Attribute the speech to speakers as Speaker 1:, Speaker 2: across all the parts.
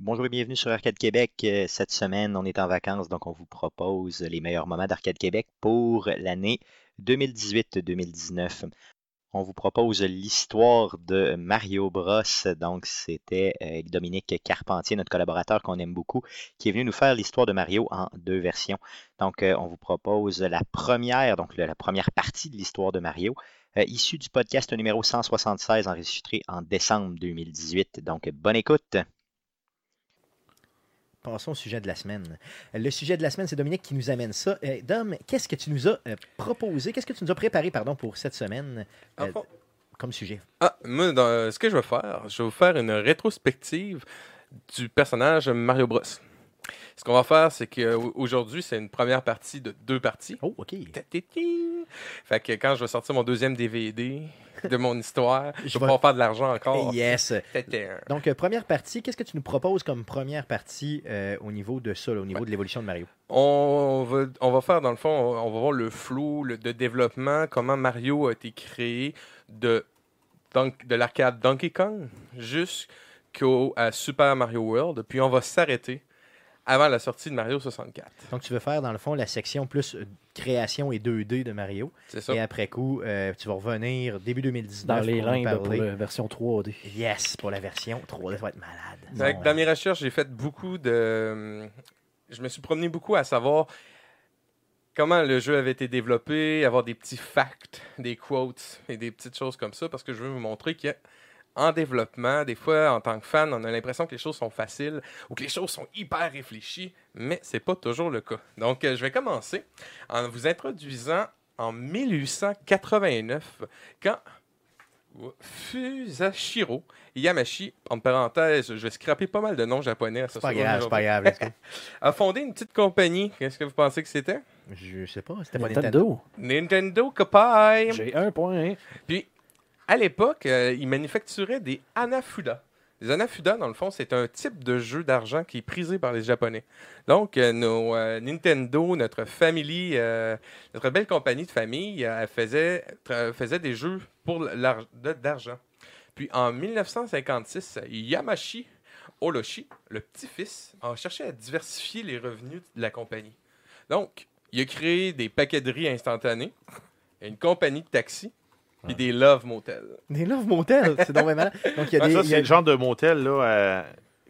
Speaker 1: Bonjour et bienvenue sur Arcade Québec. Euh, Cette semaine, on est en vacances, donc on vous propose les meilleurs moments d'Arcade Québec pour l'année 2018-2019. On vous propose l'histoire de Mario Bros. Donc, c'était euh, Dominique Carpentier, notre collaborateur qu'on aime beaucoup, qui est venu nous faire l'histoire de Mario en deux versions. Donc, euh, on vous propose la première, donc le- la première partie de l'histoire de Mario, euh, issue du podcast numéro 176 enregistré en décembre 2018. Donc, bonne écoute. Passons au sujet de la semaine. Euh, Le sujet de la semaine, c'est Dominique qui nous amène ça. Euh, Dom, qu'est-ce que tu nous as euh, proposé, qu'est-ce que tu nous as préparé, pardon, pour cette semaine
Speaker 2: En
Speaker 1: Euh,
Speaker 2: fond-
Speaker 1: comme sujet?
Speaker 2: Ah, moi, dans- ce que je vais faire, je vais vous faire une rétrospective du personnage Mario Bros. Ce qu'on va faire, c'est qu'aujourd'hui, c'est une première partie de deux parties.
Speaker 1: Oh, OK.
Speaker 2: Ta-ta-ting. Fait que quand je vais sortir mon deuxième DVD de mon histoire, je
Speaker 1: Je
Speaker 2: vais
Speaker 1: vais-
Speaker 2: pouvoir faire de l'argent encore.
Speaker 1: Yes.
Speaker 2: Ta-ta.
Speaker 1: Donc, euh, première partie, qu'est-ce que tu nous proposes comme première partie euh, au niveau de ça, là, au niveau de l'évolution de Mario?
Speaker 2: On va, on va faire, dans le fond, on on va voir le flou le, de développement, comment Mario a été créé de, donc, de l'arcade Donkey Kong jusqu'au à Super Mario World. Puis on va s'arrêter avant la sortie de Mario 64.
Speaker 1: Donc, tu veux faire, dans le fond, la section plus euh, création et 2D de Mario.
Speaker 2: C'est ça.
Speaker 1: Et après coup, euh, tu vas revenir début 2019
Speaker 3: dans les
Speaker 1: pour nous
Speaker 3: limbes pour
Speaker 1: parler.
Speaker 3: la version 3D.
Speaker 1: Yes, pour la version 3D, ça va être malade.
Speaker 2: Fait que
Speaker 1: Non,
Speaker 2: dans mes recherches, j'ai fait beaucoup de. Je me suis promené beaucoup à savoir comment le jeu avait été développé, avoir des petits facts, des quotes et des petites choses comme ça, parce que je veux vous montrer que en développement, des fois, en tant que fan, on a l'impression que les choses sont faciles ou que les choses sont hyper réfléchies, mais c'est pas toujours le cas. Donc, euh, je vais commencer en vous introduisant en 1889, quand Fusashiro Yamashi, en parenthèse, je vais scraper pas mal de noms japonais à ce
Speaker 1: C'est pas
Speaker 2: soir,
Speaker 1: grave, c'est pas
Speaker 2: aujourd'hui,
Speaker 1: grave. let's go.
Speaker 2: a fondé une petite compagnie. Qu'est-ce que vous pensez que c'était?
Speaker 1: Je sais pas, c'était pas Nintendo.
Speaker 3: Nintendo.
Speaker 2: Nintendo Kapai!
Speaker 3: J'ai un point. hein.
Speaker 2: À l'époque, euh, ils manufacturaient des anafuda. Les anafuda, dans le fond, c'est un type de jeu d'argent qui est prisé par les Japonais. Donc, euh, nos, euh, Nintendo, notre famille, euh, notre belle compagnie de famille, euh, elle faisait, tra- faisait des jeux pour l'ar- de- d'argent. Puis en 1956, Yamashi Oloshi, le petit-fils, a cherché à diversifier les revenus de la compagnie. Donc, il a créé des paqueteries instantanées, une compagnie de taxi, puis des love motels.
Speaker 1: Des Love Motel, c'est donc bien malade. Donc, il y a
Speaker 4: Ah,
Speaker 1: des.
Speaker 4: ça,
Speaker 1: il y a-
Speaker 4: c'est le genre de motel là, à-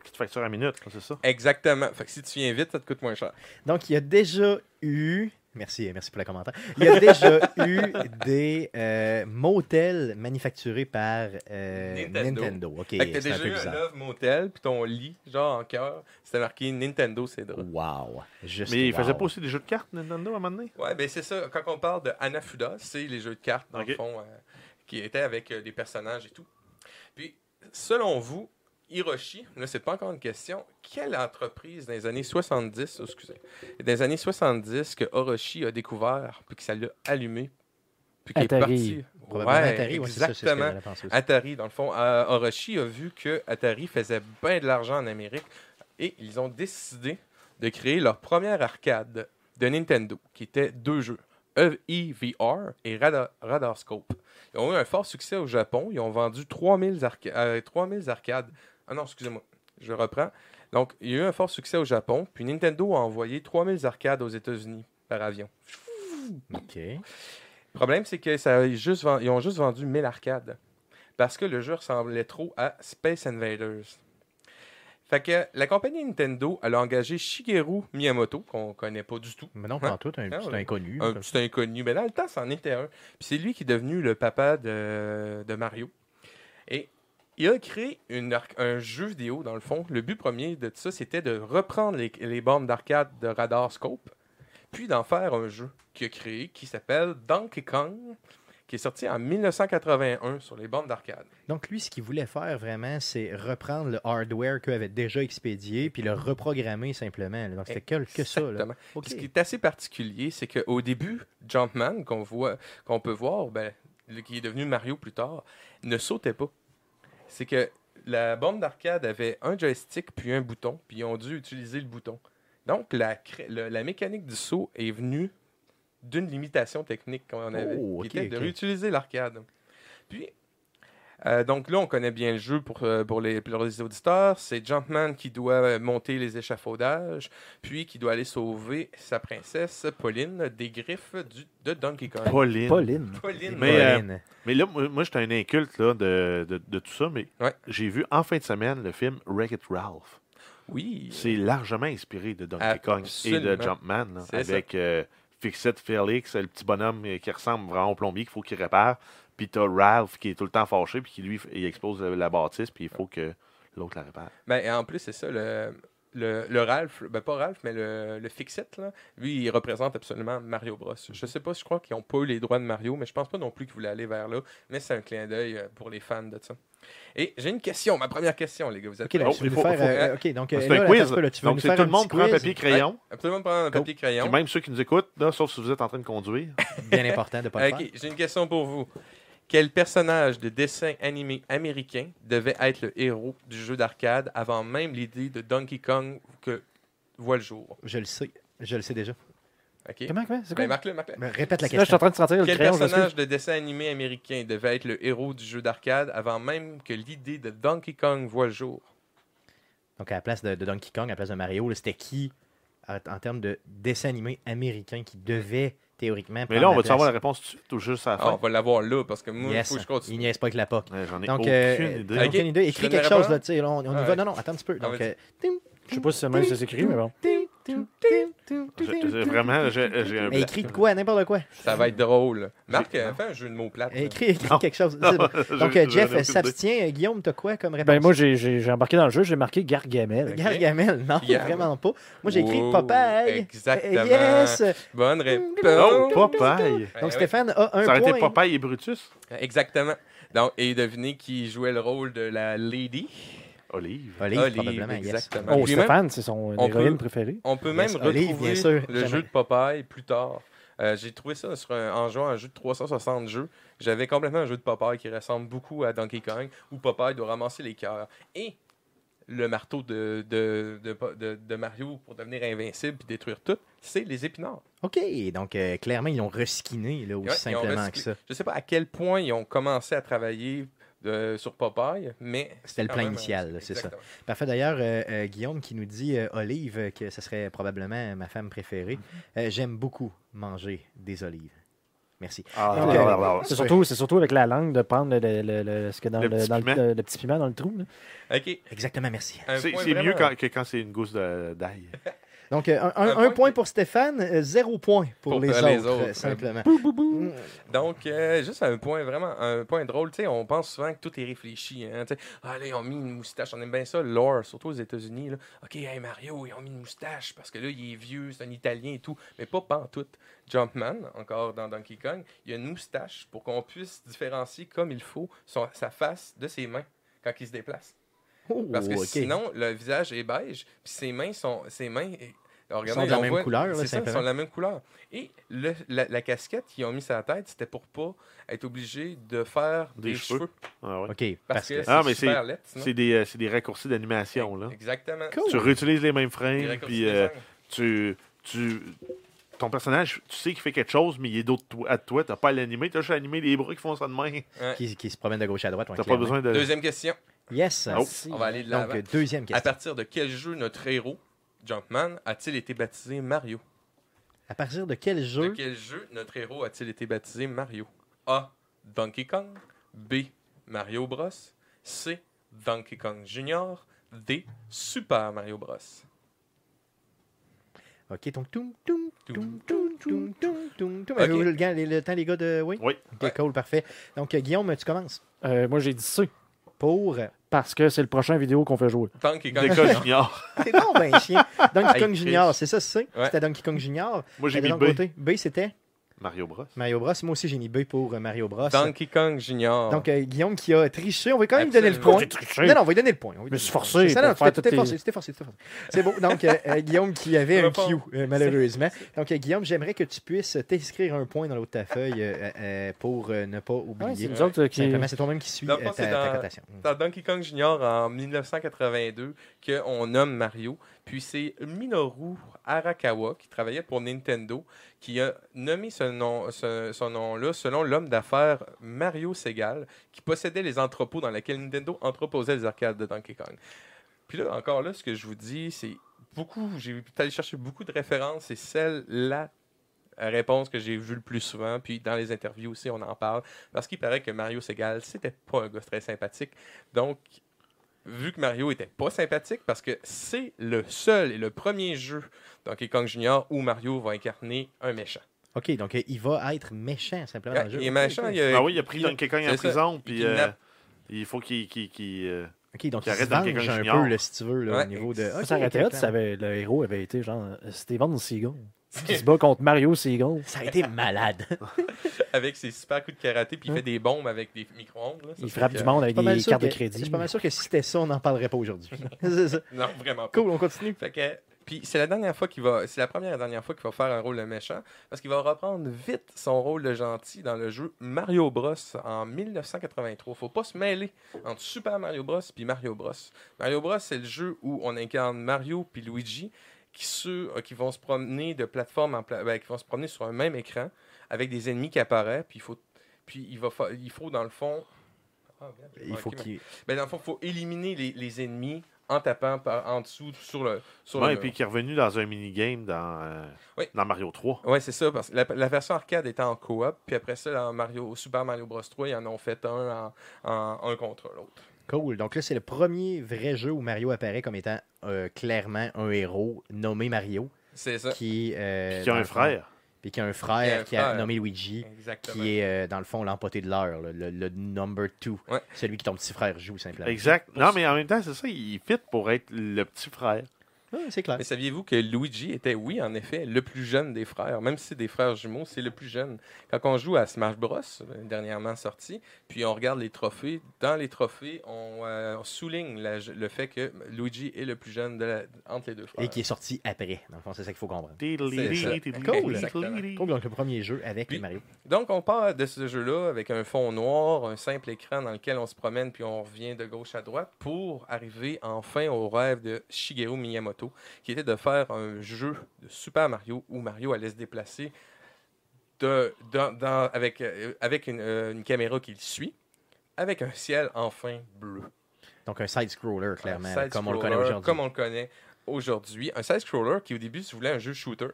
Speaker 4: qui te facture à minute, c'est ça?
Speaker 2: Exactement. Fait que si tu viens vite, ça te coûte moins cher.
Speaker 1: Donc, il y a déjà eu. Merci, merci pour le commentaire. Il y a déjà eu des euh, motels manufacturés par euh, Nintendo.
Speaker 2: Nintendo.
Speaker 1: Ok,
Speaker 2: fait que t'as
Speaker 1: c'est un
Speaker 2: déjà
Speaker 1: peu
Speaker 2: eu un
Speaker 1: bizarre.
Speaker 2: Love Motel, puis ton lit, genre en cœur, c'était marqué Nintendo, c'est drôle.
Speaker 1: Wow. Juste
Speaker 4: Mais il
Speaker 1: wow.
Speaker 4: faisait pas aussi des jeux de cartes Nintendo à un moment donné?
Speaker 2: Ouais, ben c'est ça. Quand on parle de Anafuda, c'est les jeux de cartes, dans
Speaker 4: Ok.
Speaker 2: le fond, euh, qui étaient avec euh, des personnages et tout. Puis, selon vous, Hiroshi, là, c'est pas encore une question, quelle entreprise dans les années 70, oh, excusez, dans les années 70 que Hiroshi a découvert, puis que ça l'a allumé, puis qu'il est
Speaker 3: Atari.
Speaker 2: parti.
Speaker 1: Probablement
Speaker 2: Ouais,
Speaker 1: Atari, ouais, c'est ça, c'est ce que
Speaker 2: exactement.
Speaker 1: j'allais penser aussi.
Speaker 2: Atari, dans le fond, euh, Orochi a vu que Atari faisait bien de l'argent en Amérique et ils ont décidé de créer leur première arcade de Nintendo, qui était deux jeux, EVR et Radar, Radarscope. Ils ont eu un fort succès au Japon. Ils ont vendu 3000, arca- euh, 3000 arcades. Ah non, excusez-moi, je reprends. Donc, il y a eu un fort succès au Japon, puis Nintendo a envoyé 3000 arcades aux États-Unis par avion. Ah.
Speaker 1: Ok.
Speaker 2: Le problème, c'est que ça a juste vend- ils ont juste vendu 1000 arcades. Parce que le jeu ressemblait trop à Space Invaders. Fait que la compagnie Nintendo, elle a engagé Shigeru Miyamoto, qu'on connaît pas du tout.
Speaker 1: Mais non, pas en tout, un
Speaker 2: Ah,
Speaker 1: petit
Speaker 2: ouais.
Speaker 1: inconnu.
Speaker 2: Un
Speaker 1: comme ça.
Speaker 2: petit inconnu. Mais dans le temps, c'en était un. Puis c'est lui qui est devenu le papa de, de Mario. Et il a créé une arc- un jeu vidéo, dans le fond. Le but premier de ça, c'était de reprendre les, les bornes d'arcade de Radar Scope, puis d'en faire un jeu qu'il a créé qui s'appelle Donkey Kong, qui est sorti en 1981 sur les bornes d'arcade.
Speaker 1: Donc, lui, ce qu'il voulait faire vraiment, c'est reprendre le hardware qu'eux avaient déjà expédié puis le reprogrammer simplement. là. Donc, c'était que, que ça. Là.
Speaker 2: Exactement.
Speaker 1: Ok.
Speaker 2: Puis Ce qui est assez particulier, c'est qu'au début, Jumpman, qu'on voit, qu'on peut voir, ben, le- qui est devenu Mario plus tard, ne sautait pas. C'est que la borne d'arcade avait un joystick puis un bouton, puis ils ont dû utiliser le bouton. Donc, la, cré- le- la mécanique du saut est venue d'une limitation technique qu'on avait,
Speaker 1: Oh,
Speaker 2: qui
Speaker 1: ok,
Speaker 2: était de
Speaker 1: ok.
Speaker 2: réutiliser l'arcade. Puis, Euh, donc là, on connaît bien le jeu pour, euh, pour, les, pour les auditeurs. C'est Jumpman qui doit euh, monter les échafaudages, puis qui doit aller sauver sa princesse Pauline des griffes du- de Donkey Kong.
Speaker 4: Pauline.
Speaker 1: Pauline.
Speaker 2: Pauline.
Speaker 4: Mais, euh,
Speaker 1: Pauline.
Speaker 4: Mais là, moi, moi, j'étais un inculte là, de, de- de tout ça, mais
Speaker 2: Ouais.
Speaker 4: j'ai vu en fin de semaine le film Wreck-It Ralph.
Speaker 2: Oui.
Speaker 4: C'est largement inspiré de Donkey Kong et
Speaker 2: Absolument.
Speaker 4: de Jumpman, là,
Speaker 2: C'est ça.
Speaker 4: avec euh, Fixit Felix, le petit bonhomme euh, qui ressemble vraiment au plombier qu'il faut qu'il répare. Puis t'as Ralph qui est tout le temps fâché, puis qui lui, il expose la, la bâtisse, puis il faut que l'autre la répare.
Speaker 2: Ben, et en plus, c'est ça, le, le, le Ralph, ben pas Ralph, mais le, le Fixit, là, lui, il représente absolument Mario Bros.
Speaker 4: Mhm.
Speaker 2: Je sais pas, je crois qu'ils ont pas eu les droits de Mario, mais je pense pas non plus qu'ils voulaient aller vers là, mais c'est un clin d'œil euh, pour les fans de ça. Et j'ai une question, ma première question, les gars, vous êtes
Speaker 1: Ok, là,
Speaker 4: Oh,
Speaker 1: tu veux
Speaker 4: il
Speaker 1: nous
Speaker 4: faut-
Speaker 1: faire.
Speaker 4: faut-
Speaker 1: euh, ok, donc, euh,
Speaker 4: C'est
Speaker 1: là,
Speaker 4: un
Speaker 1: attends
Speaker 4: quiz.
Speaker 1: peu, là, tu veux
Speaker 4: Donc,
Speaker 1: nous
Speaker 4: c'est
Speaker 1: faire
Speaker 4: tout
Speaker 1: un
Speaker 4: le monde
Speaker 1: petit
Speaker 4: prend un
Speaker 1: quiz,
Speaker 4: papier crayon,
Speaker 2: Absolument, prendre un papier crayon.
Speaker 4: et même ceux qui nous écoutent, là, sauf si vous êtes en train de conduire.
Speaker 1: Bien important de pas le
Speaker 2: Ok, j'ai une question pour vous. Quel personnage de dessin animé américain devait être le héros du jeu d'arcade avant même l'idée de Donkey Kong que voit le jour?
Speaker 1: Je le sais. Je le sais déjà.
Speaker 2: Ok.
Speaker 1: Comment, comment? C'est quoi?
Speaker 2: Ben, Marc-le, m'appelle.
Speaker 1: Ben, répète la
Speaker 4: Là, je suis
Speaker 1: question.
Speaker 4: en train de sentir le
Speaker 2: Quel
Speaker 4: crayon. je m'excuse.
Speaker 2: personnage de dessin animé américain devait être le héros du jeu d'arcade avant même que l'idée de Donkey Kong voit le jour?
Speaker 1: Donc, à la place de, de Donkey Kong, à la place de Mario, là, c'était qui, en en termes de dessin animé américain, qui devait théoriquement.
Speaker 4: Mais là, on
Speaker 1: prendre
Speaker 4: va
Speaker 1: la
Speaker 4: savoir la
Speaker 1: place?
Speaker 4: réponse tout de suite ou juste à la
Speaker 2: Ah, on
Speaker 4: fin.
Speaker 2: va l'avoir là, parce que moi, il
Speaker 1: Yes,
Speaker 2: faut que je continue.
Speaker 1: il n'y a pas que la POC.
Speaker 4: Ouais, J'en ai
Speaker 1: Donc,
Speaker 4: aucune
Speaker 1: euh,
Speaker 4: idée.
Speaker 1: t'as aucune idée.
Speaker 2: Je
Speaker 1: Écris
Speaker 2: donnerai
Speaker 1: quelque chose,
Speaker 2: pas?
Speaker 1: là, tu sais. là, On, on y
Speaker 2: Ouais.
Speaker 1: va. Non, non, attends un petit peu.
Speaker 2: Ah,
Speaker 1: Donc,
Speaker 2: vas-y.
Speaker 1: euh, tim,
Speaker 5: Je sais pas si c'est le même que ça s'écrit, mais bon.
Speaker 1: tim, tim, tim, tim,
Speaker 4: Je-
Speaker 1: tim,
Speaker 4: je-
Speaker 1: tim,
Speaker 4: Vraiment, j'ai j'ai un
Speaker 1: Mais écris de quoi, n'importe quoi.
Speaker 2: Ça va être drôle. Marc, euh, fais un jeu de mots plate.
Speaker 1: Écris, écris quelque chose. C'est bon.
Speaker 4: Je-
Speaker 1: Donc,
Speaker 4: je-
Speaker 1: euh,
Speaker 4: j'en ai
Speaker 1: Jeff
Speaker 4: aucune
Speaker 1: euh,
Speaker 4: idée.
Speaker 1: s'abstient. Euh, Guillaume, t'as quoi comme réponse?
Speaker 5: Ben moi, j'ai- j'ai j'ai embarqué dans le jeu, j'ai marqué Gargamel.
Speaker 1: Gargamel, non,
Speaker 2: Gargamel.
Speaker 1: vraiment pas. Moi, j'ai écrit
Speaker 2: Wow,
Speaker 1: Popeye.
Speaker 2: exactement.
Speaker 1: Euh, Yes!
Speaker 2: Bonne
Speaker 4: Oh,
Speaker 2: réponse.
Speaker 4: Popeye!
Speaker 2: Ben
Speaker 1: Donc,
Speaker 2: oui.
Speaker 1: Stéphane a un
Speaker 4: Ça aurait été
Speaker 1: point.
Speaker 4: Popeye et Brutus?
Speaker 2: Euh, Exactement. Donc, et devinez qui jouait le rôle de la lady.
Speaker 4: Olive.
Speaker 1: Olive,
Speaker 2: Olive,
Speaker 1: probablement, yes.
Speaker 2: exactement.
Speaker 5: Oh,
Speaker 2: Puis même-
Speaker 5: Stéphane, c'est son
Speaker 2: on
Speaker 5: héroïne
Speaker 2: peut-
Speaker 5: préférée.
Speaker 2: On peut
Speaker 1: Yes,
Speaker 2: même
Speaker 1: Olive,
Speaker 2: retrouver
Speaker 1: bien sûr,
Speaker 2: le
Speaker 1: jamais.
Speaker 2: jeu de Popeye plus tard. Euh, j'ai trouvé ça sur un- en jouant à un jeu de 360 jeux. J'avais complètement un jeu de Popeye qui ressemble beaucoup à Donkey Kong, où Popeye doit ramasser les cœurs. Et le marteau de, de, de, de- de Mario pour devenir invincible et détruire tout, c'est les épinards.
Speaker 1: OK, donc euh, clairement, ils l'ont reskiné là, aussi
Speaker 2: Ouais, ils ont
Speaker 1: simplement
Speaker 2: recyclé.
Speaker 1: que ça.
Speaker 2: Je sais pas à quel point ils ont commencé à travailler euh, sur Popeye, mais...
Speaker 1: C'était le
Speaker 2: quand
Speaker 1: plan
Speaker 2: même-
Speaker 1: initial, là, c'est ça.
Speaker 2: Ah, Exactement.
Speaker 1: Parfait. D'ailleurs, euh, euh, Guillaume qui nous dit, euh, Olive, euh, que ce serait probablement euh, ma femme préférée. Euh, J'aime beaucoup manger des olives. Merci.
Speaker 4: Ah,
Speaker 1: Ok.
Speaker 4: ah, ah, ah, ah.
Speaker 5: C'est surtout, c'est surtout avec la langue de prendre le, le- le- ce que dans
Speaker 4: Le
Speaker 5: le,
Speaker 4: petit
Speaker 5: dans le-
Speaker 4: piment.
Speaker 5: le- le petit piment dans le trou. là.
Speaker 2: OK.
Speaker 1: Exactement, merci.
Speaker 2: un
Speaker 4: C'est
Speaker 2: point
Speaker 4: c'est mieux
Speaker 2: vraiment-
Speaker 4: quand- que quand c'est une gousse de- d'ail.
Speaker 1: Donc, euh, un, un-
Speaker 2: Un
Speaker 1: un
Speaker 2: point.
Speaker 1: point, pour Stéphane, euh, zéro point pour,
Speaker 2: Pour
Speaker 1: les,
Speaker 2: les
Speaker 1: autres,
Speaker 2: autres.
Speaker 1: euh, simplement. Mm.
Speaker 2: Donc, euh, juste un point vraiment, un point drôle. Tu sais, on pense souvent que tout est réfléchi. Hein, tu sais. ah, là, ils ont mis une moustache. On aime bien ça, l'or, surtout aux États-Unis. là. OK, hey, Mario, ils ont mis une moustache parce que là, il est vieux, c'est un Italien et tout. Mais pas pantoute. Jumpman, encore dans Donkey Kong, il y a une moustache pour qu'on puisse différencier comme il faut son- sa face de ses mains quand il se déplace.
Speaker 1: Oh,
Speaker 2: euh, Parce que
Speaker 1: ok.
Speaker 2: sinon, le visage est beige, puis ses mains sont. Ses mains. et- Alors,
Speaker 1: Ils sont de
Speaker 2: on
Speaker 1: la même
Speaker 2: voit-
Speaker 1: couleur, là,
Speaker 2: C'est ça, ils sont
Speaker 1: simplement.
Speaker 2: de la même couleur. Et le- la, la casquette qu'ils ont mis sur la tête, c'était pour pas être obligé de faire des,
Speaker 4: Des
Speaker 2: cheveux.
Speaker 4: cheveux. Ah ouais.
Speaker 1: OK,
Speaker 2: Parce que c'est
Speaker 4: Ah, mais
Speaker 2: super laid, sinon.
Speaker 4: C'est des, euh, c'est des raccourcis d'animation. là.
Speaker 2: Exactement.
Speaker 1: Cool.
Speaker 4: Tu réutilises les mêmes
Speaker 2: Oh. Des
Speaker 4: frames,
Speaker 2: raccourcis
Speaker 4: puis
Speaker 2: de
Speaker 4: euh,
Speaker 2: langue.
Speaker 4: tu, tu, ton personnage, tu sais qu'il fait quelque chose, mais il est d'autre toi- à toi. T'as pas à l'animer, t'as juste à animer les bras qui font ça de main.
Speaker 1: qui, qui se promène de gauche à droite. ouais,
Speaker 4: T'as pas
Speaker 1: clairement.
Speaker 4: besoin de.
Speaker 2: Deuxième question.
Speaker 1: Yes.
Speaker 4: Oh.
Speaker 2: On va aller de
Speaker 1: Donc,
Speaker 2: l'avant.
Speaker 1: euh, deuxième
Speaker 2: À
Speaker 1: question.
Speaker 2: partir de quel jeu notre héros, Jumpman, a-t-il été baptisé Mario
Speaker 1: À partir de quel
Speaker 2: De
Speaker 1: jeu
Speaker 2: quel jeu notre héros a-t-il été baptisé Mario A. Donkey Kong. B. Mario Bros. C. Donkey Kong Junior. D. Super Mario Bros.
Speaker 1: OK, donc toum, toum,
Speaker 2: Toum.
Speaker 1: toum, toum, toum, toum, toum, toum.
Speaker 2: Ok.
Speaker 1: Avez-vous le, gan- le- le temps, les gars, de... Oui?
Speaker 4: Oui.
Speaker 1: OK, cool, parfait. Donc, euh, Guillaume, tu commences
Speaker 5: Euh, moi, j'ai dit ça
Speaker 1: pour... euh,
Speaker 5: parce que c'est le prochain vidéo qu'on fait jouer.
Speaker 2: Donkey Kong
Speaker 4: Décolle
Speaker 2: Junior.
Speaker 4: junior.
Speaker 1: T'es non, ben chien. Donkey
Speaker 2: Hey,
Speaker 1: Kong
Speaker 2: Chris.
Speaker 1: Junior, c'est ça, c'est ça?
Speaker 2: Ouais.
Speaker 1: C'était Donkey Kong Junior.
Speaker 4: Moi, j'ai
Speaker 1: Et de
Speaker 4: mis
Speaker 1: l'autre
Speaker 4: B.
Speaker 1: côté, B, c'était
Speaker 4: Mario Bros.
Speaker 1: Mario Bros. Moi aussi, j'ai mis B pour euh, Mario Bros.
Speaker 2: Donkey Kong Junior.
Speaker 1: Donc, euh, Guillaume qui a triché, on va quand même lui donner le
Speaker 2: Absolument.
Speaker 1: point.
Speaker 5: J'ai triché.
Speaker 1: Non, non, on va lui donner le point. on va lui donner
Speaker 5: Mais c'est
Speaker 1: le
Speaker 5: forcé
Speaker 1: point. C'est ça,
Speaker 5: pour
Speaker 1: non,
Speaker 5: faire
Speaker 1: c'était-
Speaker 5: toutes
Speaker 1: C'était forcé,
Speaker 5: les-
Speaker 1: c'était forcé, c'était forcé. C'est beau. Donc, euh, euh, Guillaume qui avait
Speaker 2: Le
Speaker 1: un Q,
Speaker 2: pont.
Speaker 1: euh, malheureusement. Donc, euh, Guillaume, j'aimerais que tu puisses t'inscrire un point dans l'autre de ta feuille euh, euh, pour euh, ne pas
Speaker 5: Ouais, c'est
Speaker 1: oublier.
Speaker 5: nous autres euh, qui.
Speaker 1: Simplement, c'est toi-même qui suis
Speaker 2: Dans
Speaker 1: euh,
Speaker 2: le
Speaker 1: ta,
Speaker 2: fond, c'est
Speaker 1: ta
Speaker 2: Mm. dans-
Speaker 1: cotation.
Speaker 2: Dans Donkey Kong Junior en 1982, qu'on nomme Mario, Puis c'est Minoru Arakawa, qui travaillait pour Nintendo, qui a nommé ce nom, ce- son nom-là selon l'homme d'affaires Mario Segal, qui possédait les entrepôts dans lesquels Nintendo entreposait les arcades de Donkey Kong. Puis là, encore là, ce que je vous dis, c'est beaucoup, j'ai pu aller chercher beaucoup de références, c'est celle la réponse que j'ai vue le plus souvent, puis dans les interviews aussi, on en parle, parce qu'il paraît que Mario Segal, c'était pas un gars très sympathique. Donc, vu que Mario était pas sympathique, parce que c'est le seul et le premier jeu Donkey Kong Junior où Mario va incarner un méchant.
Speaker 1: OK, donc euh, il va être méchant simplement dans le jeu.
Speaker 2: Il est méchant, Euh, il a-
Speaker 4: Ah oui, il a pris Donkey Kong en
Speaker 2: C'est ça.
Speaker 4: prison,
Speaker 2: Il
Speaker 4: puis euh,
Speaker 2: kidnappe.
Speaker 4: il faut qu'il. qu'il- qu'il, euh,
Speaker 1: OK, donc
Speaker 4: Qui
Speaker 1: il se
Speaker 4: arrête dans
Speaker 1: venge
Speaker 4: Donkey Kong
Speaker 1: un
Speaker 4: Junior.
Speaker 1: peu, là, si tu veux, là,
Speaker 2: Ouais,
Speaker 1: au niveau de...
Speaker 2: ex-
Speaker 1: OK,
Speaker 5: ça s'arrêtait là, tu
Speaker 1: exactement.
Speaker 5: savais, le héros avait été genre euh, Steven Seagal qui se bat contre Mario Seagal.
Speaker 1: Ça a été malade.
Speaker 2: avec ses super coups de karaté, puis il fait des bombes avec des micro-ondes. là. Ça
Speaker 5: Hein? Il
Speaker 2: fait
Speaker 5: frappe
Speaker 2: que-
Speaker 5: du monde avec
Speaker 1: Je suis pas mal
Speaker 5: des
Speaker 1: sûr
Speaker 5: cartes de
Speaker 1: que-
Speaker 5: crédit.
Speaker 1: Je suis pas mal sûr que si c'était ça, on n'en parlerait pas aujourd'hui. C'est ça.
Speaker 2: Non, vraiment pas.
Speaker 1: cool, on continue.
Speaker 2: Fait que- puis c'est la dernière fois qu'il va, c'est la première et la dernière fois qu'il va faire un rôle de méchant, parce qu'il va reprendre vite son rôle de gentil dans le jeu Mario Bros en 1983. Faut pas se mêler entre Super Mario Bros puis Mario Bros. Mario Bros c'est le jeu où on incarne Mario puis Luigi qui sur- euh, qui vont se promener de plateforme en pla- ben, qui vont se promener sur un même écran avec des ennemis qui apparaissent, puis il faut, puis il va, fa- il faut dans le fond. Ah, merde, j'ai
Speaker 1: Il faut
Speaker 2: manqué ma-
Speaker 1: qu'il...
Speaker 2: ben, dans le fond, il faut éliminer les, les ennemis en tapant par, en dessous sur le. Sur
Speaker 4: ouais,
Speaker 2: le
Speaker 4: et puis
Speaker 2: mur.
Speaker 4: qui est revenu dans un minigame dans, euh,
Speaker 2: Oui.
Speaker 4: dans Mario 3.
Speaker 2: Ouais, c'est ça, parce que la, la version arcade était en coop, puis après ça, dans Mario, Super Mario Bros. 3, ils en ont fait un en, en- un contre l'autre.
Speaker 1: Cool. Donc là, c'est le premier vrai jeu où Mario apparaît comme étant euh, clairement un héros nommé Mario.
Speaker 2: C'est ça.
Speaker 1: Qui, euh,
Speaker 4: Puis qui a
Speaker 1: dans
Speaker 4: un
Speaker 1: le fond-
Speaker 4: frère.
Speaker 1: Puis qui a un
Speaker 2: Il y a un
Speaker 1: frère qui a
Speaker 2: frère.
Speaker 1: nommé Luigi,
Speaker 2: Exactement.
Speaker 1: qui est euh, dans le fond l'empoté de l'heure, là, le, le number two.
Speaker 2: Ouais.
Speaker 1: Celui qui ton petit frère joue simplement.
Speaker 4: Exact.
Speaker 2: Pour
Speaker 4: Non,
Speaker 2: ça-
Speaker 4: mais en même temps, c'est ça, il fit pour être le petit frère.
Speaker 1: Ouais, c'est clair.
Speaker 2: Mais saviez-vous que Luigi était, oui, en effet, le plus jeune des frères, même si c'est des frères jumeaux, c'est le plus jeune. Quand on joue à Smash Bros, euh, dernièrement sorti, puis on regarde les trophées, dans les trophées, on, euh, on souligne la- le fait que Luigi est le plus jeune de la- entre les deux frères.
Speaker 1: Et qui est sorti après. Dans le fond, c'est ça qu'il faut comprendre.
Speaker 2: ça.
Speaker 1: Cool.
Speaker 4: Cool.
Speaker 1: Cool, donc le premier jeu avec
Speaker 2: Puis-
Speaker 1: Mario.
Speaker 2: Donc, on part de ce jeu-là avec un fond noir, un simple écran dans lequel on se promène puis on revient de gauche à droite pour arriver enfin au rêve de Shigeru Miyamoto, qui était de faire un jeu de Super Mario où Mario allait se déplacer de, dans- dans- avec, euh, avec une, euh, une caméra qui le suit, avec un ciel enfin bleu.
Speaker 1: Donc un side-scroller, clairement,
Speaker 2: Un
Speaker 1: comme on le connaît
Speaker 2: side-scroller,
Speaker 1: aujourd'hui.
Speaker 2: Comme on le connaît aujourd'hui. Un side-scroller qui, au début, se voulait un jeu shooter.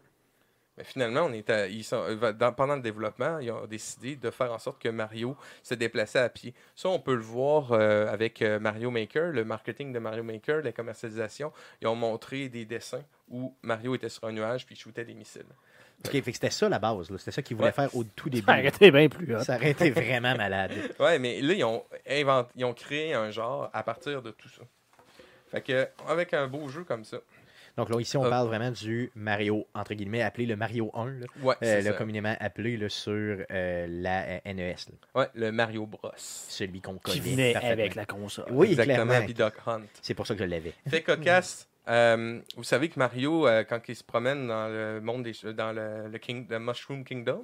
Speaker 2: Mais finalement, on est à- ils sont, euh, va- dans- pendant le développement, ils ont décidé de faire en sorte que Mario se déplaçait à pied. Ça, on peut le voir euh, avec euh, Mario Maker, le marketing de Mario Maker, la commercialisation. Ils ont montré des dessins où Mario était sur un nuage puis il shootait des missiles.
Speaker 1: Ok, fait que c'était ça la base. là. C'était ça qu'ils voulaient
Speaker 2: Ouais.
Speaker 1: faire au tout début.
Speaker 5: Arrêtez bien plus. hein.
Speaker 1: Ça aurait été vraiment malade.
Speaker 2: Ouais, mais là, ils ont, inventé, ils ont créé un genre à partir de tout ça. Fait que, avec un beau jeu comme ça.
Speaker 1: Donc là, ici, on
Speaker 2: Euh.
Speaker 1: parle vraiment du Mario, entre guillemets, appelé le Mario 1, là,
Speaker 2: Ouais,
Speaker 1: Euh,
Speaker 2: c'est
Speaker 1: là,
Speaker 2: ça.
Speaker 1: communément appelé là, sur euh, la euh, NES, là,
Speaker 2: Ouais, le Mario Bros.
Speaker 1: celui qu'on connaît.
Speaker 5: Qui venait
Speaker 1: parfaitement.
Speaker 5: avec la console.
Speaker 1: Oui,
Speaker 2: Exactement,
Speaker 1: clairement.
Speaker 2: puis Duck Hunt.
Speaker 1: C'est pour ça que je l'avais. hein.
Speaker 2: Très cocasse. Euh, vous savez que Mario, euh, quand il se promène dans le monde des, dans le, le King- le Mushroom Kingdom,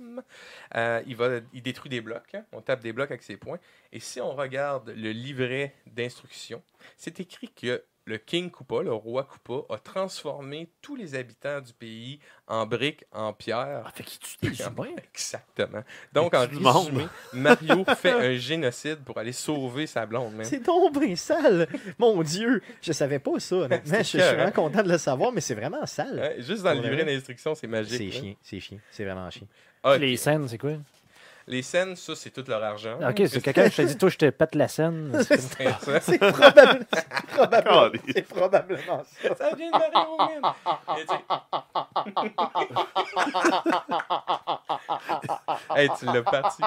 Speaker 2: euh, il, va, il détruit des blocs. hein. On tape des blocs avec ses poings. Et si on regarde le livret d'instructions, c'est écrit que le King Koopa, le roi Koopa, a transformé tous les habitants du pays en briques, en pierres.
Speaker 5: Ah, fait qu'il tue des humains.
Speaker 2: Exactement. Donc, en
Speaker 4: du monde.
Speaker 2: résumé, Mario fait un génocide pour aller sauver sa blonde. man.
Speaker 1: C'est donc bien sale! Mon Dieu! Je savais pas ça, honnêtement.
Speaker 2: C'est
Speaker 1: je, je suis
Speaker 2: écœurant.
Speaker 1: vraiment content de le savoir, mais c'est vraiment sale.
Speaker 2: Hein, Juste dans le
Speaker 1: Pour
Speaker 2: livret
Speaker 1: vrai.
Speaker 2: d'instructions, c'est magique.
Speaker 1: C'est
Speaker 2: là.
Speaker 1: chiant, c'est chiant. C'est vraiment chiant.
Speaker 2: Ah,
Speaker 5: Les scènes, c'est quoi?
Speaker 2: Les scènes, ça, c'est tout leur argent.
Speaker 5: Ok, c'est quelqu'un qui te dit, toi, je te pète la scène.
Speaker 2: C'est ça.
Speaker 1: C'est probable- c'est probablement, c'est probablement ça.
Speaker 2: Ça vient de Mario, man. Mais tu sais- hey, tu l'as parti.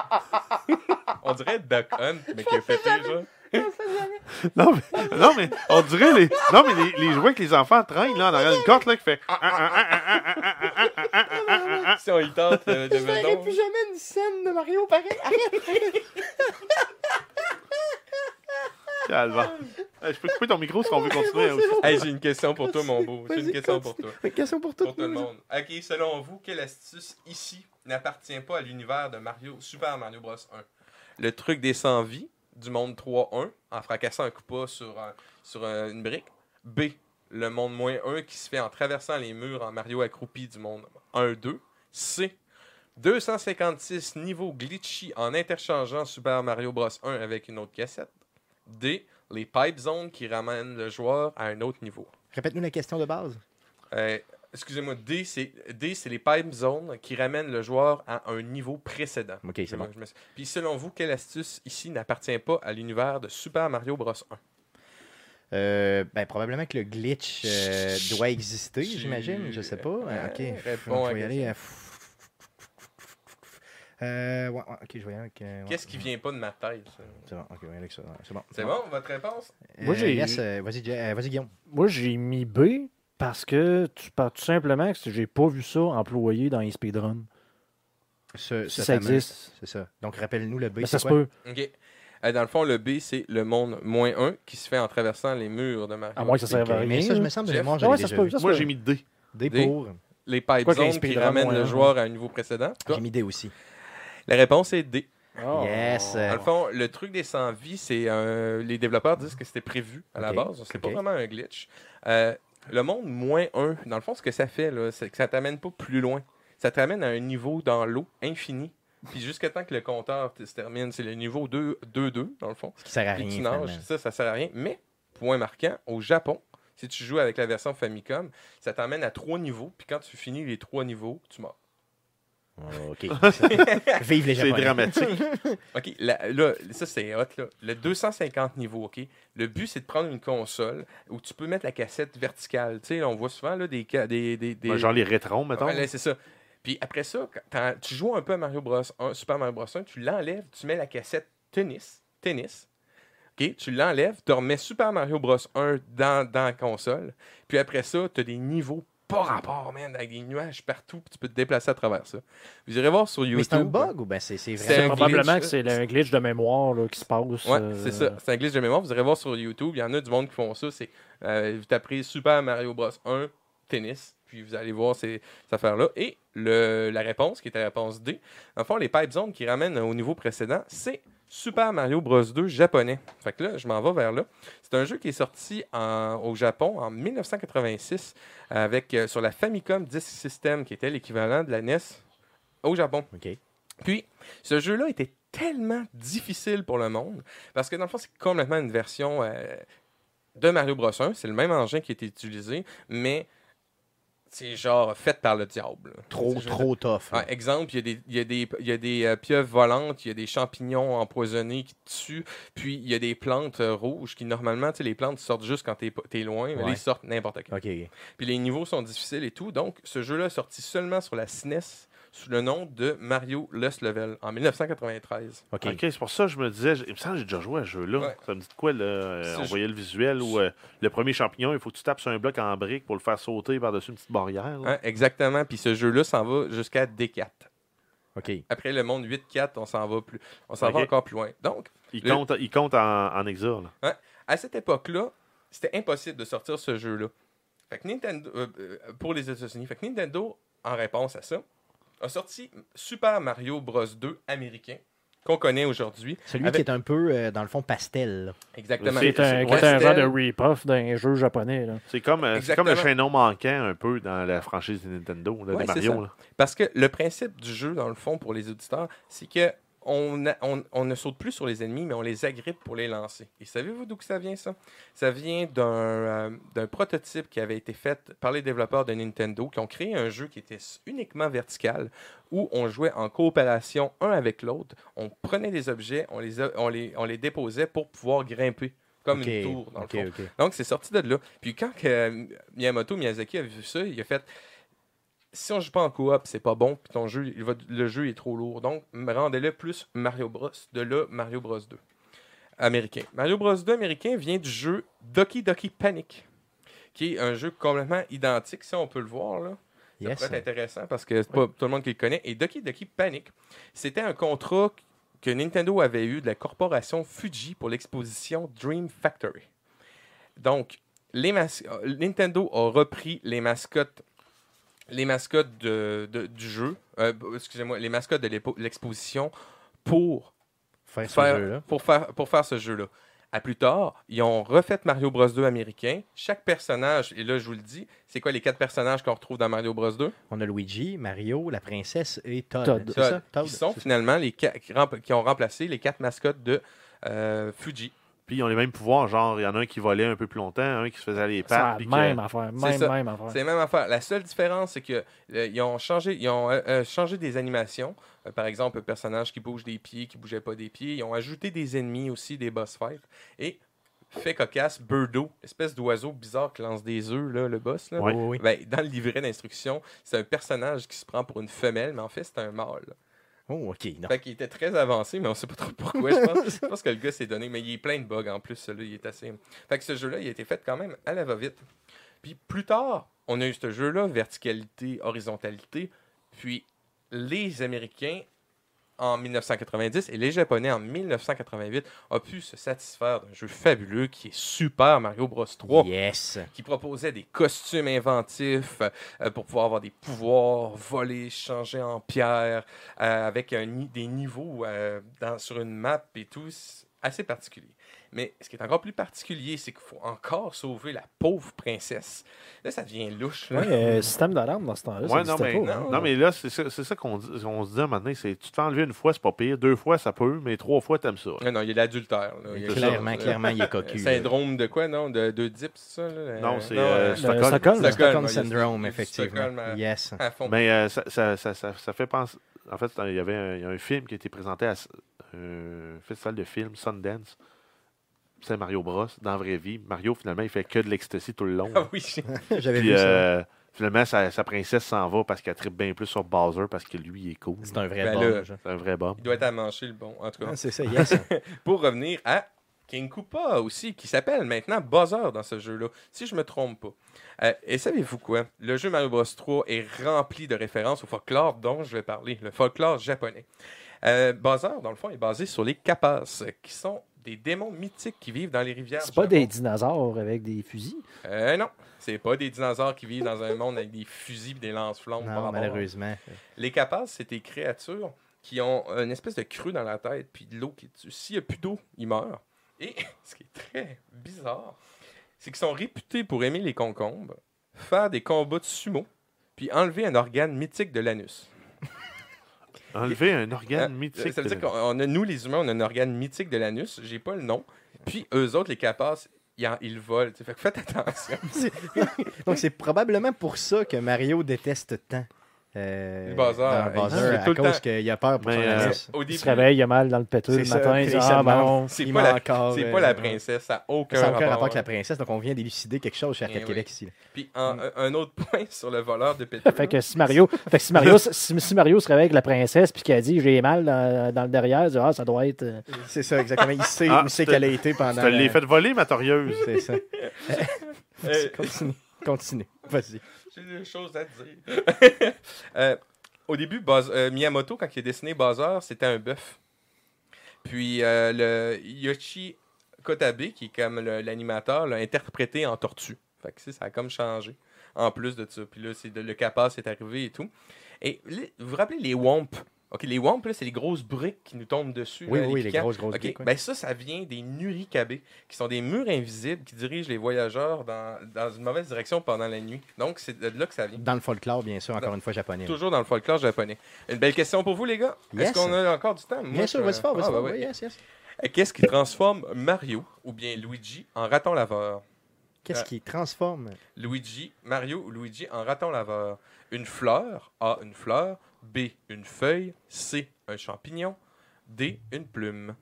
Speaker 2: On dirait Duck Hunt, mais qui a fait pire, genre.
Speaker 4: Non mais, non, mais on dirait les, non, mais les, les jouets que les enfants traînent là, en arrière d'une corde là, qui fait. Ah, ah, ah, ah, ah, ah, ah, ah, ah, ah, ah, ah, ah, ah.
Speaker 2: Si on y tente, euh, de mettons.
Speaker 1: jamais une scène de Mario pareil.
Speaker 4: Calvaire.
Speaker 2: Ah.
Speaker 4: Eh, Je peux couper ton micro si on veut continuer. hein, aussi.
Speaker 2: Hey, j'ai une question pour toi, mon beau. J'ai une
Speaker 1: Vas-y,
Speaker 2: question pour
Speaker 1: continue.
Speaker 2: toi.
Speaker 1: Une question pour tout,
Speaker 2: Pour tout le monde. Ok, selon vous, quelle astuce ici n'appartient pas à l'univers de Mario Super Mario Bros 1 Le truc des 100 vies du monde 3-1 en fracassant un coup pas sur, un- sur un- une brique. B. le monde moins 1 qui se fait en traversant les murs en Mario accroupi du monde 1-2. C. 256 niveaux glitchy en interchangeant Super Mario Bros 1 avec une autre cassette. D. Les pipe zones qui ramènent le joueur à un autre niveau.
Speaker 1: Répète-nous la question de base.
Speaker 2: Euh, Excusez-moi, D, c'est D, c'est les pipe zones qui ramènent le joueur à un niveau précédent.
Speaker 1: OK, c'est
Speaker 2: Je me-
Speaker 1: bon.
Speaker 2: je me suis- Puis selon vous, quelle astuce ici n'appartient pas à l'univers de Super Mario Bros 1
Speaker 1: Euh, ben, probablement que le glitch euh, doit exister,
Speaker 2: Tu-
Speaker 1: j'imagine. Je sais pas.
Speaker 2: Ouais,
Speaker 1: Euh, ok.
Speaker 2: réponds
Speaker 1: je vais
Speaker 2: à
Speaker 1: y
Speaker 2: la
Speaker 1: aller.
Speaker 2: question.
Speaker 1: euh, Euh, ouais, ouais, ok, je vais y aller avec. euh, ouais,
Speaker 2: Qu'est-ce qui vient pas de ma tête ça?
Speaker 1: C'est bon, ok, je vais y aller avec ça. ouais, c'est bon.
Speaker 2: C'est bon, votre réponse
Speaker 5: Moi,
Speaker 1: Moi,
Speaker 5: j'ai-
Speaker 1: j'ai. vas-y, Jay- euh, vas-y, Guillaume.
Speaker 5: Moi, j'ai mis B parce que tu parles tout simplement que j'ai pas vu ça employé dans les speedruns.
Speaker 1: Ce,
Speaker 5: Si
Speaker 1: ce
Speaker 5: ça
Speaker 1: fameux-
Speaker 5: existe.
Speaker 1: C'est ça. Donc, rappelle-nous le B.
Speaker 5: Mais
Speaker 1: c'est
Speaker 5: ça se
Speaker 1: quoi?
Speaker 5: peut.
Speaker 2: Ok. Euh, Dans le fond, le B, c'est le monde moins 1 qui se fait en traversant les murs de Mario.
Speaker 5: À moins que ça serve à
Speaker 1: Ok, Mais
Speaker 5: rien.
Speaker 1: ça, je me
Speaker 5: là.
Speaker 1: semble de
Speaker 2: Jeff?
Speaker 1: mémoire,
Speaker 5: Ah ouais,
Speaker 1: j'avais
Speaker 5: ça se
Speaker 1: déjà
Speaker 5: peut.
Speaker 1: vu.
Speaker 5: ça se
Speaker 4: Moi,
Speaker 5: peut.
Speaker 4: j'ai mis D.
Speaker 1: Des
Speaker 2: Des-
Speaker 1: pour.
Speaker 2: Les pipe
Speaker 5: Quoi que les
Speaker 2: zones qui
Speaker 5: speedruns
Speaker 2: ramènent
Speaker 5: moins
Speaker 2: le
Speaker 5: un.
Speaker 2: joueur à un niveau précédent. Toi,
Speaker 1: J'ai mis D aussi.
Speaker 2: La réponse est D.
Speaker 5: Ah.
Speaker 1: Yes. euh,
Speaker 2: Dans le fond, le truc des 100 vies, c'est euh, les développeurs disent que c'était prévu à la
Speaker 1: Ok,
Speaker 2: base. C'est pas
Speaker 1: ok.
Speaker 2: vraiment un glitch. Euh, le monde moins 1, dans le fond, ce que ça fait, là, c'est que ça t'amène pas plus loin. Ça t'amène à un niveau dans l'eau infini. Puis jusqu'à temps que le compteur se termine, c'est le niveau 2 2-2, dans le fond.
Speaker 1: Ce qui sert à
Speaker 2: Puis
Speaker 1: rien.
Speaker 2: tu nages,
Speaker 1: finalement.
Speaker 2: ça, ça sert à rien. Mais, point marquant, au Japon, si tu joues avec la version Famicom, ça t'emmène à trois niveaux, puis quand tu finis les trois niveaux, tu meurs.
Speaker 1: Oh, ok. Vive les
Speaker 4: C'est
Speaker 1: Japonais.
Speaker 4: dramatique.
Speaker 2: OK, la- là, ça c'est hot, là. Le 250 niveaux, OK? Le but, c'est de prendre une console où tu peux mettre la cassette verticale. Tu sais, là, on voit souvent, là, des... ca- des, des, des-
Speaker 4: Ben, Genre les rétrons, mettons.
Speaker 2: Ouais, là, c'est ça. Puis après ça, quand t'en- tu joues un peu à Mario Bros. 1, Super Mario Bros. 1, tu l'enlèves, tu mets la cassette tennis, tennis. OK, tu l'enlèves, tu remets Super Mario Bros. 1 dans, dans la console. Puis après ça, tu as des niveaux pas rapport, man, avec des nuages partout, puis tu peux te déplacer à travers ça. Vous irez voir sur YouTube.
Speaker 1: Mais c'est un bug ou ben c'est c'est
Speaker 2: C'est
Speaker 5: C'est
Speaker 2: un
Speaker 1: vraiment.
Speaker 5: probablement
Speaker 2: glitch,
Speaker 5: que c'est un glitch de mémoire là, qui se passe.
Speaker 2: Ouais,
Speaker 5: euh,
Speaker 2: c'est ça. C'est un glitch de mémoire. Vous irez voir sur YouTube. Il y en a du monde qui font ça. C'est euh, vous tapez Super Mario Bros 1 tennis, puis vous allez voir ces, cette affaire-là. Et le, la réponse, qui est la réponse D, en fond, les pipe zones qui ramènent au niveau précédent, c'est Super Mario Bros 2 japonais. Fait que là, je m'en vais vers là. C'est un jeu qui est sorti en- au Japon en 1986 avec, euh, sur la Famicom Disk System, qui était l'équivalent de la NES au Japon.
Speaker 1: Ok.
Speaker 2: Puis, ce jeu-là était tellement difficile pour le monde, parce que dans le fond, c'est complètement une version euh, de Mario Bros. 1. C'est le même engin qui a été utilisé, mais c'est genre fait par le diable.
Speaker 1: Trop
Speaker 2: C'est- je-
Speaker 1: trop tough.
Speaker 2: Ouais, exemple, il y a des, il y a des, il y a des euh, pieuvres volantes, il y a des champignons empoisonnés qui te tuent, puis il y a des plantes euh, rouges qui, normalement, tu sais, les plantes sortent juste quand t'es, pas- t'es loin, mais là,
Speaker 1: Ouais.
Speaker 2: ils sortent n'importe quand.
Speaker 1: Ok.
Speaker 2: Puis les niveaux sont difficiles et tout. Donc, ce jeu-là est sorti seulement sur la SNES sous le nom de Mario Lost Level en 1993.
Speaker 5: Ah
Speaker 1: Ok.
Speaker 4: Ok, c'est pour ça que je me disais, j- il me semble que j'ai déjà joué à ce jeu-là.
Speaker 2: Ouais.
Speaker 4: Ça me dit de quoi, là, euh,
Speaker 2: C'est
Speaker 4: on
Speaker 2: ju-
Speaker 4: voyait le visuel où euh, le premier champignon, il faut que tu tapes sur un bloc en brique pour le faire sauter par-dessus une petite barrière. là.
Speaker 2: Hein, exactement. Puis ce jeu-là s'en va jusqu'à D4.
Speaker 1: Ok.
Speaker 2: Après le monde 8-4, on s'en va plus. On s'en va
Speaker 4: Ok.
Speaker 2: encore plus loin. Donc,
Speaker 4: Il,
Speaker 2: Le-
Speaker 4: compte, il compte en, en exil. là.
Speaker 2: à cette époque-là, c'était impossible de sortir ce jeu-là. Fait que Nintendo, euh, euh, pour les États-Unis, fait que Nintendo, en réponse à ça, a sorti Super Mario Bros. 2 américain, qu'on connaît aujourd'hui.
Speaker 1: Celui
Speaker 2: Avec-
Speaker 1: qui est un peu euh, dans le fond pastel. là.
Speaker 2: Exactement.
Speaker 5: C'est un,
Speaker 2: Ouais,
Speaker 5: c'est un genre
Speaker 2: c'était-
Speaker 5: de rip-off d'un jeu japonais. Là.
Speaker 4: C'est comme, euh, c'est comme le
Speaker 2: Exactement.
Speaker 4: chaînon manquant un peu dans la franchise de Nintendo, là,
Speaker 2: Ouais,
Speaker 4: de
Speaker 2: c'est ça.
Speaker 4: Mario. là.
Speaker 2: Parce que le principe du jeu, dans le fond, pour les auditeurs, c'est que on, a- on- on ne saute plus sur les ennemis, mais on les agrippe pour les lancer. Et savez-vous d'où que ça vient, ça? Ça vient d'un euh, d'un prototype qui avait été fait par les développeurs de Nintendo, qui ont créé un jeu qui était s- uniquement vertical, où on jouait en coopération un avec l'autre. On prenait des objets, on les, a- on les, on les déposait pour pouvoir grimper, comme
Speaker 1: Ok,
Speaker 2: une tour, dans
Speaker 1: ok,
Speaker 2: le fond.
Speaker 1: ok.
Speaker 2: Donc, c'est sorti de là. Puis quand que euh, Miyamoto Miyazaki a vu ça, il a fait si on joue pas en coop, c'est pas bon, puis ton jeu, il va- le jeu est trop lourd. Donc, rendez-le plus Mario Bros. De là, Mario Bros. 2 américain. Mario Bros. 2 américain vient du jeu Doki Doki Panic, qui est un jeu complètement identique, si on peut le voir. Là. Ça
Speaker 1: Yes.
Speaker 2: pourrait être intéressant parce que c'est pas tout le monde qui le connaît. Et Doki Doki Panic, c'était un contrat que Nintendo avait eu de la corporation Fuji pour l'exposition Dream Factory. Donc, les mas- euh, Nintendo a repris les mascottes, les mascottes de- de- du jeu, euh, b- excusez-moi, les mascottes de l'épo- l'exposition pour
Speaker 1: Faire ce
Speaker 2: faire-
Speaker 1: jeu-là.
Speaker 2: pour faire, pour faire ce jeu-là. À plus tard, ils ont refait Mario Bros 2 américain. Chaque personnage, et là je vous le dis, c'est quoi les quatre personnages qu'on retrouve dans Mario Bros 2
Speaker 1: On a Luigi, Mario, la princesse et Todd.
Speaker 5: Todd.
Speaker 1: C'est ça? Todd.
Speaker 2: Qui sont finalement les ca- qui rem- qui ont remplacé les quatre mascottes de euh, Fuji.
Speaker 4: Puis ils ont les mêmes pouvoirs, genre, il y en a un qui volait un peu plus longtemps, un qui se faisait les
Speaker 5: Ça,
Speaker 4: pattes. Bah, puis que-
Speaker 5: même affaire,
Speaker 2: C'est
Speaker 5: même,
Speaker 2: ça.
Speaker 5: même affaire.
Speaker 2: C'est la même affaire. La seule différence, c'est qu'ils ont, changé, ils ont euh, euh, changé des animations. Euh, par exemple, un personnage qui bouge des pieds, qui ne bougeait pas des pieds. Ils ont ajouté des ennemis aussi, des boss fights. Et fait cocasse, Birdo, espèce d'oiseau bizarre qui lance des œufs, là, le boss. Là.
Speaker 4: Ouais.
Speaker 1: Oui, oui, oui.
Speaker 2: Ben, dans le livret d'instruction, c'est un personnage qui se prend pour une femelle, mais en fait, c'est un mâle.
Speaker 1: Oh, OK. non.
Speaker 2: Fait qu'il était très avancé, mais on sait pas trop pourquoi. Je pense, je pense que le gars s'est donné, mais il est plein de bugs en plus, celui-là, il est assez. Fait que ce jeu-là, il a été fait quand même à la va-vite. Puis plus tard, on a eu ce jeu-là, verticalité, horizontalité. Puis les Américains en 1990 et les Japonais en 1988 ont pu se satisfaire d'un jeu fabuleux qui est Super Mario Bros 3
Speaker 1: Yes.
Speaker 2: qui proposait des costumes inventifs euh, pour pouvoir avoir des pouvoirs, voler, changer en pierre, euh, avec un ni- des niveaux euh, dans- sur une map et tout. C'est assez particulier. Mais ce qui est encore plus particulier, c'est qu'il faut encore sauver la pauvre princesse. Là, ça devient louche. là.
Speaker 5: Ouais, euh, système d'alarme dans ce temps-là. ça
Speaker 4: Ouais, non,
Speaker 5: existait
Speaker 4: mais,
Speaker 5: pas, hein.
Speaker 4: non, mais là, c'est ça, c'est ça qu'on dit- on se dit maintenant c'est tu te fais enlever une fois, c'est pas pire. Deux fois, ça peut, mais trois fois, t'aimes ça.
Speaker 2: Ah Non, non, il y a l'adultère. là. Il y a
Speaker 1: Clairement,
Speaker 2: quelque chose,
Speaker 1: clairement, il est
Speaker 2: euh,
Speaker 1: cocu. là.
Speaker 2: Syndrome de quoi, non De, de Dip, ça là?
Speaker 4: Non, c'est
Speaker 2: euh,
Speaker 4: euh,
Speaker 5: Le
Speaker 4: Stockholm.
Speaker 5: Stockholm,
Speaker 2: Stockholm.
Speaker 1: Stockholm
Speaker 2: il y a-
Speaker 1: Syndrome,
Speaker 2: il y a Stockholm,
Speaker 1: effectivement.
Speaker 2: euh,
Speaker 1: Yes.
Speaker 2: à fond.
Speaker 4: Mais euh, ça, ça, ça, ça- ça fait penser. En fait, il y avait un, il y a un film qui a été présenté à un festival de films, Sundance. C'est Mario Bros. Dans la vraie vie. Mario, finalement, il fait que de l'ecstasy tout le long.
Speaker 2: Ah oui, j'ai-
Speaker 1: J'avais
Speaker 4: Puis,
Speaker 1: vu ça.
Speaker 4: euh, finalement, sa, sa princesse s'en va parce qu'elle tripe bien plus sur Bowser parce que lui, il est cool.
Speaker 1: C'est un vrai
Speaker 2: ben
Speaker 1: bon
Speaker 2: là,
Speaker 1: jeu.
Speaker 4: C'est un vrai bomb.
Speaker 2: il doit être à manger le bon. En tout cas,
Speaker 1: Ah, C'est ça, yes.
Speaker 2: pour revenir à King Koopa aussi, qui s'appelle maintenant Buzzer dans ce jeu-là, si je me trompe pas. Euh, et savez-vous quoi? Le jeu Mario Bros 3 est rempli de références au folklore dont je vais parler, le folklore japonais. Euh, Buzzer, dans le fond, est basé sur les Kappas, qui sont des démons mythiques qui vivent dans les rivières.
Speaker 5: C'est
Speaker 2: du
Speaker 5: pas
Speaker 2: Japon.
Speaker 5: des dinosaures avec des fusils.
Speaker 2: Euh, non, c'est pas des dinosaures qui vivent dans un monde avec des fusils et des lance-flammes. par
Speaker 1: non,
Speaker 2: rapport à-
Speaker 1: malheureusement.
Speaker 2: les capaces, c'est des créatures qui ont une espèce de creux dans la tête, puis de l'eau qui est dessus. S'il n'y a plus d'eau, ils meurent. Et ce qui est très bizarre, c'est qu'ils sont réputés pour aimer les concombres, faire des combats de sumo, puis enlever un organe mythique de l'anus.
Speaker 4: Enlever un organe
Speaker 2: Euh,
Speaker 4: mythique.
Speaker 2: Ça veut dire
Speaker 4: de-
Speaker 2: qu'on on a, nous, les humains, on a un organe mythique de l'anus, j'ai pas le nom. Puis eux autres, les capaces, ils, en- ils volent. Fait que faites attention.
Speaker 1: Donc, c'est probablement pour ça que Mario déteste tant. euh,
Speaker 2: Le bazar.
Speaker 1: dans le bazar,
Speaker 2: Il est
Speaker 1: à
Speaker 2: tout le
Speaker 1: cause
Speaker 2: temps-
Speaker 1: qu'il a peur pour
Speaker 4: Mais,
Speaker 1: son
Speaker 4: euh,
Speaker 1: anus.
Speaker 2: Au
Speaker 5: Il se
Speaker 2: début,
Speaker 5: réveille, il a mal dans le péteux
Speaker 1: C'est
Speaker 5: le
Speaker 1: ça,
Speaker 5: matin. Il
Speaker 1: puis
Speaker 5: dit,
Speaker 1: il se
Speaker 5: ah,
Speaker 1: demande,
Speaker 5: bon,
Speaker 2: c'est
Speaker 1: il
Speaker 2: pas, la-
Speaker 1: ment encore,
Speaker 2: c'est
Speaker 1: euh,
Speaker 2: pas la
Speaker 1: ouais.
Speaker 2: princesse, ça n'a aucun
Speaker 1: Ça n'a aucun rapport
Speaker 2: rapport
Speaker 1: avec la princesse, donc on vient d'élucider quelque chose chez
Speaker 2: Eh
Speaker 1: Arcade
Speaker 2: oui.
Speaker 1: Québec ici. là.
Speaker 2: Puis un,
Speaker 1: Mm.
Speaker 2: un autre point sur le voleur de pétrole.
Speaker 5: Fait que si Mario, fait que si Mario, si, si Mario se réveille avec la princesse puis qu'elle dit j'ai mal dans, dans le derrière, il dit, ah, ça doit être. euh,
Speaker 1: C'est ça, exactement. Il sait
Speaker 4: Ah,
Speaker 1: où c'est
Speaker 4: je te-
Speaker 1: qu'elle a été
Speaker 4: Tu
Speaker 1: pendant.
Speaker 4: te l'as
Speaker 1: la-
Speaker 4: fait voler, ma torieuse.
Speaker 1: C'est ça.
Speaker 2: Euh,
Speaker 1: Continue. Continue. Vas-y.
Speaker 2: J'ai des choses à te dire. Euh, au début, Buzz- euh, Miyamoto, quand il a dessiné Bowser, c'était un bœuf. Puis euh, le Yoshi Kotabe, qui est comme le- l'animateur, l'a interprété en tortue. Fait que, tu sais, ça a comme changé. En plus de ça. Puis là, c'est de- le Kappa, c'est arrivé et tout. Et les- vous vous rappelez les Womp? OK, les Womp, là, c'est les grosses briques qui nous tombent dessus.
Speaker 1: Oui,
Speaker 2: là,
Speaker 1: oui, les
Speaker 2: piquants.
Speaker 1: grosses, grosses
Speaker 2: Ok,
Speaker 1: briques, ouais.
Speaker 2: ben ça, ça vient des Nurikabé, qui sont des murs invisibles qui dirigent les voyageurs dans, dans une mauvaise direction pendant la nuit. Donc, c'est de là que ça vient.
Speaker 1: Dans le folklore, bien sûr, encore une fois japonais.
Speaker 2: Toujours dans ben, le folklore japonais. Une belle question pour vous, les gars.
Speaker 1: Yes.
Speaker 2: Est-ce qu'on a encore du temps? Moi,
Speaker 1: Bien
Speaker 2: je-
Speaker 1: sûr, vas-y fort, vas-y
Speaker 2: Ah,
Speaker 1: fort.
Speaker 2: bah ouais.
Speaker 1: oui, yes, yes.
Speaker 2: Qu'est-ce qui transforme Mario ou bien Luigi en raton laveur? Euh,
Speaker 1: Qu'est-ce qui transforme
Speaker 2: Luigi, Mario ou Luigi en raton laveur. Une fleur, A, une fleur, B, une feuille, C, un champignon, D, une plume.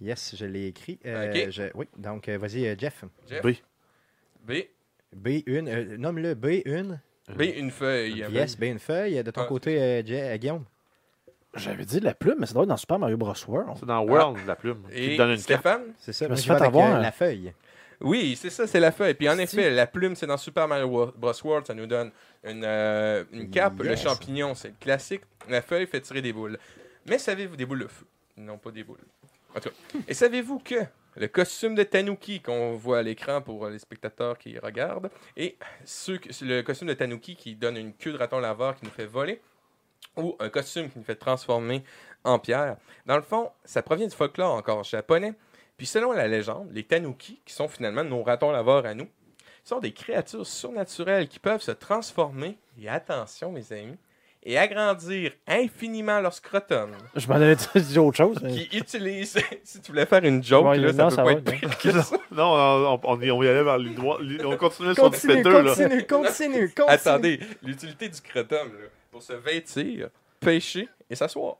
Speaker 1: Yes, je l'ai écrit. Euh,
Speaker 2: Ok.
Speaker 1: je- Oui, donc euh, vas-y, euh, Jeff.
Speaker 2: Jeff?
Speaker 4: B.
Speaker 2: B,
Speaker 1: B1, euh, nomme-le B1.
Speaker 2: B, une feuille.
Speaker 1: Yes, B1 feuille. De ton
Speaker 2: Ah.
Speaker 1: côté, euh, Je- euh, Guillaume.
Speaker 5: J'avais dit la plume, mais ça doit être dans Super Mario Bros. World.
Speaker 4: C'est dans World, la plume. Qui
Speaker 2: Ah. Et
Speaker 4: te donne une carte.
Speaker 2: Stéphane?
Speaker 1: C'est ça,
Speaker 5: Je me
Speaker 1: moi,
Speaker 5: suis
Speaker 1: j'y vais
Speaker 5: fait
Speaker 1: avec,
Speaker 5: avoir,
Speaker 1: euh,
Speaker 5: hein.
Speaker 1: la feuille.
Speaker 2: Oui, c'est ça, c'est la feuille. Puis en
Speaker 5: C'est-
Speaker 2: effet, la plume, c'est dans Super Mario Wo- Bros. World, ça nous donne une, euh, une cape. Le
Speaker 1: Yes.
Speaker 2: champignon, c'est le classique. La feuille fait tirer des boules. Mais savez-vous, des boules de feu Non, pas des boules. En tout cas. Et savez-vous que le costume de Tanuki qu'on voit à l'écran pour euh, les spectateurs qui regardent, et ceux que- le costume de Tanuki qui donne une queue de raton laveur qui nous fait voler, ou un costume qui nous fait transformer en pierre, dans le fond, ça provient du folklore encore japonais. Puis selon la légende, les Tanuki, qui sont finalement nos ratons laveurs à nous, sont des créatures surnaturelles qui peuvent se transformer, et attention mes amis, et agrandir infiniment leur scrotum,
Speaker 5: Je m'en avais dit autre chose. mais-
Speaker 2: qui utilisent, si tu voulais faire une joke,
Speaker 5: Ouais,
Speaker 2: là, ça
Speaker 5: non,
Speaker 2: peut
Speaker 5: ça
Speaker 2: pas
Speaker 5: va,
Speaker 2: être pire que ça.
Speaker 4: Non, on, on, y- on y allait vers les droits. les- On continuait sur le
Speaker 1: Continue,
Speaker 4: péteux, là.
Speaker 1: continue, continue, continue.
Speaker 2: Attendez, l'utilité du scrotum, là, pour se vêtir, pêcher et s'asseoir.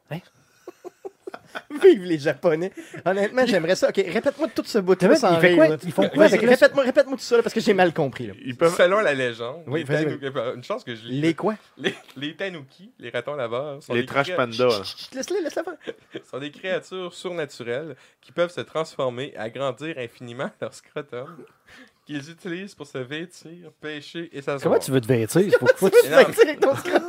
Speaker 1: Vive les Japonais. Honnêtement, j'aimerais ça. OK, répète-moi tout ce bout-là
Speaker 5: T'as
Speaker 1: sans
Speaker 5: vu, il fait
Speaker 1: rire,
Speaker 5: quoi?
Speaker 1: là.
Speaker 5: Ils font quoi
Speaker 1: Vas-y,
Speaker 5: avec les-
Speaker 1: Répète-moi répète tout ça, là, parce que j'ai mal compris, là.
Speaker 4: Ils peuvent...
Speaker 2: Selon la légende,
Speaker 1: Oui,
Speaker 2: les
Speaker 1: vas-y,
Speaker 2: Tanuki- une chance que je l'ai-
Speaker 1: Les quoi?
Speaker 2: Les, les Tanuki, les ratons laveurs, sont
Speaker 4: Les
Speaker 2: des
Speaker 4: trash
Speaker 2: cré-
Speaker 4: pandas. là.
Speaker 1: Chut, Laisse-le, laisse-le faire.
Speaker 2: sont des créatures surnaturelles qui peuvent se transformer, agrandir infiniment leur scrotum, qu'ils utilisent pour se vêtir, pêcher et s'asseoir.
Speaker 5: Comment tu veux te vêtir? Faut- faut que tu-
Speaker 1: Tu vas tirer avec ton scrotum.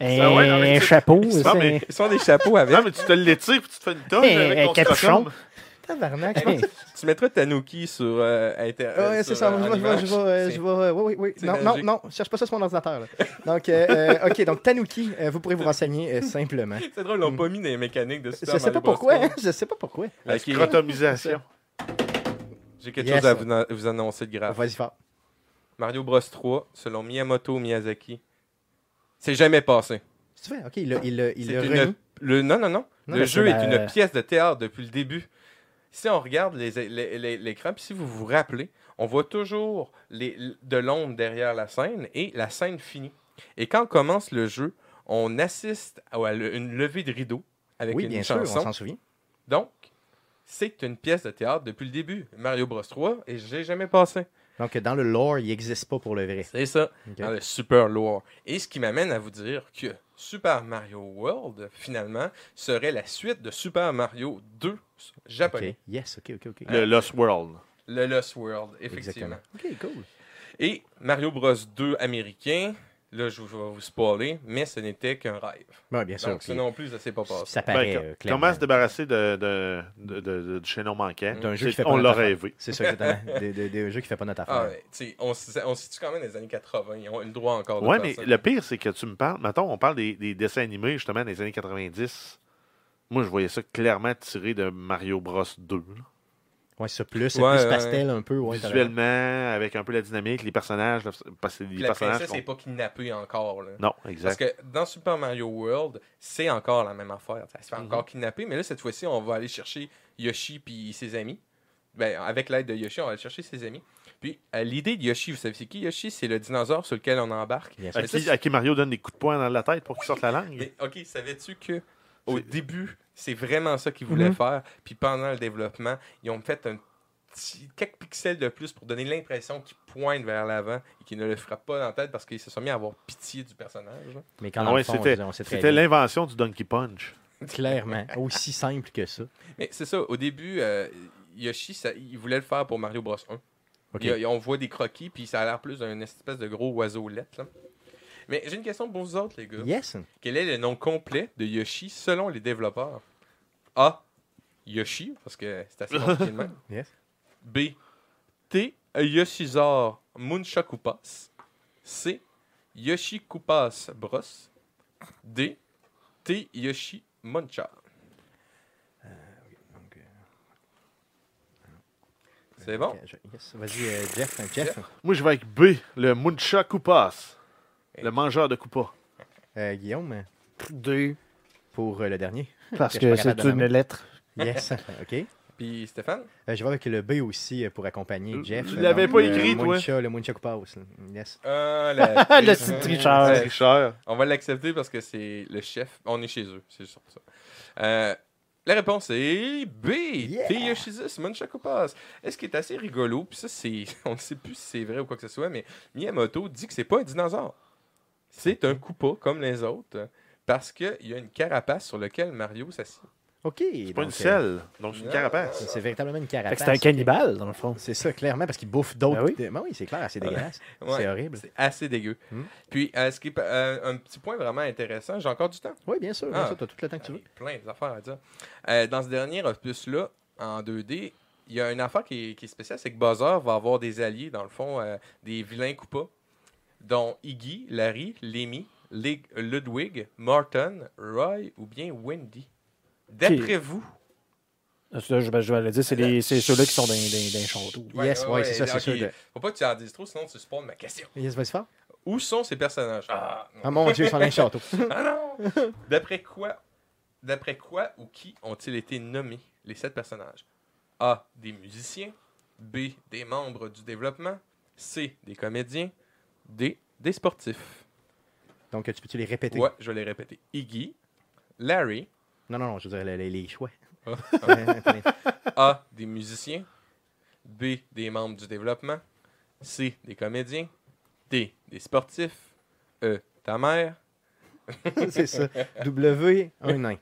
Speaker 5: un,
Speaker 4: ouais, non, mais
Speaker 5: un
Speaker 4: tu-
Speaker 5: chapeau.
Speaker 4: Non,
Speaker 5: c'est-
Speaker 4: mais-
Speaker 2: Ils sont des chapeaux avec.
Speaker 4: hein. Non, mais tu te l'étires puis tu te fais une tonne
Speaker 5: Eh,
Speaker 1: euh,
Speaker 4: avec ton
Speaker 5: eh, capuchon.
Speaker 4: scrotum.
Speaker 1: Tabarnak.
Speaker 5: Hey,
Speaker 2: Tu mettras Tanuki sur euh, Inter.
Speaker 1: Ah ouais, c'est
Speaker 2: sur,
Speaker 1: ça.
Speaker 2: euh,
Speaker 1: Moi, je
Speaker 2: en
Speaker 1: vais, je vais,
Speaker 2: image.
Speaker 1: je vais, euh,
Speaker 2: C'est-
Speaker 1: je vais, euh, oui, oui, oui.
Speaker 2: C'est
Speaker 1: Non, non,
Speaker 2: magique.
Speaker 1: non, cherche pas ça sur mon ordinateur. là. Donc, euh, euh, ok, donc Tanuki, euh, vous pourrez vous renseigner euh, simplement.
Speaker 2: C'est drôle, ils l'ont pas mis dans les mécaniques de
Speaker 1: Je
Speaker 2: Super
Speaker 1: sais pas
Speaker 2: Mario
Speaker 1: pourquoi,
Speaker 2: Bros.
Speaker 1: hein, je sais pas pourquoi.
Speaker 4: La
Speaker 2: Ok.
Speaker 4: scrotomisation.
Speaker 2: J'ai quelque
Speaker 1: Yes.
Speaker 2: chose à vous, an- vous annoncer de grave.
Speaker 1: Vas-y fort.
Speaker 2: Mario Bros 3, selon Miyamoto Miyazaki, c'est jamais passé.
Speaker 1: Tu fais, ok, il l'a, il l'a, il
Speaker 2: C'est
Speaker 1: l'a
Speaker 2: une-
Speaker 1: remis.
Speaker 2: le, non, non, non.
Speaker 1: Non,
Speaker 2: le
Speaker 5: mais
Speaker 2: jeu
Speaker 5: c'est
Speaker 2: est
Speaker 5: la-
Speaker 2: une pièce de théâtre depuis le début. Si on regarde les- les- les- l'écran, puis si vous vous rappelez, on voit toujours les, de l'ombre derrière la scène et la scène finie. Et quand commence le jeu, on assiste à à le- une levée de rideau avec
Speaker 1: Oui,
Speaker 2: une
Speaker 1: bien sûr, on
Speaker 2: chanson.
Speaker 1: s'en souvient.
Speaker 2: Donc, c'est une pièce de théâtre depuis le début. Mario Bros 3, et j'ai jamais passé.
Speaker 1: Donc, dans le lore, il n'existe pas pour le vrai.
Speaker 2: C'est ça.
Speaker 1: Ok.
Speaker 2: dans Hein, le Super Lore. Et ce qui m'amène à vous dire que Super Mario World, finalement, serait la suite de Super Mario 2 japonais.
Speaker 1: Ok, Yes, ok, ok, ok.
Speaker 4: Le Lost World.
Speaker 2: Le Lost World, effectivement.
Speaker 1: Exactement. Ok, cool.
Speaker 2: Et Mario Bros 2 américain, là, je vais vous spoiler, mais ce n'était qu'un rêve.
Speaker 1: Ouais, bien sûr.
Speaker 2: Donc, ça
Speaker 1: puis
Speaker 2: non plus, ça s'est pas passé.
Speaker 1: Ça
Speaker 4: Ben,
Speaker 1: paraît
Speaker 4: co-
Speaker 1: euh, clairement.
Speaker 4: comment se débarrasser de, de, de, de- de- du chaînon manquant
Speaker 1: D'un jeu
Speaker 4: C'est-
Speaker 1: qui fait pas
Speaker 4: On l'a
Speaker 1: notre
Speaker 4: rêvé.
Speaker 1: C'est ça, exactement. Des- des- Des jeux qui fait pas notre
Speaker 2: Ah,
Speaker 1: affaire.
Speaker 2: ouais, tu sais, on se on se situe quand même dans les années 80. Ils ont eu le droit encore de
Speaker 4: Ouais,
Speaker 2: faire
Speaker 4: mais
Speaker 2: ça.
Speaker 4: le pire, c'est que tu me parles. Mettons, on parle des, des dessins animés, justement, des années 90. Moi, je voyais ça clairement tiré de Mario Bros 2. là.
Speaker 1: Ouais, c'est plus, c'est
Speaker 2: Ouais,
Speaker 1: plus
Speaker 2: ouais.
Speaker 1: pastel un peu. ouais, t'as raison.
Speaker 4: Visuellement, avec un peu la dynamique, les personnages. là, parce que les
Speaker 2: Puis la
Speaker 4: personnages.
Speaker 2: princesse n'est
Speaker 4: qu'on-
Speaker 2: pas kidnappée encore. Là.
Speaker 4: Non,
Speaker 2: Parce
Speaker 4: exact.
Speaker 2: que dans Super Mario World, c'est encore la même affaire. Ça se fait encore
Speaker 4: Mhm.
Speaker 2: kidnapper, mais là, cette fois-ci, on va aller chercher Yoshi puis ses amis. Ben, avec l'aide de Yoshi, on va aller chercher ses amis. Puis, euh, l'idée de Yoshi, vous savez, c'est qui Yoshi C'est le dinosaure sur lequel on embarque.
Speaker 1: Bien sûr.
Speaker 4: À
Speaker 2: Mais ça,
Speaker 4: qui,
Speaker 2: c'est-
Speaker 4: à qui Mario donne des coups de poing dans la tête pour qu'il sorte la langue
Speaker 2: Mais, ok, savais-tu que au
Speaker 4: C'est-
Speaker 2: début, c'est vraiment ça qu'ils voulaient faire, puis pendant le développement, ils ont fait un petit, quelques pixels de plus pour donner l'impression qu'il pointe vers l'avant et qu'il ne le frappe pas dans la tête parce qu'ils se sont mis à avoir pitié du personnage. là.
Speaker 1: Mais quand
Speaker 4: Ah
Speaker 1: dans le
Speaker 4: ouais,
Speaker 1: fond, on
Speaker 4: c'était-
Speaker 1: sait- on sait très
Speaker 4: C'était
Speaker 1: bien.
Speaker 4: l'invention du Donkey Punch.
Speaker 1: Clairement, aussi simple que ça.
Speaker 2: Mais c'est ça, au début, euh, Yoshi, ça- il voulait le faire pour Mario Bros 1.
Speaker 1: Ok.
Speaker 2: Il y a- on voit des croquis, puis ça a l'air plus d'un espèce de gros oiseau lettre. là. Mais j'ai une question pour vous autres, les gars.
Speaker 1: Yes.
Speaker 2: Quel est le nom complet de Yoshi selon les développeurs A. Yoshi, parce que c'est assez compliqué de même.
Speaker 1: Yes.
Speaker 2: B. T. Yoshizar Muncha Koopas. C. Yoshi Koopas Bros. D. T. Yoshi Muncha.
Speaker 1: Euh,
Speaker 2: C'est bon?
Speaker 1: Ok, je- yes. Vas-y, euh, Jeff. hein, Jeff.
Speaker 4: Moi, je vais avec B, le Muncha Koopas. Le mangeur de Koopa.
Speaker 1: Euh, Guillaume, euh,
Speaker 5: Deux.
Speaker 1: pour euh, le dernier.
Speaker 5: Parce
Speaker 1: Je
Speaker 5: que
Speaker 1: suis pas
Speaker 5: c'est
Speaker 1: capable de
Speaker 5: une lettre.
Speaker 1: Yes. OK.
Speaker 2: Puis Stéphane?
Speaker 1: Euh, je vais avec le B aussi euh, pour accompagner
Speaker 4: Euh,
Speaker 1: Jeff.
Speaker 4: tu
Speaker 1: euh,
Speaker 4: l'avais
Speaker 1: dans
Speaker 4: pas
Speaker 1: le
Speaker 4: écrit, toi.
Speaker 1: Muncha- Le Muncha Koopas. là. Yes.
Speaker 2: Ah, la-
Speaker 5: Le petit tricheur.
Speaker 2: Ouais,
Speaker 4: Tricheur.
Speaker 2: On va l'accepter parce que c'est le chef. On est chez eux, c'est sûr. Ça. Euh, la réponse est B.
Speaker 1: Yeah.
Speaker 2: Teyoshizus Munchakupas. Est-ce qui est assez rigolo, puis ça, c'est, on ne sait plus si c'est vrai ou quoi que ce soit, mais Miyamoto dit que c'est pas un dinosaure. C'est un Koopa comme les autres parce qu'il y a une carapace sur laquelle Mario s'assied.
Speaker 1: OK.
Speaker 4: C'est pas une
Speaker 1: donc, euh,
Speaker 4: selle, donc c'est une
Speaker 2: non.
Speaker 4: carapace.
Speaker 1: C'est véritablement une
Speaker 5: Fait que
Speaker 1: carapace.
Speaker 5: c'est un cannibale, dans le fond.
Speaker 1: C'est ça, clairement, parce qu'il bouffe d'autres.
Speaker 5: Ben oui.
Speaker 1: Ben oui, c'est clair, c'est dégueulasse.
Speaker 2: Ouais.
Speaker 1: C'est horrible.
Speaker 2: C'est assez dégueu.
Speaker 1: Hmm.
Speaker 2: Puis, euh, ce qui est pa- euh, un petit point vraiment intéressant, j'ai encore du temps.
Speaker 1: Oui, bien sûr, bien
Speaker 2: Ah.
Speaker 1: sûr, t'as tout le temps que tu veux.
Speaker 2: Il y a Plein d'affaires à dire. Euh, dans ce dernier opus-là, en 2D, il y a une affaire qui est, qui est spéciale, c'est que Bowser va avoir des alliés, dans le fond, euh, des vilains Koopas, dont Iggy, Larry, Lemmy, Lig- Ludwig, Martin, Roy ou bien Wendy. D'après vous,
Speaker 5: Ça, je, ben, je vais le dire, c'est les- c'est ceux-là qui sont dans les châteaux.
Speaker 1: Yes, ouais, c'est ça, c'est
Speaker 2: ok.
Speaker 1: sûr de-
Speaker 2: Faut pas que tu en dises trop, sinon tu spawn ma question.
Speaker 1: Yes, vas-y fort.
Speaker 2: Où sont ces personnages? Ah, non.
Speaker 1: Ah mon dieu, ils sont dans les châteaux.
Speaker 2: Ah non! D'après quoi, d'après quoi ou qui ont-ils été nommés, les sept personnages? A. Des musiciens. B. Des membres du développement. C. Des comédiens. D. Des sportifs.
Speaker 1: Donc, tu peux-tu les répéter?
Speaker 2: Ouais, je vais les répéter. Iggy. Larry.
Speaker 1: Non, non, non, je veux dire les, les- les choix.
Speaker 2: Ah.
Speaker 1: Ouais, attendez.
Speaker 2: A. Des musiciens. B. Des membres du développement. C. Des comédiens. D. Des sportifs. E. Ta mère.
Speaker 1: c'est ça. W, un nain.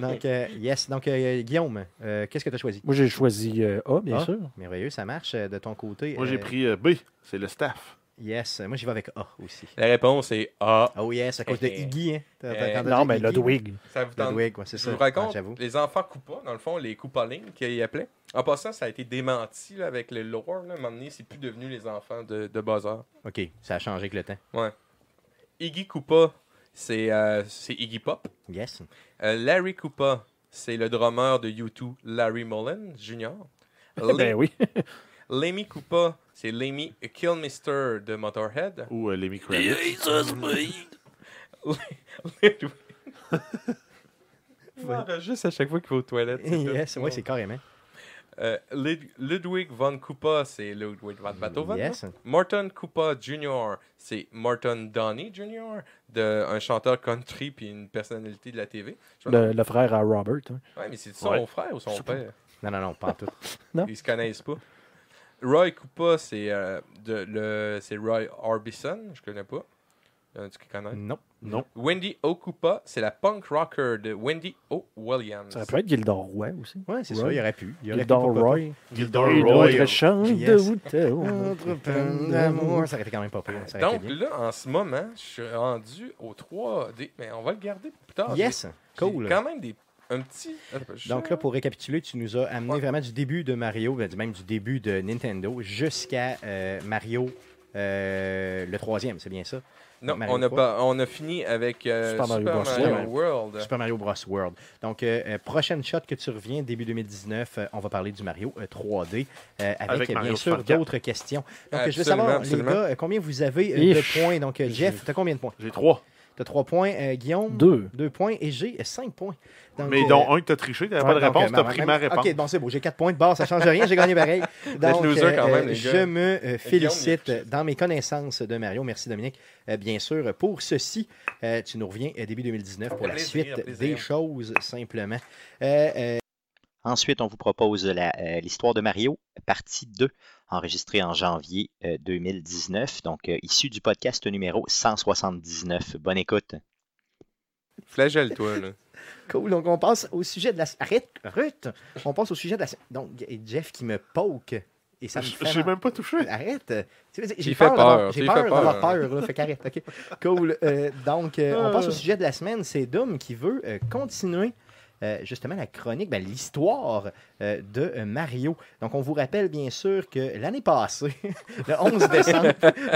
Speaker 1: Donc, euh, yes. Donc, euh, Guillaume, euh, qu'est-ce que tu as choisi?
Speaker 5: Moi, j'ai choisi euh, A, bien
Speaker 1: A.
Speaker 5: sûr.
Speaker 1: Merveilleux, ça marche euh, de ton côté.
Speaker 4: Moi, j'ai
Speaker 1: euh,
Speaker 4: pris euh, B, c'est le staff.
Speaker 1: Yes, moi j'y vais avec A aussi.
Speaker 2: La réponse est A.
Speaker 1: Oh yes, à cause de
Speaker 2: Eh,
Speaker 1: Iggy. Hein. T'as- t'as-
Speaker 2: eh,
Speaker 1: quand t'as
Speaker 5: Non,
Speaker 1: dit
Speaker 5: mais
Speaker 1: Iggy,
Speaker 5: Ludwig.
Speaker 2: Ça vous tente
Speaker 1: Ludwig, ouais, c'est
Speaker 2: Je
Speaker 1: ça.
Speaker 2: vous
Speaker 1: Ah,
Speaker 2: raconte,
Speaker 1: J'avoue.
Speaker 2: les enfants coupa, dans le fond, les coupalines qu'ils appelaient. En passant, ça a été démenti là, avec le lore. Là, à un moment donné, c'est plus devenu les enfants de, de Bazar.
Speaker 1: OK, ça a changé avec le temps.
Speaker 2: Iggy Koopa, c'est euh, c'est Iggy Pop.
Speaker 1: Yes.
Speaker 2: Euh, Larry Koopa, c'est le drummer de U2, Larry Mullen Jr.
Speaker 5: ben oui.
Speaker 2: Lemmy Koopa, c'est Lemmy Killmister de Motorhead.
Speaker 4: Ou euh, les micro-edits.
Speaker 2: On enregistre ben, à chaque fois qu'il va aux toilettes. c'est tout.
Speaker 1: yes, ouais, c'est carrément.
Speaker 2: Euh, Lud- Ludwig von Koopa, c'est Ludwig van Beethoven.
Speaker 1: Yes.
Speaker 2: Morton Koopa Jr., c'est Morton Donny Jr., de, un chanteur country puis une personnalité de la TV. Je
Speaker 1: Ben,
Speaker 2: me-
Speaker 5: Le, le frère à Robert. hein.
Speaker 2: Ouais, mais c'est son
Speaker 4: Ouais.
Speaker 2: frère ou
Speaker 4: Je
Speaker 2: son
Speaker 4: sais pas.
Speaker 2: père
Speaker 1: Non, non, non, pas en tout.
Speaker 5: Non.
Speaker 2: Ils se connaissent pas. Roy Koopa, c'est euh, de- le- c'est Roy Orbison, je connais pas. Y en a-tu qui connaissent?
Speaker 1: Non.
Speaker 4: Non.
Speaker 2: Wendy O. Koopa, c'est la punk rocker de Wendy O. Williams.
Speaker 5: Ça peut être Gildor Roy aussi.
Speaker 1: Ouais, c'est
Speaker 5: Roy.
Speaker 1: ça, il aurait pu. Il aurait
Speaker 5: Gildor
Speaker 1: pu, pourquoi
Speaker 5: Roy.
Speaker 4: Gildor
Speaker 5: Et
Speaker 4: Roy.
Speaker 2: euh,
Speaker 5: notre chant de
Speaker 1: Yes. pas.
Speaker 5: Woodtown.
Speaker 1: Entre peine d'amour. Ça aurait été quand même pas pire. Ça aurait
Speaker 2: Donc
Speaker 1: été bien.
Speaker 2: là, en ce moment, je suis rendu au 3D, mais on va le garder plus tard.
Speaker 1: Yes,
Speaker 2: J'ai- j'ai
Speaker 1: cool.
Speaker 2: quand même des, un petit... Attends, je-
Speaker 1: Donc là, pour récapituler, tu nous as amené
Speaker 2: Ouais.
Speaker 1: vraiment du début de Mario, ben, du- même du début de Nintendo, jusqu'à euh, Mario euh, le troisième, c'est bien ça?
Speaker 2: Non,
Speaker 1: Mario
Speaker 2: on a,
Speaker 1: quoi?
Speaker 2: pas, on a fini avec euh,
Speaker 5: Super
Speaker 2: Super
Speaker 5: Mario
Speaker 2: Mario,
Speaker 5: Bros.
Speaker 1: Ouais.
Speaker 2: World.
Speaker 1: Super Mario Bros. World. Donc, euh, euh, prochaine shot que tu reviens, début 2019, euh, on va parler du Mario euh, 3D euh, avec,
Speaker 4: Avec
Speaker 1: euh, bien
Speaker 4: Mario
Speaker 1: sûr
Speaker 4: 64.
Speaker 1: d'autres questions. Donc, euh, je veux
Speaker 2: Absolument,
Speaker 1: savoir,
Speaker 2: absolument.
Speaker 1: les gars, euh, combien vous avez euh,
Speaker 5: Ich.
Speaker 1: de points? Donc, euh, Jeff, t'as combien de points?
Speaker 4: J'ai trois.
Speaker 1: T'as 3 points, euh, Guillaume?
Speaker 5: Deux.
Speaker 1: Deux points et j'ai 5 points. Donc,
Speaker 4: Mais
Speaker 1: euh,
Speaker 4: dont un que t'as triché, t'avais pas de
Speaker 1: Ouais, donc,
Speaker 4: réponse,
Speaker 1: euh,
Speaker 4: t'as
Speaker 1: ma-
Speaker 4: pris
Speaker 1: ma-
Speaker 4: ma réponse.
Speaker 1: OK, bon, c'est beau. J'ai 4 points de base. Ça change rien. J'ai gagné pareil. Donc,
Speaker 2: loser quand même, les
Speaker 1: je
Speaker 2: gars.
Speaker 1: me euh, félicite
Speaker 2: Guillaume, il est-
Speaker 1: dans mes connaissances de Mario. Merci, Dominique. Euh, bien sûr, pour ceci, euh, tu nous reviens euh, début 2019 pour la
Speaker 2: Plaisir,
Speaker 1: suite des
Speaker 2: plaisir.
Speaker 1: choses, simplement. Euh, euh,
Speaker 6: Ensuite, on vous propose la, euh, l'histoire de Mario, partie 2, enregistrée en janvier euh, 2019, donc euh, issue du podcast numéro 179. Bonne écoute.
Speaker 2: Flagelle-toi, là.
Speaker 1: cool. Donc, on passe au sujet de la... Arrête, Ruth! On passe au sujet de la... Donc, Jeff qui me poke. Et ça me
Speaker 4: Je-
Speaker 1: fait
Speaker 4: J'ai
Speaker 1: mal.
Speaker 4: même pas touché.
Speaker 1: Arrête. Tu sais, J'ai
Speaker 2: Il
Speaker 1: peur,
Speaker 2: fait
Speaker 1: d'avoir
Speaker 2: peur,
Speaker 1: j'ai
Speaker 2: il
Speaker 1: peur
Speaker 2: fait peur.
Speaker 1: d'avoir peur, là, fait qu'arrête. ok. Cool. Euh, donc, euh, on passe au sujet de la semaine. C'est Doom qui veut euh, continuer. euh, justement, la chronique, ben, l'histoire euh, de euh, Mario. Donc, on vous rappelle bien sûr que l'année passée, le 11 décembre,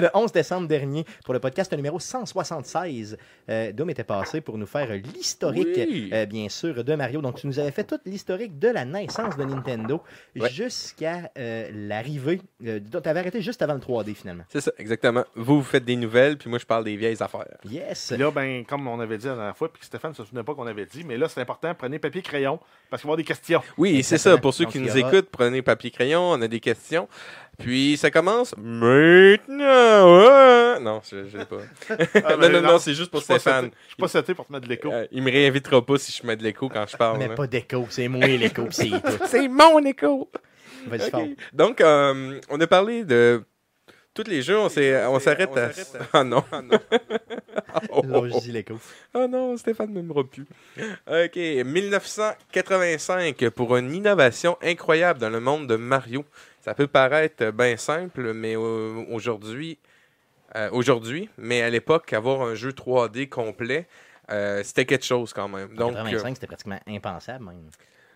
Speaker 1: le 11 décembre dernier, pour le podcast numéro 176, euh, Doom était passé pour nous faire l'historique,
Speaker 2: Oui.
Speaker 1: euh, bien sûr, de Mario. Donc, tu nous avais fait toute l'historique de la naissance de Nintendo
Speaker 2: Ouais.
Speaker 1: jusqu'à euh, l'arrivée. euh, donc, tu avais arrêté juste avant le 3D, finalement.
Speaker 2: C'est ça, exactement. Vous, vous faites des nouvelles, puis moi, je parle des vieilles affaires.
Speaker 1: Yes!
Speaker 4: Puis là, ben, comme on avait dit la dernière fois, puis que Stéphane ne se souvenait pas qu'on avait dit, mais là, c'est important, prenez papier crayon, parce qu'il va y avoir des questions.
Speaker 2: Oui, c'est
Speaker 1: Exactement.
Speaker 2: ça. Pour ceux
Speaker 1: Donc,
Speaker 2: qui
Speaker 1: il y
Speaker 2: nous
Speaker 1: aura-
Speaker 2: écoutent, prenez papier crayon, on a des questions. Puis ça commence maintenant. ouais. Non, je, je l'ai pas.
Speaker 4: Ah,
Speaker 2: non,
Speaker 4: mais
Speaker 2: non, non, c'est juste
Speaker 4: je
Speaker 2: pour
Speaker 4: suis pas
Speaker 2: Stéphane.
Speaker 4: seté- Je suis pas sauté pour te mettre de l'écho.
Speaker 2: Euh, il me réinvitera pas si je mets de l'écho quand je parle.
Speaker 1: Mais
Speaker 2: là.
Speaker 1: pas d'écho, c'est moi l'écho, c'est tout.
Speaker 2: C'est mon écho.
Speaker 1: Vas-y,
Speaker 2: Ok.
Speaker 1: fort.
Speaker 2: Donc, euh, on a parlé de tous les jeux. On s'est- on s'arrête à... Ah non. Oh,
Speaker 1: Là,
Speaker 2: oh,
Speaker 1: je
Speaker 2: oh.
Speaker 1: dis l'écho.
Speaker 2: Ah non, Stéphane ne m'aimera plus. OK, 1985 pour une innovation incroyable dans le monde de Mario. Ça peut paraître bien simple, mais euh, aujourd'hui, euh, aujourd'hui, mais à l'époque, avoir un jeu 3D complet, euh, c'était quelque chose quand même.
Speaker 1: Donc,
Speaker 2: Donc, euh,
Speaker 1: 85, c'était pratiquement impensable, même.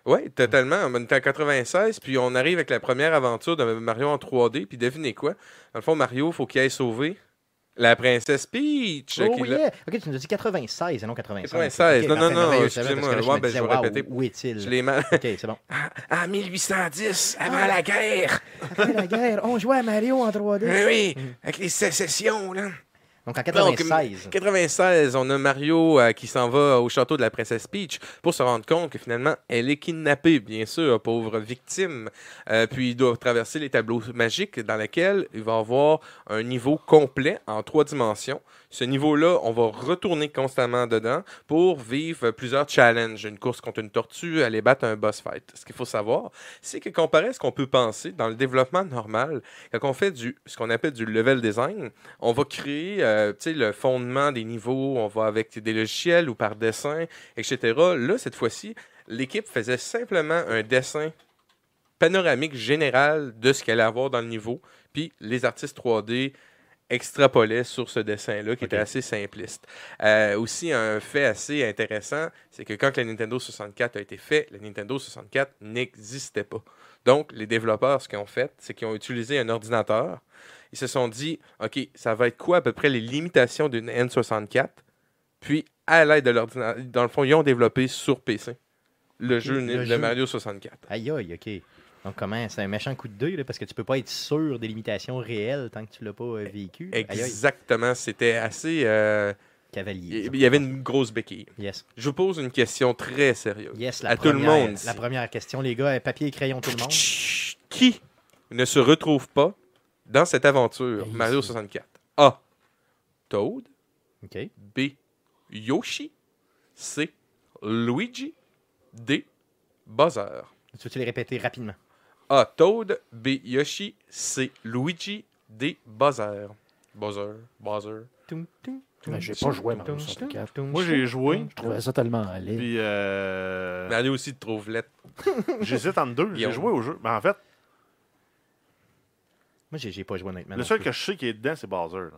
Speaker 2: oui, totalement. On était en 96, puis on arrive avec la première aventure de Mario en 3D, puis devinez quoi? Dans le fond, Mario, faut qu'il aille sauver La princesse Peach.
Speaker 1: Oh,
Speaker 2: qui l'a-
Speaker 1: yeah. Ok, tu nous as dit 96 et non 95.
Speaker 2: 96.
Speaker 1: Ok,
Speaker 2: Non, non,
Speaker 1: parfait,
Speaker 2: non,
Speaker 1: merveilleux, c'est vrai,
Speaker 2: excusez-moi.
Speaker 1: parce que là,
Speaker 2: Ouais,
Speaker 1: me
Speaker 2: ben, je
Speaker 1: disais,
Speaker 2: vais
Speaker 1: wow,
Speaker 2: répéter.
Speaker 1: Où est-il
Speaker 2: Je l'ai mal. Ah,
Speaker 1: Ok, c'est bon.
Speaker 2: En 1810, avant la guerre.
Speaker 1: Après la guerre, on jouait à Mario en 3D.
Speaker 2: Oui, oui, avec les sécessions, là.
Speaker 1: Donc en
Speaker 2: Donc,
Speaker 1: 96.
Speaker 2: 96, on a Mario euh, qui s'en va au château de la princesse Peach pour se rendre compte que finalement, elle est kidnappée, bien sûr, pauvre victime. Euh, puis il doit traverser les tableaux magiques dans lesquels il va avoir un niveau complet en trois dimensions. Ce niveau-là, on va retourner constamment dedans pour vivre plusieurs challenges. Une course contre une tortue, aller battre un boss fight. Ce qu'il faut savoir, c'est que comparé à ce qu'on peut penser dans le développement normal, quand on fait du, ce qu'on appelle du level design, on va créer euh, tu sais, le fondement des niveaux, on va avec des logiciels ou par dessin, etc. Là, cette fois-ci, l'équipe faisait simplement un dessin panoramique général de ce qu'elle allait avoir dans le niveau, puis les artistes 3D extrapolaient sur ce dessin-là qui était
Speaker 1: Ok.
Speaker 2: assez simpliste. Euh, aussi, un fait assez intéressant, c'est que quand la Nintendo 64 a été fait, la Nintendo 64 n'existait pas. Donc, les développeurs, ce qu'ils ont fait, c'est qu'ils ont utilisé un ordinateur. Ils se sont dit, OK, ça va être quoi à peu près les limitations d'une N64? Puis, à l'aide de l'ordinateur, dans le fond, ils ont développé sur PC le jeu
Speaker 1: le
Speaker 2: de
Speaker 1: jeu.
Speaker 2: Mario 64.
Speaker 1: Aïe aïe, ok. Donc comment C'est un méchant coup de deuil là, parce que tu peux pas être sûr des limitations réelles tant que tu l'as pas euh, vécu. Aïe aïe,
Speaker 2: Exactement, c'était assez... euh,
Speaker 1: cavalier.
Speaker 2: Il y avait une grosse béquille.
Speaker 1: Yes.
Speaker 2: Je vous pose une question très sérieuse.
Speaker 1: Yes, la
Speaker 2: À tout
Speaker 1: première,
Speaker 2: le monde,
Speaker 1: La
Speaker 2: si.
Speaker 1: première question, les gars, papier et crayon, tout le monde.
Speaker 2: Qui ne se retrouve pas dans cette aventure
Speaker 1: Hey,
Speaker 2: Mario
Speaker 1: c'est-
Speaker 2: 64 A. Toad.
Speaker 1: OK.
Speaker 2: B. Yoshi. C. Luigi. D. Bowser.
Speaker 1: Tu veux-tu les répéter rapidement?
Speaker 2: A. Toad. B. Yoshi. C. Luigi. D. Bowser. Bowser. Bowser.
Speaker 5: Mais Ben, j'ai pas joué à Mario 64.
Speaker 4: Moi, j'ai joué,
Speaker 5: Je trouvais ça tellement laid.
Speaker 4: puis
Speaker 1: Ah.
Speaker 4: euh,
Speaker 2: Mario aussi te trouve lettre.
Speaker 4: j'hésite entre deux. J'ai
Speaker 2: Yo.
Speaker 4: joué au jeu. Mais en fait,
Speaker 1: Moi, j'ai j'ai pas joué honnêtement.
Speaker 4: le
Speaker 1: non
Speaker 4: seul
Speaker 1: plus. Euh,
Speaker 4: que je sais qui est dedans, c'est Bowser. là.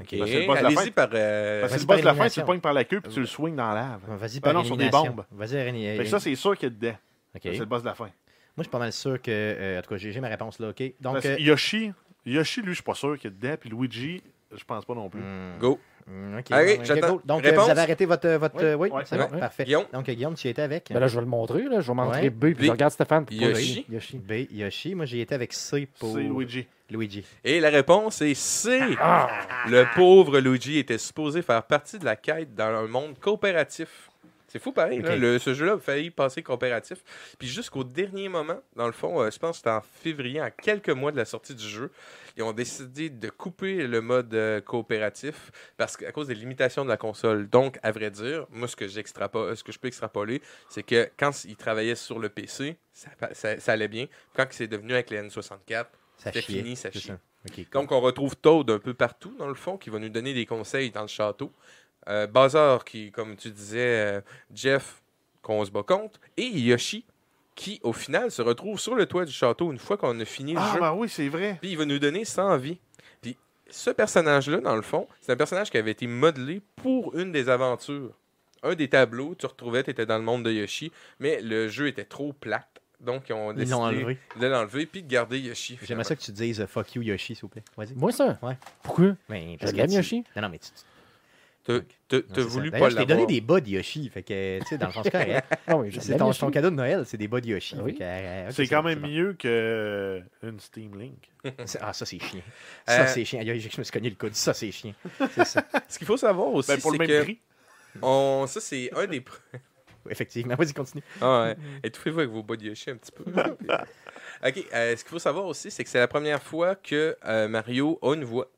Speaker 2: Ok.
Speaker 4: Ben, c'est le boss de la
Speaker 2: Allez-y
Speaker 4: fin.
Speaker 2: par. euh,
Speaker 4: Parce que
Speaker 1: c'est Euh, par
Speaker 4: c'est le boss de la fin, tu
Speaker 1: élimination.
Speaker 4: le pognes par la queue, puis tu le swings dans la lave.
Speaker 1: Vas-y,
Speaker 4: Ah
Speaker 1: par
Speaker 4: non, sur des
Speaker 1: élimination.
Speaker 4: bombes.
Speaker 1: Vas-y, René.
Speaker 4: Fait que ça, c'est sûr qu'il est dedans.
Speaker 1: euh, OK.
Speaker 4: C'est le boss de la fin.
Speaker 1: Moi, je suis pas mal sûr que. euh, en tout cas, j'ai j'ai ma réponse là, OK?
Speaker 4: Parce
Speaker 1: Donc.
Speaker 4: que
Speaker 1: euh,
Speaker 4: Yoshi, Yoshi, lui, je suis pas sûr qu'il est dedans. Puis Luigi, je pense pas non plus.
Speaker 1: hmm,
Speaker 2: Go.
Speaker 1: hmm, OK.
Speaker 2: Allez,
Speaker 1: OK,
Speaker 2: j'attends.
Speaker 1: go. Donc, euh,
Speaker 2: Réponse?
Speaker 1: vous avez arrêté votre. euh, votre
Speaker 4: Oui.
Speaker 1: euh, oui,
Speaker 4: Ouais.
Speaker 1: c'est bon,
Speaker 5: Ouais.
Speaker 1: parfait.
Speaker 2: Guillaume?
Speaker 1: Donc, euh, Guillaume, tu y étais avec.
Speaker 5: Ben là, je vais le montrer. Là. Je vais montrer
Speaker 1: Ouais.
Speaker 5: B, puis je
Speaker 2: B.
Speaker 5: regarde Stéphane pour pas
Speaker 2: Yoshi.
Speaker 5: rire. Yoshi.
Speaker 1: B, Yoshi. Moi, j'y étais avec C pour.
Speaker 4: C'est Luigi.
Speaker 1: Luigi.
Speaker 2: Et la réponse est C. Le pauvre Luigi était supposé faire partie de la quête dans un monde coopératif. C'est fou pareil. là.
Speaker 1: Ok.
Speaker 2: Le- ce jeu-là a failli passer coopératif. Puis jusqu'au dernier moment, dans le fond, euh, je pense que c'était en février, en quelques mois de la sortie du jeu, ils ont décidé de couper le mode euh, coopératif parce qu'à cause des limitations de la console. Donc, à vrai dire, moi, ce que, j'extrapo- ce que je peux extrapoler, c'est que quand ils travaillaient sur le PC, ça, ça- ça allait bien. Quand c'est devenu avec les N64,
Speaker 1: Ça
Speaker 2: C'est
Speaker 1: chiait.
Speaker 2: fini, ça
Speaker 1: C'est
Speaker 2: chie.
Speaker 1: OK. cool.
Speaker 2: donc, on retrouve Toad un peu partout, dans le fond, qui va nous donner des conseils dans le château. Euh, Bazar, qui, comme tu disais, euh, Jeff, qu'on se bat contre. Et Yoshi, qui, au final, se retrouve sur le toit du château une fois qu'on a fini le
Speaker 4: Ah,
Speaker 2: jeu.
Speaker 4: bah oui, c'est vrai.
Speaker 2: Puis il va nous donner 100 vies. Puis ce personnage-là, dans le fond, c'est un personnage qui avait été modelé pour une des aventures. Un des tableaux, tu retrouvais, tu étais dans le monde de Yoshi, mais le jeu était trop plate. Donc, ils ont
Speaker 1: Ils
Speaker 2: décidé
Speaker 1: l'ont enlevé.
Speaker 2: de l'enlever puis de garder Yoshi.
Speaker 1: J'aimerais ça que tu dises euh, fuck you, Yoshi, s'il vous plaît. Vas-y.
Speaker 5: Moi, ça?
Speaker 1: Ouais.
Speaker 5: Pourquoi?
Speaker 1: Ben,
Speaker 5: Je
Speaker 1: parce que
Speaker 5: l'aime,
Speaker 1: tu-
Speaker 5: Yoshi.
Speaker 1: Non, non, mais tu. tu-
Speaker 2: T'as t'as-
Speaker 1: non,
Speaker 2: t'as
Speaker 1: c'est ça.
Speaker 2: voulu
Speaker 1: D'ailleurs,
Speaker 2: pas
Speaker 1: Je t'ai
Speaker 2: l'avoir.
Speaker 1: donné des bas de Yoshi. Fait que, tu sais, dans le sens correct.
Speaker 5: Ah oui, je
Speaker 1: C'est
Speaker 5: l'aime,
Speaker 1: ton,
Speaker 5: Yoshi.
Speaker 1: ton cadeau de Noël, c'est des bas de Yoshi.
Speaker 5: Ah oui.
Speaker 1: Fait que, euh, ok,
Speaker 4: C'est quand
Speaker 1: bon,
Speaker 4: même
Speaker 1: bon.
Speaker 4: mieux que euh, une Steam Link.
Speaker 1: C'est- Ah, ça, c'est chiant. Ça,
Speaker 2: Euh,
Speaker 1: c'est chiant. Aïe, aïe, je me suis cogné le coude. Ça, c'est chiant. C'est ça.
Speaker 2: Ce qu'il faut savoir aussi,
Speaker 4: Ben, pour le
Speaker 2: c'est
Speaker 4: même
Speaker 2: que
Speaker 4: prix.
Speaker 2: on- ça, c'est un des... pr-
Speaker 1: Effectivement. Vas-y, continue.
Speaker 2: Ah ouais. Étouffez-vous avec vos bas de Yoshi un petit peu. OK, euh, ce qu'il faut savoir aussi, c'est que c'est la première fois que euh, Mario a une voix.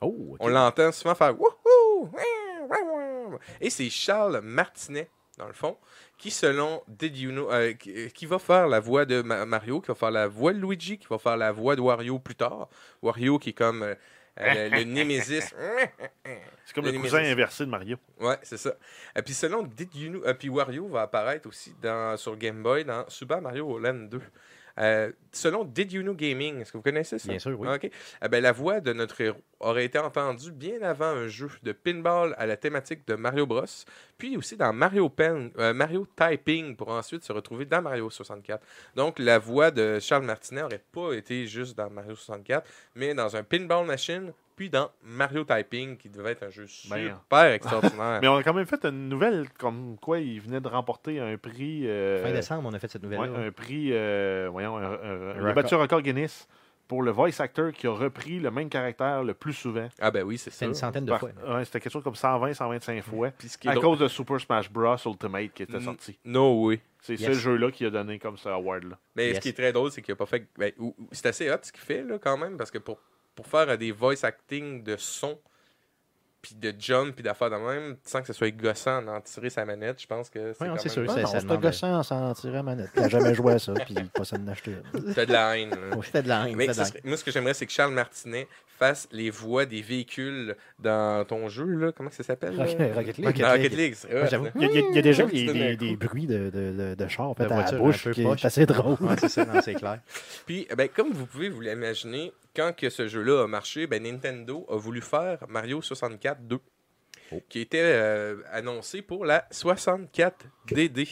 Speaker 1: Oh,
Speaker 2: On l'entend souvent faire Wouhou! Ouah, ouah, ouah. Et c'est Charles Martinet, dans le fond, qui, selon Did You Know, euh, qui, qui va faire la voix de Ma- Mario, qui va faire la voix de Luigi, qui va faire la voix de Wario plus tard. Wario qui est comme euh, euh, le, le Némésis.
Speaker 4: C'est comme le
Speaker 2: Les
Speaker 4: cousin
Speaker 2: Nemesis.
Speaker 4: inversé de Mario.
Speaker 2: Ouais, c'est ça. Et puis selon Did You Know, euh, puis Wario va apparaître aussi dans, sur Game Boy dans Super Mario Land 2. Euh, selon Did You Know Gaming, est-ce que vous connaissez ça?
Speaker 1: Bien sûr, oui.
Speaker 2: Ah, ok. Eh ben, la voix de notre héros aurait été entendue bien avant un jeu de pinball à la thématique de Mario Bros, puis aussi dans Mario Pen, euh, Mario Typing pour ensuite se retrouver dans Mario 64. Donc la voix de Charles Martinet n'aurait pas été juste dans Mario 64, mais dans un pinball machine puis dans Mario Typing, qui devait être un jeu
Speaker 4: Ben.
Speaker 2: super extraordinaire.
Speaker 4: Mais on a quand même fait une nouvelle comme quoi il venait de remporter un prix. euh,
Speaker 1: Fin décembre, on a fait cette nouvelle.
Speaker 4: ouais, un prix. euh, voyons, un- un- il a
Speaker 1: record.
Speaker 4: battu un record Guinness pour le voice actor qui a repris le même caractère le plus souvent.
Speaker 2: ah ben oui, c'est
Speaker 1: C'est
Speaker 2: ça.
Speaker 1: une centaine de
Speaker 5: Bah.
Speaker 4: Par-
Speaker 1: fois.
Speaker 4: ouais, C'était quelque chose comme 120, 125 fois.
Speaker 2: Mm-hmm. Puis ce qui est
Speaker 4: À
Speaker 2: drôle-
Speaker 4: cause de Super Smash Bros. Ultimate qui était
Speaker 2: Mm.
Speaker 4: sorti.
Speaker 2: No way.
Speaker 4: C'est
Speaker 1: Yes.
Speaker 4: ce jeu-là qui a donné comme ce award-là.
Speaker 2: Mais
Speaker 1: Yes.
Speaker 2: ce qui est très drôle, c'est qu'il a pas fait. ben, ou- ou- c'est assez hot ce qu'il fait, là, quand même, parce que pour, pour faire euh, des voice acting de son, puis de jump, puis d'affaires de même, sans que ce soit gossant d'en tirer sa manette, je pense que Ah c'est
Speaker 1: Ouais, non,
Speaker 2: quand
Speaker 1: c'est
Speaker 2: même-
Speaker 1: sûr. ça
Speaker 5: non, c'est pas
Speaker 1: demande-
Speaker 5: gossant à s'en tirer à manette. T'as jamais joué à ça, puis pas ça de l'acheter.
Speaker 2: T'as de la haine. là.
Speaker 1: C'était de la haine,
Speaker 2: Mais
Speaker 1: c'était de la
Speaker 2: ça serait- moi, ce que j'aimerais, c'est que Charles Martinet fasse les voix des véhicules dans ton jeu, là. Comment que ça s'appelle? là?
Speaker 5: Rocket League.
Speaker 2: Dans Rocket League. c'est
Speaker 1: Ouais,
Speaker 2: hot,
Speaker 1: j'avoue.
Speaker 2: là.
Speaker 5: Il y, a, il y a- il y a déjà des,
Speaker 2: Tout
Speaker 5: des,
Speaker 2: d'un coup.
Speaker 5: des bruits de, de, de, de char en fait,
Speaker 1: De
Speaker 5: à la
Speaker 1: voiture un
Speaker 5: bouche
Speaker 1: peu
Speaker 5: qui est
Speaker 1: poche.
Speaker 5: assez drôle.
Speaker 1: haine. Ouais, c'est ça, non, c'est clair.
Speaker 2: Puis, eh ben, comme vous pouvez vous l'imaginer, quand que ce jeu-là a marché, ben, Nintendo a voulu faire Mario 64 2,
Speaker 1: Oh.
Speaker 2: qui était euh, annoncé pour la 64 DD.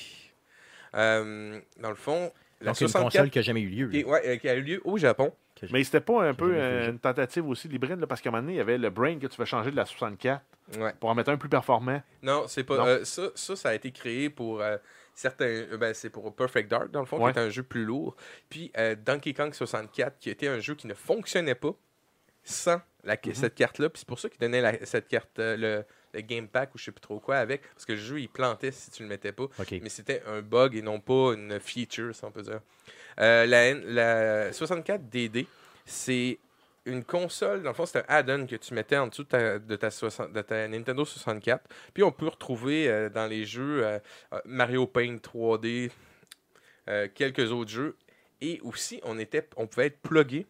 Speaker 2: Euh, dans le fond, la
Speaker 1: Donc, une
Speaker 2: 64
Speaker 1: console qui n'a jamais eu lieu.
Speaker 2: qui, ouais, euh, qui a eu lieu au Japon.
Speaker 4: Mais c'était pas un peu
Speaker 1: jamais fait
Speaker 4: euh,
Speaker 1: jouer.
Speaker 4: une tentative aussi librine, là, parce qu'à un moment donné, il y avait le brain que tu veux changer de la 64
Speaker 2: Ouais.
Speaker 4: pour en mettre un plus performant.
Speaker 2: Non, c'est pas.
Speaker 4: Non.
Speaker 2: euh, ça, ça, ça a été créé pour euh, certains. euh, ben, c'est pour Perfect Dark, dans le fond,
Speaker 4: Ouais.
Speaker 2: qui est un jeu plus lourd. Puis euh, Donkey Kong 64, qui était un jeu qui ne fonctionnait pas sans la-
Speaker 4: Mm-hmm.
Speaker 2: cette carte-là. Puis c'est pour ça qu'il donnait la- cette carte, euh, le, le Game Pack ou je sais plus trop quoi avec. Parce que le jeu, il plantait si tu le mettais pas.
Speaker 1: OK.
Speaker 2: Mais c'était un bug et non pas une feature, si on peut dire. Euh, la, N- la 64DD, c'est une console, dans le fond, c'est un add-on que tu mettais en dessous de ta, de ta 60 de ta Nintendo 64. Puis on peut retrouver euh, dans les jeux euh, euh, Mario Paint 3D, euh, quelques autres jeux. Et aussi, on, était, on pouvait être plugué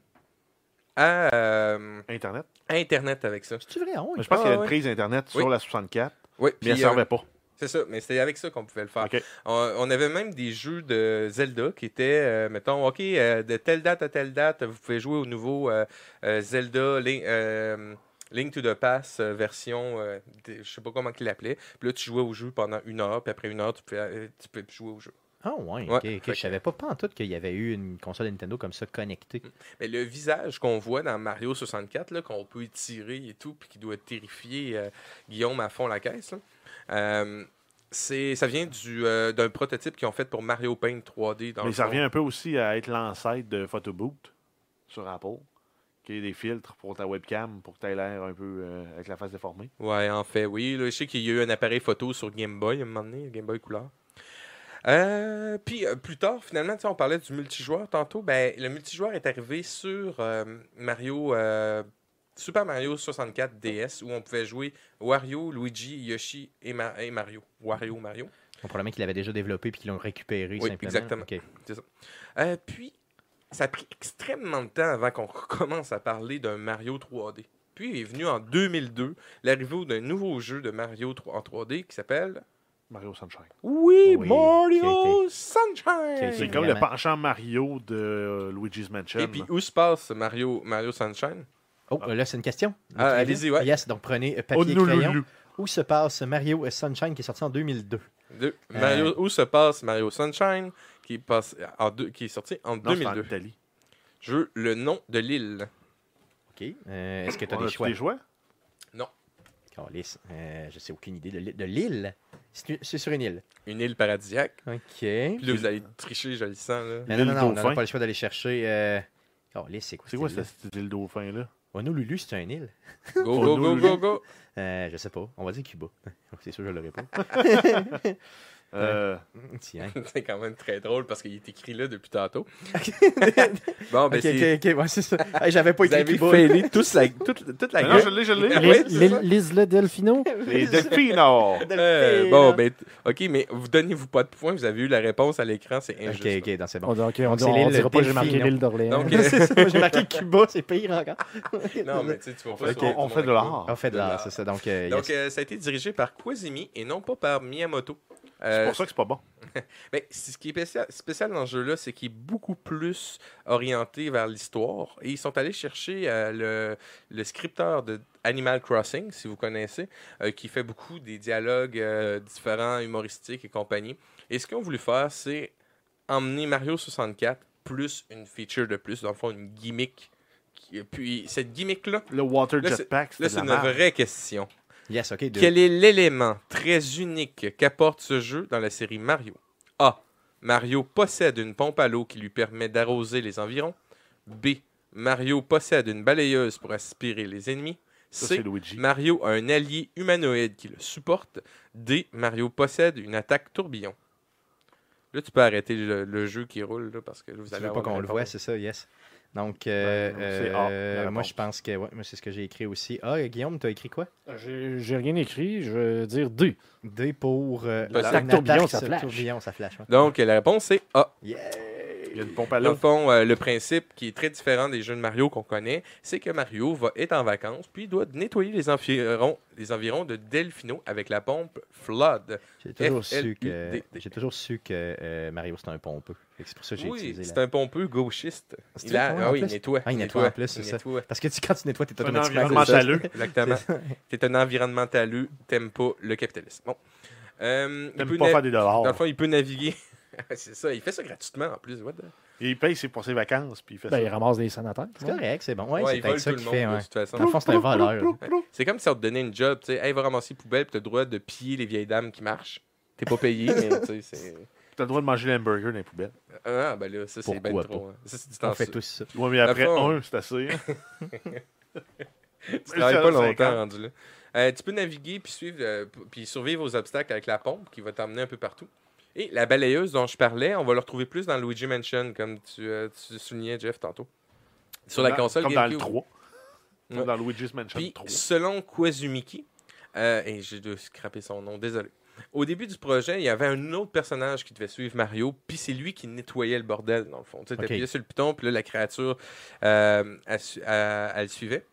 Speaker 2: à euh,
Speaker 4: Internet.
Speaker 2: Internet avec ça.
Speaker 1: C'est vrai, on
Speaker 4: Mais je pense
Speaker 2: Ah,
Speaker 4: qu'il y avait
Speaker 2: ouais.
Speaker 4: une prise Internet
Speaker 2: Oui.
Speaker 4: sur la 64,
Speaker 2: Oui,
Speaker 4: mais elle
Speaker 2: puis, euh,
Speaker 4: servait pas.
Speaker 2: c'est ça, mais c'était avec ça qu'on pouvait le faire.
Speaker 4: OK.
Speaker 2: On, on avait même des jeux de Zelda qui étaient, euh, mettons, OK, euh, de telle date à telle date, vous pouvez jouer au nouveau euh, euh, Zelda Link, euh, Link to the Past euh, version, euh, des- je sais pas comment qu'ils l'appelaient. Puis là, tu jouais au jeu pendant une heure, puis après une heure, tu peux, euh, tu peux jouer au jeu.
Speaker 1: Ah ouais,
Speaker 2: Ouais.
Speaker 1: ok, ok. je savais pas, pas en tout qu'il y avait eu une console Nintendo comme ça connectée.
Speaker 2: Mais le visage qu'on voit dans Mario 64, là, qu'on peut étirer et tout, puis qui doit terrifier euh, Guillaume à fond la caisse, là, euh, c'est, ça vient du, euh, d'un prototype qu'ils ont fait pour Mario Paint 3D. Dans
Speaker 4: Mais
Speaker 2: le
Speaker 4: ça
Speaker 2: fond.
Speaker 4: revient un peu aussi à être l'ancêtre de Photoboot sur Apple, qui est des filtres pour ta webcam pour que tu aies l'air un peu euh, avec la face déformée.
Speaker 2: Ouais, en fait, oui. là, je sais qu'il y a eu un appareil photo sur Game Boy à un moment donné, Game Boy couleur. Euh, puis euh, plus tard, finalement, tu sais, on parlait du multijoueur tantôt. Ben, le multijoueur est arrivé sur euh, Mario euh, Super Mario 64 DS où on pouvait jouer Wario, Luigi, Yoshi et, Ma- et Mario. Wario, Mario.
Speaker 1: On probablement qu'ils l'avaient déjà développé et qu'ils l'ont récupéré
Speaker 2: Oui,
Speaker 1: simplement.
Speaker 2: exactement.
Speaker 1: Ok.
Speaker 2: Euh, puis, ça a pris extrêmement de temps avant qu'on recommence à parler d'un Mario 3D. Puis est venu en 2002 l'arrivée d'un nouveau jeu de Mario 3 en 3D qui s'appelle
Speaker 4: Mario Sunshine.
Speaker 2: Oui,
Speaker 1: Oui,
Speaker 2: Mario
Speaker 1: qui qui a
Speaker 2: Sunshine!
Speaker 1: été-
Speaker 4: C'est
Speaker 1: Et
Speaker 4: comme le
Speaker 1: vraiment.
Speaker 4: penchant Mario de euh, Luigi's Mansion.
Speaker 2: Et puis, où se passe Mario, Mario Sunshine?
Speaker 1: Oh, là, c'est une question.
Speaker 2: Ah, allez-y, ouais.
Speaker 1: Yes, donc prenez euh, papier et crayon.
Speaker 4: Honolulu.
Speaker 1: Où se passe Mario Sunshine qui est sorti en 2002
Speaker 2: De-
Speaker 1: Euh.
Speaker 2: Mario, où se passe Mario Sunshine, qui, passe en deux- qui est sorti en
Speaker 4: Non, c'est en
Speaker 2: 2002?
Speaker 4: Italie.
Speaker 2: Je le nom de l'île.
Speaker 1: Ok. Euh, Est-ce que tu as
Speaker 4: On
Speaker 1: des
Speaker 4: a-tu
Speaker 1: choix
Speaker 4: des choix?
Speaker 1: Calisse. Euh, je sais aucune idée de l'île- de l'île. C'est une- C'est sur une île.
Speaker 2: Une île paradisiaque.
Speaker 1: Ok.
Speaker 2: Puis là, vous allez tricher, je le sens. Là.
Speaker 1: Mais non, non, non,
Speaker 4: L'île
Speaker 1: on n'aura
Speaker 4: Dauphin.
Speaker 1: pas le choix d'aller chercher. Euh... Calisse, c'est quoi
Speaker 4: C'est quoi
Speaker 1: ça
Speaker 4: cette île dauphin là?
Speaker 1: Honolulu, c'est un île.
Speaker 2: Go, go, go, go, go!
Speaker 1: Euh, je sais pas. On va dire Cuba. c'est sûr, je l'aurais pas.
Speaker 4: Euh,
Speaker 1: Tiens.
Speaker 2: C'est quand même très drôle parce qu'il est écrit là depuis tantôt. Bon, ben
Speaker 1: ok,
Speaker 2: c'est...
Speaker 1: ok, ok, ouais, c'est ça. Hey, J'avais pas
Speaker 2: Vous
Speaker 1: écrit
Speaker 2: avez
Speaker 1: Cuba.
Speaker 2: failé tous la- toute, toute la
Speaker 4: mais non,
Speaker 2: gueule.
Speaker 4: je l'ai, je l'ai.
Speaker 2: Ah ouais, c'est ça.
Speaker 5: L'Isle Delfino.
Speaker 4: Les Delphino!
Speaker 2: Euh, bon, ben, t- ok, mais vous donnez-vous pas de points, vous avez eu la réponse à l'écran, c'est
Speaker 1: Ok,
Speaker 2: injuste.
Speaker 1: ok, donc c'est bon.
Speaker 5: On, dit, ok, on, dit,
Speaker 1: C'est
Speaker 5: on
Speaker 1: l'île
Speaker 5: dira pas que j'ai marqué
Speaker 1: Delfino.
Speaker 5: l'île d'Orléans.
Speaker 2: Donc,
Speaker 1: C'est ça, j'ai marqué Cuba, c'est pire encore.
Speaker 2: Non, mais tu sais, tu vas pas
Speaker 4: fait-
Speaker 2: sur ton
Speaker 4: on fait de
Speaker 2: écho.
Speaker 4: l'art.
Speaker 1: On fait de l'art, c'est ça. Donc, euh,
Speaker 2: Donc,
Speaker 1: yes.
Speaker 2: euh, ça a été dirigé par Koizumi et non pas par Miyamoto.
Speaker 4: C'est
Speaker 2: Euh,
Speaker 4: pour ça que c'est pas bon.
Speaker 2: ben, c'est- ce qui est spécial, spécial dans ce jeu-là, c'est qu'il est beaucoup plus orienté vers l'histoire. Et ils sont allés chercher euh, le, le scripteur de Animal Crossing, si vous connaissez, euh, qui fait beaucoup des dialogues euh, différents, humoristiques et compagnie. Et ce qu'ils ont voulu faire, c'est emmener Mario 64 plus une feature de plus, dans le fond, une gimmick Puis cette gimmick-là,
Speaker 4: Le Water
Speaker 2: Là,
Speaker 4: Jetpack,
Speaker 2: là,
Speaker 4: c'était de
Speaker 2: c'est
Speaker 4: la
Speaker 2: une
Speaker 4: merde.
Speaker 2: vraie question.
Speaker 1: Yes, OK. deux.
Speaker 2: Quel est l'élément très unique qu'apporte ce jeu dans la série Mario A. Mario possède une pompe à l'eau qui lui permet d'arroser les environs. B. Mario possède une balayeuse pour aspirer les ennemis.
Speaker 4: Ça,
Speaker 2: C.
Speaker 4: c'est Luigi.
Speaker 2: Mario a un allié humanoïde qui le supporte. D. Mario possède une attaque tourbillon. Là, tu peux arrêter le, le jeu qui roule là, parce que vous
Speaker 1: Tu
Speaker 2: allez
Speaker 1: veux pas
Speaker 2: avoir
Speaker 1: qu'on
Speaker 2: une
Speaker 1: le voit,
Speaker 2: réponse.
Speaker 1: c'est ça, yes. Donc, euh,
Speaker 4: Ben, c'est A,
Speaker 1: euh,
Speaker 4: la
Speaker 1: moi,
Speaker 4: réponse.
Speaker 1: je pense que ouais, moi, c'est ce que j'ai écrit aussi. Ah, euh, Guillaume, tu as écrit quoi?
Speaker 5: J'ai j'ai rien écrit, je veux dire D.
Speaker 1: D pour... euh,
Speaker 2: Parce
Speaker 1: une
Speaker 2: que
Speaker 1: attaque
Speaker 5: tourbillon, ça
Speaker 1: sur
Speaker 5: flash.
Speaker 1: tourbillon, ça flash, ouais.
Speaker 2: Donc, la réponse c'est A.
Speaker 1: Yeah.
Speaker 4: Il y a une pompe à
Speaker 2: Dans le
Speaker 4: l'eau.
Speaker 2: fond, euh, le principe qui est très différent des jeux de Mario qu'on connaît, c'est que Mario va être en vacances, puis il doit nettoyer les environs, les environs de Delfino avec la pompe Flood.
Speaker 1: J'ai toujours,
Speaker 2: F L
Speaker 1: su
Speaker 2: U D
Speaker 1: que,
Speaker 2: D.
Speaker 1: j'ai toujours su que euh, Mario, c'est un pompeux. Fait que C'est pour ça que j'ai
Speaker 2: Oui,
Speaker 1: utilisé
Speaker 2: c'est
Speaker 1: la...
Speaker 2: un pompeux gauchiste.
Speaker 1: C'est
Speaker 2: Il a-
Speaker 1: vrai,
Speaker 2: ah
Speaker 1: en
Speaker 2: oui, il
Speaker 1: plus.
Speaker 2: nettoie.
Speaker 1: Ah, il nettoie en plus, c'est ça.
Speaker 2: nettoie.
Speaker 1: Parce que tu- quand tu nettoies, t'es
Speaker 4: un
Speaker 1: automatiquement...
Speaker 4: environnement
Speaker 1: gauchiste.
Speaker 4: chaleureux.
Speaker 2: Exactement. T'es un environnementaleux, t'aimes pas le capitalisme. Bon. Euh, il peut
Speaker 4: T'aimes pas
Speaker 2: na-
Speaker 4: faire des dollars.
Speaker 2: Dans le fond, il peut naviguer. c'est ça, il fait ça gratuitement en plus. what the-
Speaker 4: Il paye c'est pour ses vacances, puis il fait
Speaker 5: Ben, il
Speaker 4: ça.
Speaker 5: ramasse des sanataires.
Speaker 1: C'est correct, c'est bon. Ouais,
Speaker 2: Ouais,
Speaker 1: c'est
Speaker 2: il
Speaker 1: peut-être
Speaker 2: vole
Speaker 1: ça
Speaker 2: tout le
Speaker 1: qu'il
Speaker 2: monde,
Speaker 1: fait.
Speaker 2: de
Speaker 1: Ouais.
Speaker 2: toute façon.
Speaker 1: Dans le fond, c'est un voleur. là.
Speaker 2: C'est comme si on te donnait une job, tu sais, hey, va ramasser poubelle, puis t'as le droit de piller les vieilles dames qui marchent. T'es pas payé, mais tu sais, c'est.
Speaker 4: T'as le droit de manger l'hamburger dans les poubelles.
Speaker 2: Ah, ben là, ça, c'est ben
Speaker 1: Pourquoi
Speaker 2: trop. hein. Ça, c'est du
Speaker 1: On
Speaker 2: temps
Speaker 1: fait
Speaker 2: ça.
Speaker 1: tous ça.
Speaker 4: Ouais, mais
Speaker 2: Dans le
Speaker 4: après
Speaker 2: fond-
Speaker 4: un, c'est assez. hein.
Speaker 2: Tu travailles pas longtemps rendu là. Euh, tu peux naviguer puis suivre euh, p- puis survivre aux obstacles avec la pompe qui va t'emmener un peu partout. Et la balayeuse dont je parlais, on va le retrouver plus dans Luigi Mansion, comme tu, euh, tu soulignais, Jeff, tantôt. Sur la console
Speaker 4: Comme dans le
Speaker 2: GameCube.
Speaker 4: 3.
Speaker 2: Ouais.
Speaker 4: Comme dans Luigi's Mansion
Speaker 2: Puis,
Speaker 4: 3.
Speaker 2: selon Kwazumiki, euh, et j'ai dû scraper son nom, désolé. Au début du projet, il y avait un autre personnage qui devait suivre Mario, puis c'est lui qui nettoyait le bordel, dans le fond. Tu
Speaker 1: Ok.
Speaker 2: appuyais sur le piton, puis là, la créature, euh, elle, su- elle- elle suivait.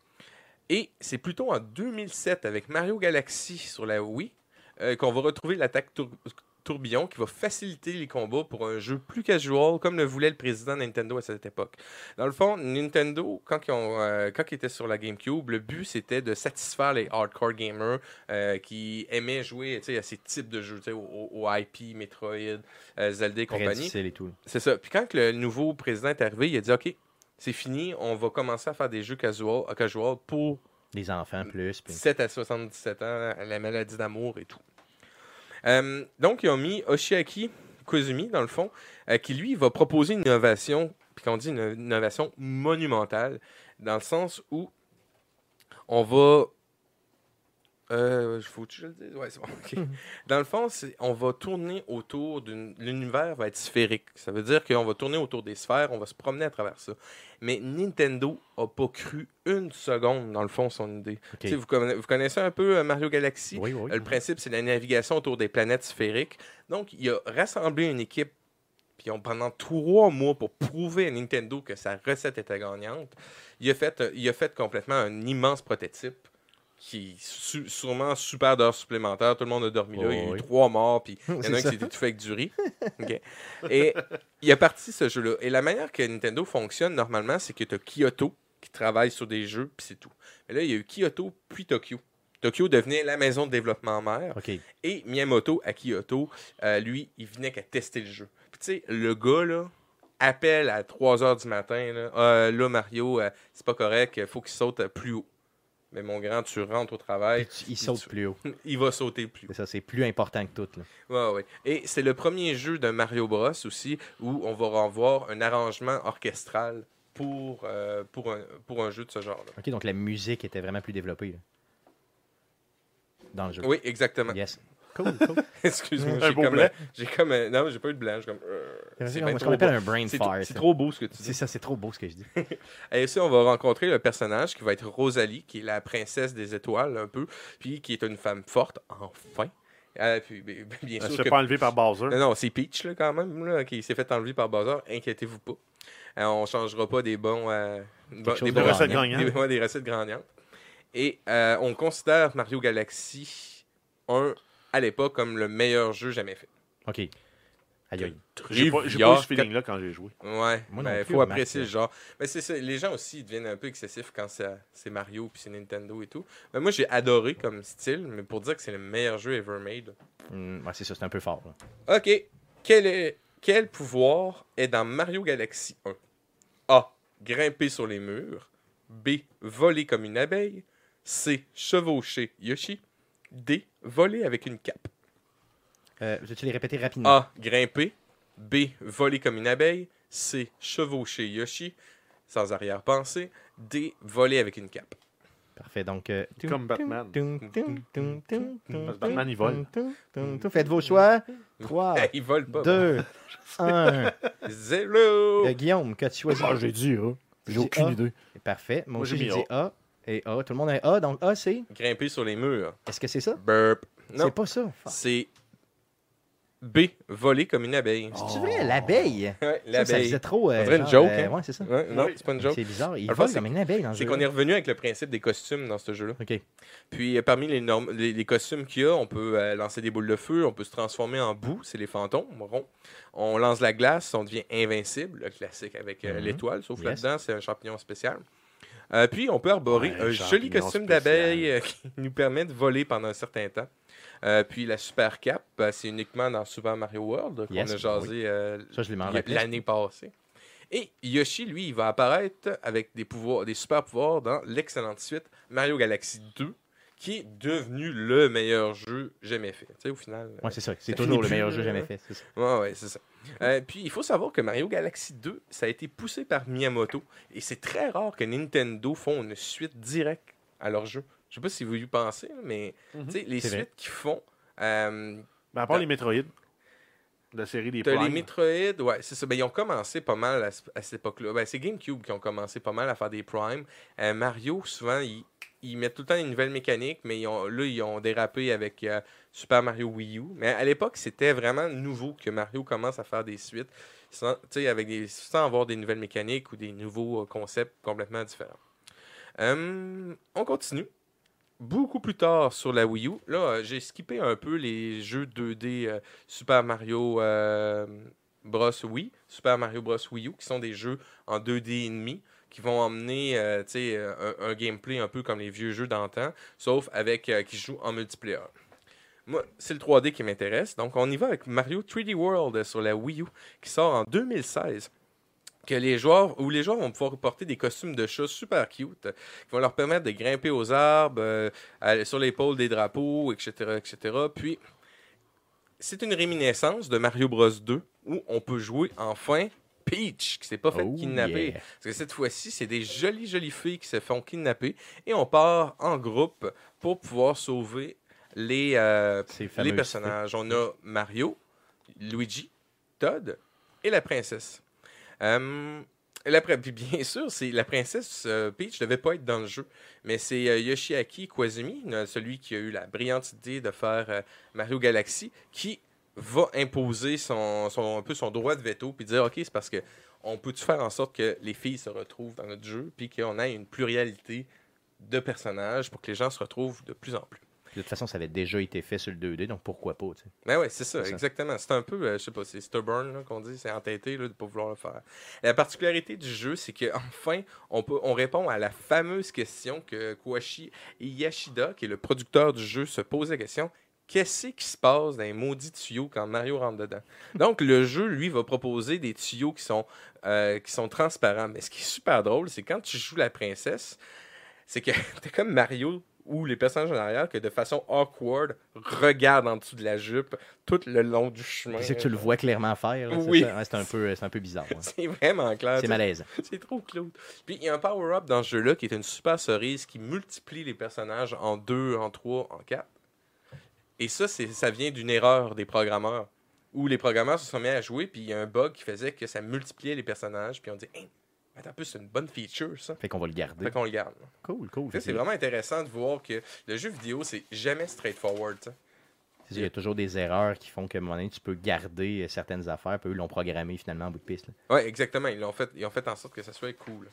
Speaker 2: Et c'est plutôt en 2007, avec Mario Galaxy sur la Wii, euh, qu'on va retrouver l'attaque tour- tourbillon qui va faciliter les combats pour un jeu plus casual, comme le voulait le président de Nintendo à cette époque. Dans le fond, Nintendo, quand ils, ont, euh, quand ils étaient sur la GameCube, le but c'était de satisfaire les hardcore gamers euh, qui aimaient jouer tu sais, à ces types de jeux, tu sais, au, au- au IP, Metroid, euh, Zelda et
Speaker 1: Très
Speaker 2: compagnie.
Speaker 1: difficile et tout.
Speaker 2: C'est ça. Puis quand que le nouveau président est arrivé, il a dit OK, c'est fini, on va commencer à faire des jeux casual, casual pour
Speaker 1: Les enfants plus. puis-
Speaker 2: 17 à 77 ans, la maladie d'amour et tout. Euh, donc, ils ont mis Oshiaki Kozumi, dans le fond, euh, qui lui va proposer une innovation, puis qu'on dit une innovation monumentale, dans le sens où on va. Euh, faut que je le dise? Ouais, c'est bon. ok. Dans le fond, c'est- on va tourner autour d'une. L'univers va être sphérique. Ça veut dire qu'on va tourner autour des sphères, on va se promener à travers ça. Mais Nintendo n'a pas cru une seconde, dans le fond, son idée. Tu sais, Vous, conna- vous connaissez un peu euh, Mario Galaxy?
Speaker 1: Oui, oui.
Speaker 2: Euh, Le principe, c'est la navigation autour des planètes sphériques. Donc, il a rassemblé une équipe puis ils ont- pendant trois mois pour prouver à Nintendo que sa recette était gagnante. Il a fait, euh, il a fait complètement un immense prototype qui est su- sûrement super d'heures supplémentaires. Tout le monde a dormi là. Il y a
Speaker 1: Oui.
Speaker 2: eu trois morts. Puis il y en
Speaker 1: C'est
Speaker 2: a un qui
Speaker 1: ça.
Speaker 2: s'est étouffé avec du riz. Ok. Et il a parti ce jeu-là. Et la manière que Nintendo fonctionne normalement, c'est que tu as Kyoto qui travaille sur des jeux, puis c'est tout. Mais là, il y a eu Kyoto, puis Tokyo. Tokyo devenait la maison de développement mère.
Speaker 1: OK.
Speaker 2: Et Miyamoto à Kyoto, euh, lui, il venait qu'à tester le jeu. Puis tu sais, le gars, là, appelle à 3h du matin, là, Euh, là Mario, euh, c'est pas correct, faut qu'il saute euh, plus haut. Mais mon grand, tu rentres au travail,
Speaker 1: Puis tu- Il saute
Speaker 2: tu-
Speaker 1: plus haut.
Speaker 2: il va sauter plus haut.
Speaker 1: C'est ça, c'est plus important que tout. là.
Speaker 2: Ouais, ouais. Et c'est le premier jeu de Mario Bros aussi où on va revoir un arrangement orchestral pour, euh, pour, un, pour un jeu de ce genre-là.
Speaker 1: OK, donc la musique était vraiment plus développée là. dans le jeu.
Speaker 2: Oui, exactement.
Speaker 1: Yes. Cool, cool.
Speaker 2: Excuse-moi,
Speaker 4: Un
Speaker 2: j'ai
Speaker 4: beau
Speaker 2: comme,
Speaker 4: blanc.
Speaker 2: euh, j'ai comme euh, non, j'ai pas eu de blanc, j'ai comme euh,
Speaker 1: C'est
Speaker 2: c'est
Speaker 1: comme
Speaker 2: bien
Speaker 1: ce qu'on
Speaker 2: trop
Speaker 1: appelle
Speaker 2: beau.
Speaker 1: un brain
Speaker 2: C'est-
Speaker 1: fart.
Speaker 2: c'est trop beau ce que tu dis.
Speaker 1: C'est ça, c'est trop beau ce que je dis.
Speaker 2: Et aussi, on va rencontrer le personnage qui va être Rosalie, qui est la princesse des étoiles, un peu, puis qui est une femme forte, enfin. Euh, puis, b- b- bien
Speaker 4: Elle se
Speaker 2: sûr
Speaker 4: fait hein.
Speaker 2: que... Hein?
Speaker 4: pas enlever par Bowser.
Speaker 2: Non, non, c'est Peach, là, quand même, là, qui s'est fait enlever par Bazar. Inquiétez-vous pas. Euh, on changera pas des bons... euh, bon-
Speaker 1: chose
Speaker 2: des,
Speaker 1: de
Speaker 2: bons-
Speaker 1: recettes
Speaker 4: gagnantes.
Speaker 2: des- ouais, des recettes gagnantes. Et euh, on considère Mario Galaxy 1, à l'époque, comme le meilleur jeu jamais fait.
Speaker 1: OK. Aïe, aïe.
Speaker 4: J'ai pas, j'ai pas eu ce feeling-là quand j'ai joué.
Speaker 2: Ouais,
Speaker 1: Moi non
Speaker 2: mais il
Speaker 1: plus,
Speaker 2: faut
Speaker 1: remarque.
Speaker 2: apprécier le genre. Mais c'est ça, les gens aussi ils deviennent un peu excessifs quand c'est c'est Mario puis c'est Nintendo et tout. Mais moi j'ai adoré comme style, mais pour dire que c'est le meilleur jeu ever made.
Speaker 1: Hum, ouais, c'est ça, c'est un peu fort. là.
Speaker 2: OK, quel est quel pouvoir est dans Mario Galaxy 1 A. Grimper sur les murs. B. Voler comme une abeille. C. Chevaucher Yoshi. D. Voler avec une cape.
Speaker 1: Euh, je vais te les répéter rapidement.
Speaker 2: A. Grimper. B. Voler comme une abeille. C. Chevaucher Yoshi. Sans arrière-pensée. D. Voler avec une cape.
Speaker 1: Parfait. Donc, euh,
Speaker 4: Comme Batman.
Speaker 1: tum, tum, tum, tum, tum,
Speaker 4: Parce que Batman, il vole.
Speaker 1: tum, tum, tum. Faites vos choix. 3,
Speaker 2: Il vole pas. Oh.
Speaker 1: 2, 1.
Speaker 2: Zéro.
Speaker 1: Ben, Guillaume, que tu choisis
Speaker 5: Ah, j'ai dit, hein. J'ai
Speaker 1: J'ai
Speaker 5: aucune
Speaker 1: A.
Speaker 5: idée.
Speaker 1: Parfait. Moi
Speaker 4: Moi,
Speaker 1: aussi,
Speaker 4: j'ai
Speaker 1: j'ai
Speaker 4: mis
Speaker 1: dit A. Et A. Tout le monde a un A. Donc, A, c'est.
Speaker 2: Grimper sur les murs.
Speaker 1: Est-ce que c'est ça?
Speaker 2: Burp. Non,
Speaker 1: C'est pas ça.
Speaker 2: c'est B. Voler comme une abeille.
Speaker 1: C'est-tu vrai? L'abeille?
Speaker 2: Ouais,
Speaker 1: Ah. Ça, Ça
Speaker 2: l'abeille.
Speaker 1: faisait trop. euh,
Speaker 2: On dirait une
Speaker 1: genre,
Speaker 2: joke,
Speaker 1: euh,
Speaker 2: hein?
Speaker 1: Ouais, c'est ça.
Speaker 2: Ouais, non, c'est pas une joke.
Speaker 1: C'est bizarre. Il
Speaker 2: Parfois,
Speaker 1: vole
Speaker 2: c'est-
Speaker 1: comme une abeille dans le
Speaker 2: C'est
Speaker 1: jeu.
Speaker 2: qu'on est revenu avec le principe des costumes dans ce jeu-là.
Speaker 1: OK.
Speaker 2: Puis euh, parmi les, normes- les, les costumes qu'il y a, on peut euh, lancer des boules de feu, on peut se transformer en boue, c'est les fantômes, ronds. On lance la glace, on devient invincible, le classique avec euh,
Speaker 1: Mhm.
Speaker 2: l'étoile, sauf
Speaker 1: Yes.
Speaker 2: là-dedans, c'est un champignon spécial. Euh, puis on peut arborer
Speaker 4: Ouais,
Speaker 2: un
Speaker 4: un
Speaker 2: joli
Speaker 4: champignon
Speaker 2: costume
Speaker 4: spécial.
Speaker 2: d'abeille euh, qui nous permet de voler pendant un certain temps. Euh, puis la super cape, euh, c'est uniquement dans Super Mario World qu'on
Speaker 1: Yes,
Speaker 2: a jasé euh,
Speaker 1: Ça, je l'ai mis en
Speaker 2: il y a-
Speaker 1: rappelé.
Speaker 2: l'année passée. Et Yoshi, lui, il va apparaître avec des pouvoirs, des super pouvoirs dans l'excellente suite Mario Galaxy 2, qui est devenu le meilleur jeu jamais fait. Tu sais, au final. euh,
Speaker 1: Ouais, c'est ça. C'est
Speaker 2: Ça
Speaker 1: toujours
Speaker 2: finit
Speaker 1: le
Speaker 2: plus, euh,
Speaker 1: meilleur
Speaker 2: là.
Speaker 1: jeu jamais fait. c'est ça.
Speaker 2: Ouais, ouais, c'est ça. Euh, puis il faut savoir que Mario Galaxy 2, ça a été poussé par Miyamoto. Et c'est très rare que Nintendo font une suite directe à leur jeu. Je sais pas si vous y pensez, mais
Speaker 4: Mhm.
Speaker 2: tu sais, les
Speaker 1: C'est vrai.
Speaker 2: suites qu'ils font. euh,
Speaker 4: Mais à part les Metroid, la série des
Speaker 2: T'as les
Speaker 4: Prime,
Speaker 2: Metroid, ouais, c'est ça. Ben, ils ont commencé pas mal à, ce- à cette époque-là. Ben, c'est GameCube qui ont commencé pas mal à faire des Prime. Euh, Mario, souvent, ils, ils mettent tout le temps une nouvelle mécanique, mais ils ont, là, ils ont dérapé avec euh, Super Mario Wii U. Mais à l'époque, c'était vraiment nouveau que Mario commence à faire des suites sans, tu sais, avec des, sans avoir des nouvelles mécaniques ou des nouveaux euh, concepts complètement différents. Euh, on continue. Beaucoup plus tard sur la Wii U, là, euh, j'ai skippé un peu les jeux 2D euh, Super Mario euh, Bros. Wii, Super Mario Bros. Wii U, qui sont des jeux en 2D et demi, qui vont emmener euh, tu sais, euh, un, un gameplay un peu comme les vieux jeux d'antan, sauf avec euh, qui se joue en multiplayer. Moi, c'est le 3D qui m'intéresse, donc on y va avec Mario 3D World sur la Wii U, qui sort en 2016. Que les joueurs, où les joueurs vont pouvoir porter des costumes de chats super cute, euh, qui vont leur permettre de grimper aux arbres, euh, à- sur l'épaule des drapeaux, etc., etc. Puis c'est une réminiscence de Mario Bros 2 où on peut jouer enfin Peach qui s'est pas fait
Speaker 1: Oh,
Speaker 2: kidnapper.
Speaker 1: yeah.
Speaker 2: Parce que cette fois-ci, c'est des jolies, jolies filles qui se font kidnapper et on part en groupe pour pouvoir sauver les, euh,
Speaker 1: Ces
Speaker 2: les
Speaker 1: fameuses-
Speaker 2: personnages. On a Mario, Luigi, Todd et la princesse. Euh, la pri- puis bien sûr, c'est la princesse euh, Peach devait pas être dans le jeu, mais c'est euh, Yoshiaki Koizumi, euh, celui qui a eu la brillante idée de faire euh, Mario Galaxy, qui va imposer son, son- un peu son droit de veto puis dire ok c'est parce que on peut faire en sorte que les filles se retrouvent dans notre jeu puis qu'on ait une pluralité de personnages pour que les gens se retrouvent de plus en plus.
Speaker 1: De toute façon, ça avait déjà été fait sur le 2D, donc pourquoi pas? tu sais.
Speaker 2: Ben ouais, c'est ça,
Speaker 1: C'est ça.
Speaker 2: exactement. C'est un peu, euh, je sais pas, c'est stubborn là, qu'on dit, c'est entêté là, de pas vouloir le faire. La particularité du jeu, c'est qu'enfin, on, peut, on répond à la fameuse question que Koashi Yashida, qui est le producteur du jeu, se pose la question qu'est-ce qui se passe dans les maudits tuyaux quand Mario rentre dedans Donc, le jeu, lui, va proposer des tuyaux qui sont, euh, qui sont transparents. Mais ce qui est super drôle, c'est quand tu joues la princesse, c'est que t'es comme Mario ou les personnages en arrière que de façon awkward regardent en dessous de la jupe tout le long du chemin.
Speaker 1: Puis C'est que tu le vois hein. clairement faire. là, c'est
Speaker 2: Oui.
Speaker 1: ça? Ouais, C'est un, peu- euh, c'est un peu bizarre. ouais.
Speaker 2: C'est vraiment clair.
Speaker 1: C'est
Speaker 2: tu sais.
Speaker 1: malaise.
Speaker 2: C'est trop clown. Puis il y a un power-up dans ce jeu-là qui est une super cerise qui multiplie les personnages en 2, en 3, en 4. Et ça, c'est, ça vient d'une erreur des programmeurs. Où les programmeurs se sont mis à jouer, puis il y a un bug qui faisait que ça multipliait les personnages, puis on dit Hein, attends un peu, c'est une bonne feature, ça.
Speaker 1: Fait qu'on va le
Speaker 2: Fait
Speaker 1: garder.
Speaker 2: qu'on le garde.
Speaker 1: Cool, cool.
Speaker 2: Tu sais, C'est vraiment intéressant de voir que le jeu vidéo, c'est jamais straightforward. tu sais.
Speaker 1: C'est sûr, Il y a toujours des erreurs qui font que à un moment donné, tu peux garder euh, certaines affaires. Puis eux l'ont programmé finalement en bout de piste. là.
Speaker 2: Ouais, exactement. Ils ont fait, ils ont fait en sorte que ça soit cool.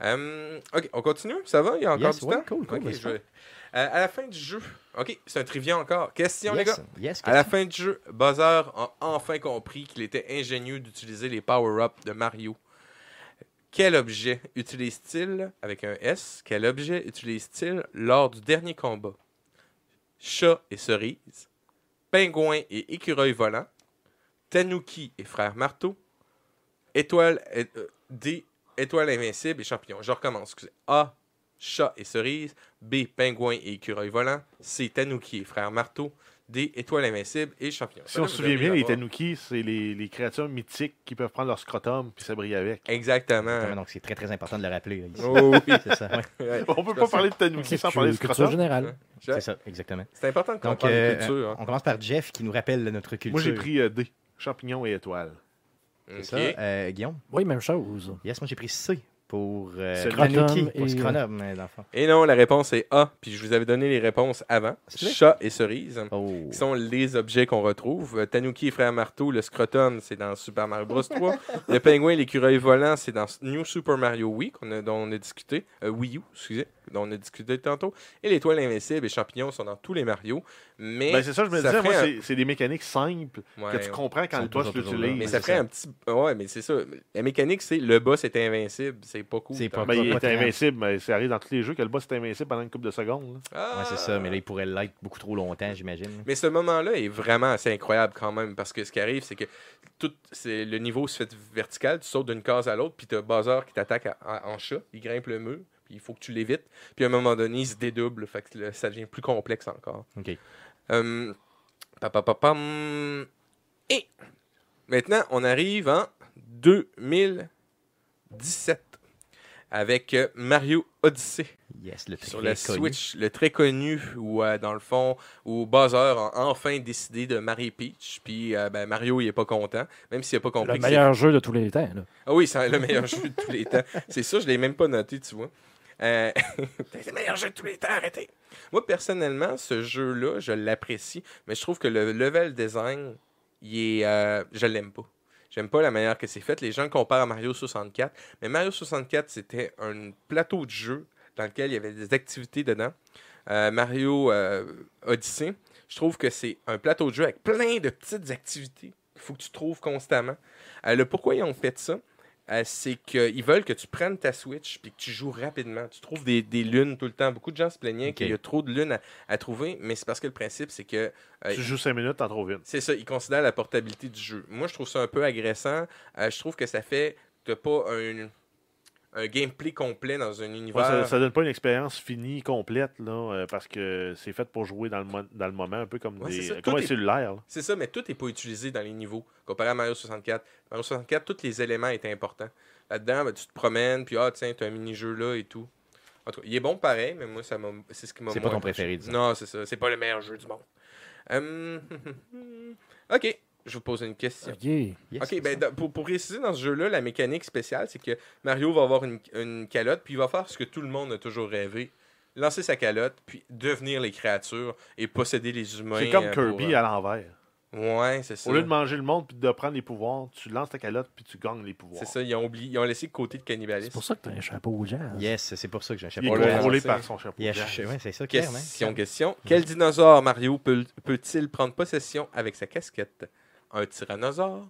Speaker 2: Euh, ok, on continue Ça va Il y a encore
Speaker 1: Yes,
Speaker 2: du
Speaker 1: ouais,
Speaker 2: temps
Speaker 1: cool, cool,
Speaker 2: Ok,
Speaker 1: vas-y.
Speaker 2: je vais- Euh, à la fin du jeu, ok, c'est un trivia encore. Question, les
Speaker 1: yes,
Speaker 2: gars.
Speaker 1: yes,
Speaker 2: À la fin du jeu, Bowser a enfin compris qu'il était ingénieux d'utiliser les power-ups de Mario. Quel objet utilise-t-il, avec un S, quel objet utilise-t-il lors du dernier combat Chat et cerise, pingouin et écureuil volant, tanuki et frère marteau, étoile et, euh, D Étoile invincible et champignons. Je recommence, excusez. A. Chat et cerise. B. Pingouin et écureuil volant. C. Tanuki et frère marteau. D. Étoile invincible et champignons.
Speaker 4: Si
Speaker 2: Ça, là,
Speaker 4: on
Speaker 2: vous
Speaker 4: se souvient
Speaker 2: devriez
Speaker 4: bien, les
Speaker 2: l'avoir.
Speaker 4: Tanuki, c'est les, les créatures mythiques qui peuvent prendre leur scrotum puis ça brille avec.
Speaker 2: Exactement.
Speaker 1: Exactement, Donc, c'est très, très important de le rappeler. là, ici.
Speaker 2: Oh oui.
Speaker 1: C'est ça, ouais,
Speaker 2: Ouais.
Speaker 4: On peut pas parler de Tanuki
Speaker 5: C'est
Speaker 4: sans parler de
Speaker 5: cul- culture
Speaker 4: scrotum.
Speaker 5: générale.
Speaker 1: c'est ça, exactement.
Speaker 2: C'est important de
Speaker 1: Donc,
Speaker 2: comprendre
Speaker 1: euh,
Speaker 2: les cultures. hein.
Speaker 1: on commence par Jeff qui nous rappelle notre culture.
Speaker 4: Moi, j'ai pris euh, D, champignons et étoiles.
Speaker 2: Ok.
Speaker 1: ça. Euh, Guillaume?
Speaker 5: Oui, même chose.
Speaker 1: Yes, moi, j'ai pris C pour euh,
Speaker 4: Scrotum
Speaker 1: Tanuki, pour
Speaker 5: et-
Speaker 1: Scrotum, euh, dans le fond.
Speaker 2: Et non, la réponse est A. Puis je vous avais donné les réponses avant.
Speaker 1: C'est vrai?
Speaker 2: Chat et cerise.
Speaker 1: Oh.
Speaker 2: qui sont les objets qu'on retrouve. Euh, Tanuki et Frère Marteau, le scrotum, c'est dans Super Mario Bros. 3. le pingouin et l'écureuil volant, c'est dans New Super Mario Wii, qu'on a- dont on a discuté. Euh, Wii U, excusez, dont on a discuté tantôt. Et l'étoile invincible et champignons sont dans tous les Mario. Mais
Speaker 4: Ben, c'est ça, je me
Speaker 2: ça
Speaker 4: disais, moi,
Speaker 2: ferait un-
Speaker 4: c'est- c'est des mécaniques simples
Speaker 2: Ouais,
Speaker 4: que tu
Speaker 2: ouais.
Speaker 4: comprends quand
Speaker 1: Ils
Speaker 4: le
Speaker 1: sont
Speaker 4: boss
Speaker 1: toujours, toujours là.
Speaker 4: l'utilise.
Speaker 2: Mais
Speaker 1: Mais
Speaker 2: ça
Speaker 1: c'est
Speaker 2: ferait
Speaker 1: ça.
Speaker 2: un petit. Ouais, mais c'est ça. La mécanique, c'est le boss est invincible. C'est pas cool.
Speaker 1: C'est pas
Speaker 4: Ben, il
Speaker 1: Pas
Speaker 4: est
Speaker 1: très
Speaker 4: invincible, mais ça arrive dans tous les jeux que le boss est invincible pendant une couple de secondes. là.
Speaker 2: Ah!
Speaker 1: Ouais, c'est ça, mais là, il pourrait l'être beaucoup trop longtemps, j'imagine.
Speaker 2: Mais ce moment-là est vraiment assez incroyable quand même, parce que ce qui arrive, c'est que tout c'est le niveau se fait vertical, tu sautes d'une case à l'autre, puis t'as Bazar qui t'attaque à- à- en chat, il grimpe le mur, puis il faut que tu l'évites, puis à un moment donné, il se dédouble, fait que le- ça devient plus complexe encore.
Speaker 1: OK.
Speaker 2: Hum, papapapam. Et maintenant, on arrive en 2017 avec euh, Mario Odyssey
Speaker 1: Yes, le très
Speaker 2: sur la
Speaker 1: connu.
Speaker 2: Switch, le très connu où, euh, dans le fond, où Bowser a enfin décidé de marier Peach, puis euh, ben, Mario, il est pas content, même s'il a pas compris
Speaker 5: Le
Speaker 2: que c'est-
Speaker 5: meilleur jeu de tous les temps. là.
Speaker 2: Ah oui, c'est le meilleur jeu de tous les temps. C'est ça, je l'ai même pas noté, tu vois. Euh, c'est le meilleur jeu de tous les temps, arrêtez! Moi, personnellement, ce jeu-là, je l'apprécie, mais je trouve que le level design, il est, euh, je l'aime pas. J'aime pas la manière que c'est fait. Les gens le comparent à Mario 64, mais Mario 64, c'était un plateau de jeu dans lequel il y avait des activités dedans. Euh, Mario euh, Odyssey, je trouve que c'est un plateau de jeu avec plein de petites activités qu'il faut que tu trouves constamment. Euh, le pourquoi ils ont fait ça, euh, c'est qu'ils veulent que tu prennes ta Switch puis que tu joues rapidement. Tu trouves des, des lunes tout le temps. Beaucoup de gens se plaignaient
Speaker 1: Ok.
Speaker 2: qu'il y a trop de lunes à, à trouver, mais c'est parce que le principe, c'est que Ouais.
Speaker 4: Tu joues 5 minutes, t'en trouves une.
Speaker 2: c'est ça, ils considèrent la portabilité du jeu. Moi, je trouve ça un peu agressant. Euh, je trouve que ça fait que t'as pas un, un gameplay complet dans un
Speaker 4: Ouais,
Speaker 2: univers.
Speaker 4: ça, ça donne pas une expérience finie, complète, là, euh, parce que c'est fait pour jouer dans le, mo- dans le moment, un peu comme,
Speaker 2: Ouais, c'est
Speaker 4: des,
Speaker 2: ça.
Speaker 4: comme
Speaker 2: Tout
Speaker 4: un
Speaker 2: est-
Speaker 4: cellulaire. là.
Speaker 2: C'est ça, mais tout n'est pas utilisé dans les niveaux. Comparé à Mario 64, Mario 64, tous les éléments étaient importants. Là-dedans, ben, tu te promènes, puis ah, tiens, tu un mini-jeu là et tout. En tout cas, il est bon pareil, mais moi, ça m'a- c'est ce qui m'a
Speaker 1: C'est pas
Speaker 2: moins
Speaker 1: ton préféré, disons.
Speaker 2: Non, c'est ça. C'est pas le meilleur jeu du monde. Hum, ok, je vous pose une question.
Speaker 5: OK.
Speaker 1: Yes,
Speaker 2: Ok, ben, dans- pour, pour préciser dans ce jeu-là, la mécanique spéciale, c'est que Mario va avoir une, une calotte, puis il va faire ce que tout le monde a toujours rêvé lancer sa calotte, puis devenir les créatures et posséder les humains.
Speaker 4: C'est comme
Speaker 2: euh, pour,
Speaker 4: Kirby
Speaker 2: euh,
Speaker 4: à l'envers.
Speaker 2: Ouais, c'est ça.
Speaker 4: Au lieu de manger le monde puis de prendre les pouvoirs, tu lances ta calotte puis tu gagnes les pouvoirs.
Speaker 2: C'est ça, ils ont, oublié, ils ont laissé de côté le
Speaker 5: C'est
Speaker 2: cannibalisme.
Speaker 5: pour ça que t'as un chapeau au jazz.
Speaker 1: Yes, c'est pour ça que j'ai un
Speaker 4: Il est
Speaker 1: chapeau.
Speaker 2: Ouais,
Speaker 1: blanc.
Speaker 4: contrôlé
Speaker 2: c'est-
Speaker 4: par son chapeau.
Speaker 1: Il y a
Speaker 4: blanc.
Speaker 1: cherché, ouais, c'est hein, ça, clairement.
Speaker 2: Question, question. Quel dinosaure Mario peut- peut-il prendre possession avec sa casquette Un tyrannosaure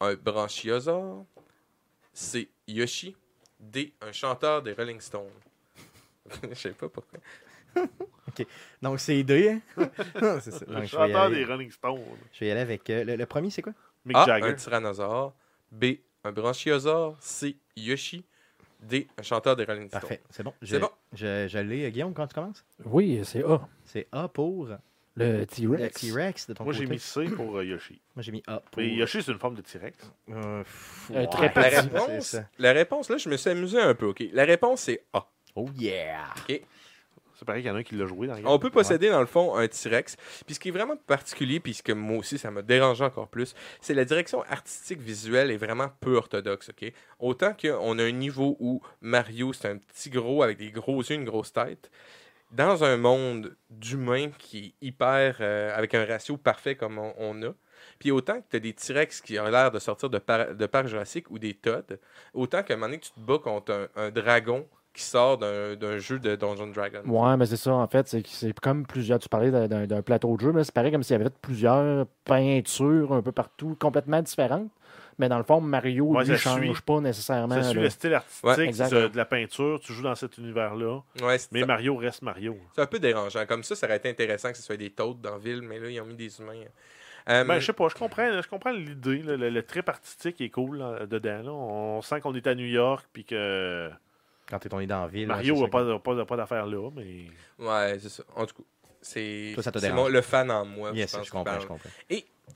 Speaker 2: Un branchiosaure C'est Yoshi D. Un chanteur des Rolling Stones. Je sais pas pourquoi.
Speaker 1: Donc, c'est D, hein? Non, c'est ça.
Speaker 4: Le
Speaker 1: Donc, je, vais y
Speaker 4: chanteur des
Speaker 1: aller,
Speaker 4: Rolling Stones.
Speaker 1: je vais y aller avec... euh, le, le premier, c'est quoi?
Speaker 4: Mick
Speaker 2: A. Ah, Un
Speaker 4: Jagger.
Speaker 2: tyrannosaure. B. Un branchiosaure. C. Yoshi. D. Un chanteur des Rolling Stones.
Speaker 1: Parfait, c'est bon. Je-
Speaker 2: C'est bon.
Speaker 1: Je, je l'ai, euh, Guillaume, quand tu commences?
Speaker 5: Oui, c'est A.
Speaker 1: C'est A pour
Speaker 5: Le
Speaker 1: le
Speaker 5: T-Rex.
Speaker 1: T-Rex de ton
Speaker 4: Moi,
Speaker 1: côté.
Speaker 4: j'ai mis C pour euh, Yoshi.
Speaker 1: Moi, j'ai mis A pour...
Speaker 4: Mais Yoshi, c'est une forme de T-Rex.
Speaker 1: Euh, pff,
Speaker 5: Euh,
Speaker 1: ouais.
Speaker 5: très
Speaker 2: La
Speaker 5: petit.
Speaker 1: C'est
Speaker 2: réponse,
Speaker 1: ça.
Speaker 2: la réponse, là, je me suis amusé un peu. ok. La réponse, c'est A.
Speaker 1: Oh yeah!
Speaker 4: C'est pareil qu'il y en a un qui l'a joué dans les
Speaker 2: On peut posséder, dans le fond, un T-Rex. Puis ce qui est vraiment particulier, puis ce que moi aussi, ça me dérange encore plus, c'est la direction artistique visuelle est vraiment peu orthodoxe, OK? Autant qu'on a un niveau où Mario, c'est un petit gros avec des gros yeux, une grosse tête, dans un monde d'humains qui est hyper... euh, avec un ratio parfait comme on, on a, puis autant que tu as des T-Rex qui ont l'air de sortir de, par- de parc jurassique ou des Todd, autant qu'à un moment donné, tu te bats contre un, un dragon qui sort d'un d'un jeu de Dungeon Dragon.
Speaker 5: Ouais, mais c'est ça, en fait. C'est que c'est comme plusieurs. Tu parlais d'un- d'un d'un plateau de jeu, mais c'est pareil comme s'il y avait fait plusieurs peintures un peu partout, complètement différentes. Mais dans le fond, Mario,
Speaker 4: Ouais,
Speaker 5: lui,
Speaker 4: ça
Speaker 5: change
Speaker 4: suit.
Speaker 5: pas nécessairement.
Speaker 4: Ça suit
Speaker 5: là.
Speaker 4: le style artistique euh,
Speaker 2: Ouais,
Speaker 5: exact.
Speaker 4: de, de la peinture. Tu joues dans cet univers-là.
Speaker 2: Ouais, c'est
Speaker 4: Mais
Speaker 2: ça.
Speaker 4: Mario reste Mario.
Speaker 2: C'est un peu dérangeant. Comme ça, ça aurait été intéressant que ce soit des taudes dans la ville, mais là, ils ont mis des humains. Euh,
Speaker 4: Ben, je sais pas, je comprends, là, je comprends l'idée. là, Le, le trip artistique est cool là, dedans. là. On sent qu'on est à New York puis que
Speaker 1: Quand t'es- on est dans la ville.
Speaker 4: Mario
Speaker 1: ouais, c'est
Speaker 4: n'a
Speaker 1: ça.
Speaker 4: pas, a pas, a pas d'affaires là, mais
Speaker 2: Ouais, c'est ça. En tout cas, c'est
Speaker 1: Toi, ça te
Speaker 2: c'est
Speaker 1: dérange.
Speaker 2: mon- le fan en moi.
Speaker 1: Yes,
Speaker 2: je pense,
Speaker 1: je
Speaker 2: qui
Speaker 1: comprends,
Speaker 2: parle.
Speaker 1: je comprends.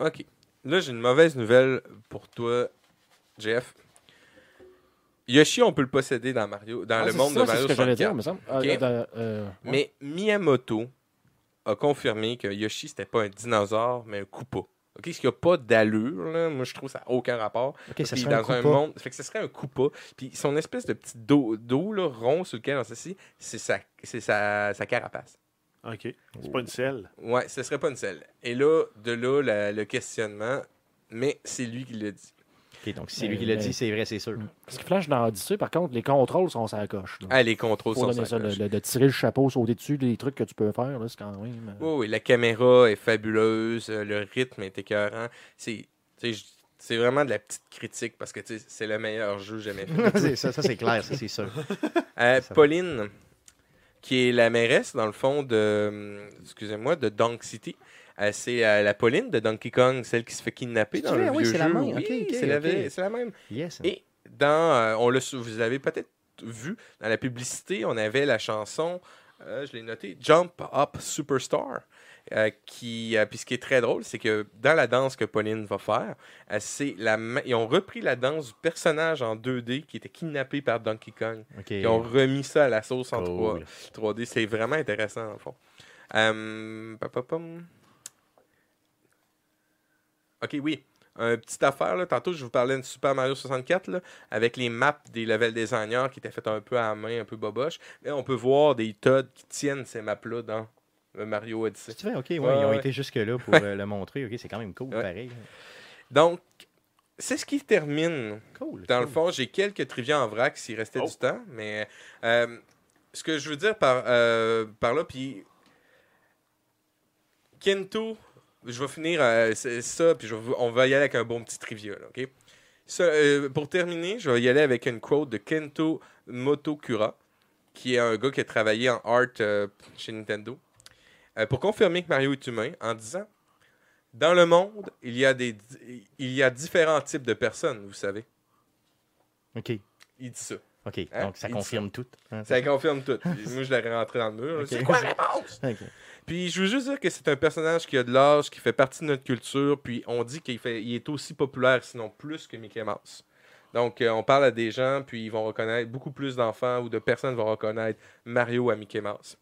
Speaker 2: OK. Là, j'ai une mauvaise nouvelle pour toi, Jeff. Yoshi, on peut le posséder dans Mario, dans
Speaker 5: Ah,
Speaker 2: le
Speaker 5: c'est
Speaker 2: monde
Speaker 5: ça,
Speaker 2: de
Speaker 5: C'est ce
Speaker 2: Mario
Speaker 5: que j'allais dire,
Speaker 2: 64.
Speaker 5: me semble. Ah,
Speaker 2: Ok.
Speaker 5: euh, euh, ouais.
Speaker 2: Mais Miyamoto a confirmé que Yoshi, c'était pas un dinosaure, mais un Koopa. OK, ce qui a pas d'allure, là. Moi, je trouve ça n'a aucun rapport.
Speaker 1: Ok, ça
Speaker 2: Puis
Speaker 1: serait un
Speaker 2: dans un
Speaker 1: Koopa.
Speaker 2: monde. Fait que ce serait un Koopa. Puis son espèce de petit dos, dos là, rond sur lequel on s'assied, c'est sa, c'est sa, sa carapace.
Speaker 4: OK. C'est
Speaker 1: Oh.
Speaker 4: pas une selle.
Speaker 2: Ouais, ce serait pas une selle. Et là, de là, la- le questionnement, mais c'est lui qui l'a dit.
Speaker 1: Ok, donc si c'est lui qui l'a
Speaker 5: Mais-
Speaker 1: dit, c'est vrai, c'est sûr.
Speaker 5: Ce qui flash dans Odyssey, par contre, les contrôles sont sur la coche. là.
Speaker 2: Ah, les contrôles
Speaker 5: Faut
Speaker 2: sont
Speaker 5: donner ça,
Speaker 2: sur la
Speaker 5: le,
Speaker 2: coche.
Speaker 5: le- de tirer le chapeau, sauter dessus, les trucs que tu peux faire, là, c'est quand même. euh,
Speaker 2: Oui, oui, la caméra est fabuleuse, euh, le rythme est écœurant. C'est tu sais, je- c'est vraiment de la petite critique parce que tu sais, c'est le meilleur jeu jamais fait.
Speaker 1: C'est ça, ça, c'est clair, ça, c'est sûr. Ça
Speaker 2: Euh,
Speaker 1: va.
Speaker 2: Pauline, qui est la mairesse, dans le fond, de. hum, Excusez-moi, de Donk City. Euh, c'est euh, la Pauline de Donkey Kong, celle qui se fait kidnapper dans
Speaker 1: C'est
Speaker 2: le
Speaker 1: vrai, oui,
Speaker 2: vieux
Speaker 1: c'est la
Speaker 2: jeu.
Speaker 1: même.
Speaker 2: Oui,
Speaker 1: Ok, ok,
Speaker 2: c'est la
Speaker 1: ok. Hmm.
Speaker 2: vraie- c'est la même.
Speaker 1: Yes.
Speaker 2: Et dans, euh, on le, sou- vous l'avez peut-être vu, dans la publicité, on avait la chanson, euh, je l'ai noté, Jump Up Superstar. euh, qui, euh, puis ce qui est très drôle, c'est que dans la danse que Pauline va faire, euh, c'est la ma- ils ont repris la danse du personnage en 2D qui était kidnappé par Donkey Kong.
Speaker 1: Ok.
Speaker 2: Ils ont remis ça à la sauce en
Speaker 4: Cool.
Speaker 2: 3, d C'est vraiment intéressant, en fond. Euh, pa- pa- pam. Ok, oui. Une petite affaire, là. tantôt je vous parlais de Super Mario 64 là, avec les maps des level designers qui étaient faites un peu à la main, un peu boboche. Mais on peut voir des Todd qui tiennent ces maps-là dans le Mario Odyssey.
Speaker 1: C'est vrai, ok, ouais,
Speaker 2: Ouais,
Speaker 1: ils ont
Speaker 2: ouais.
Speaker 1: été jusque-là pour euh, le montrer. Ok, c'est quand même cool,
Speaker 2: Ouais.
Speaker 1: pareil.
Speaker 2: Donc, c'est ce qui termine
Speaker 1: Cool.
Speaker 2: Dans le
Speaker 1: cool.
Speaker 2: fond, j'ai quelques trivia en vrac s'il restait
Speaker 4: Oh.
Speaker 2: du temps, mais euh, ce que je veux dire par, euh, par là, puis Kento, je vais finir euh, c'est ça, puis je vais- on va y aller avec un bon petit trivia, là, ok? Ça, euh, pour terminer, je vais y aller avec une quote de Kento Motokura, qui est un gars qui a travaillé en art euh, chez Nintendo, euh, pour confirmer que Mario est humain en disant Dans le monde, il y a, des, il y a différents types de personnes, vous savez.
Speaker 1: Ok,
Speaker 2: Il dit ça.
Speaker 1: ok,
Speaker 2: Hein?
Speaker 1: donc ça
Speaker 2: Il dit
Speaker 1: confirme tout. hein,
Speaker 2: Ça confirme tout. Puis Moi, je l'aurais rentré dans le mur. là.
Speaker 1: Ok.
Speaker 2: C'est quoi la réponse?
Speaker 1: Ok.
Speaker 2: Puis je veux juste dire que c'est un personnage qui a de l'âge, qui fait partie de notre culture. Puis on dit qu'il fait, il est aussi populaire, sinon plus que Mickey Mouse. Donc euh, on parle à des gens, puis ils vont reconnaître, beaucoup plus d'enfants ou de personnes vont reconnaître Mario à Mickey Mouse.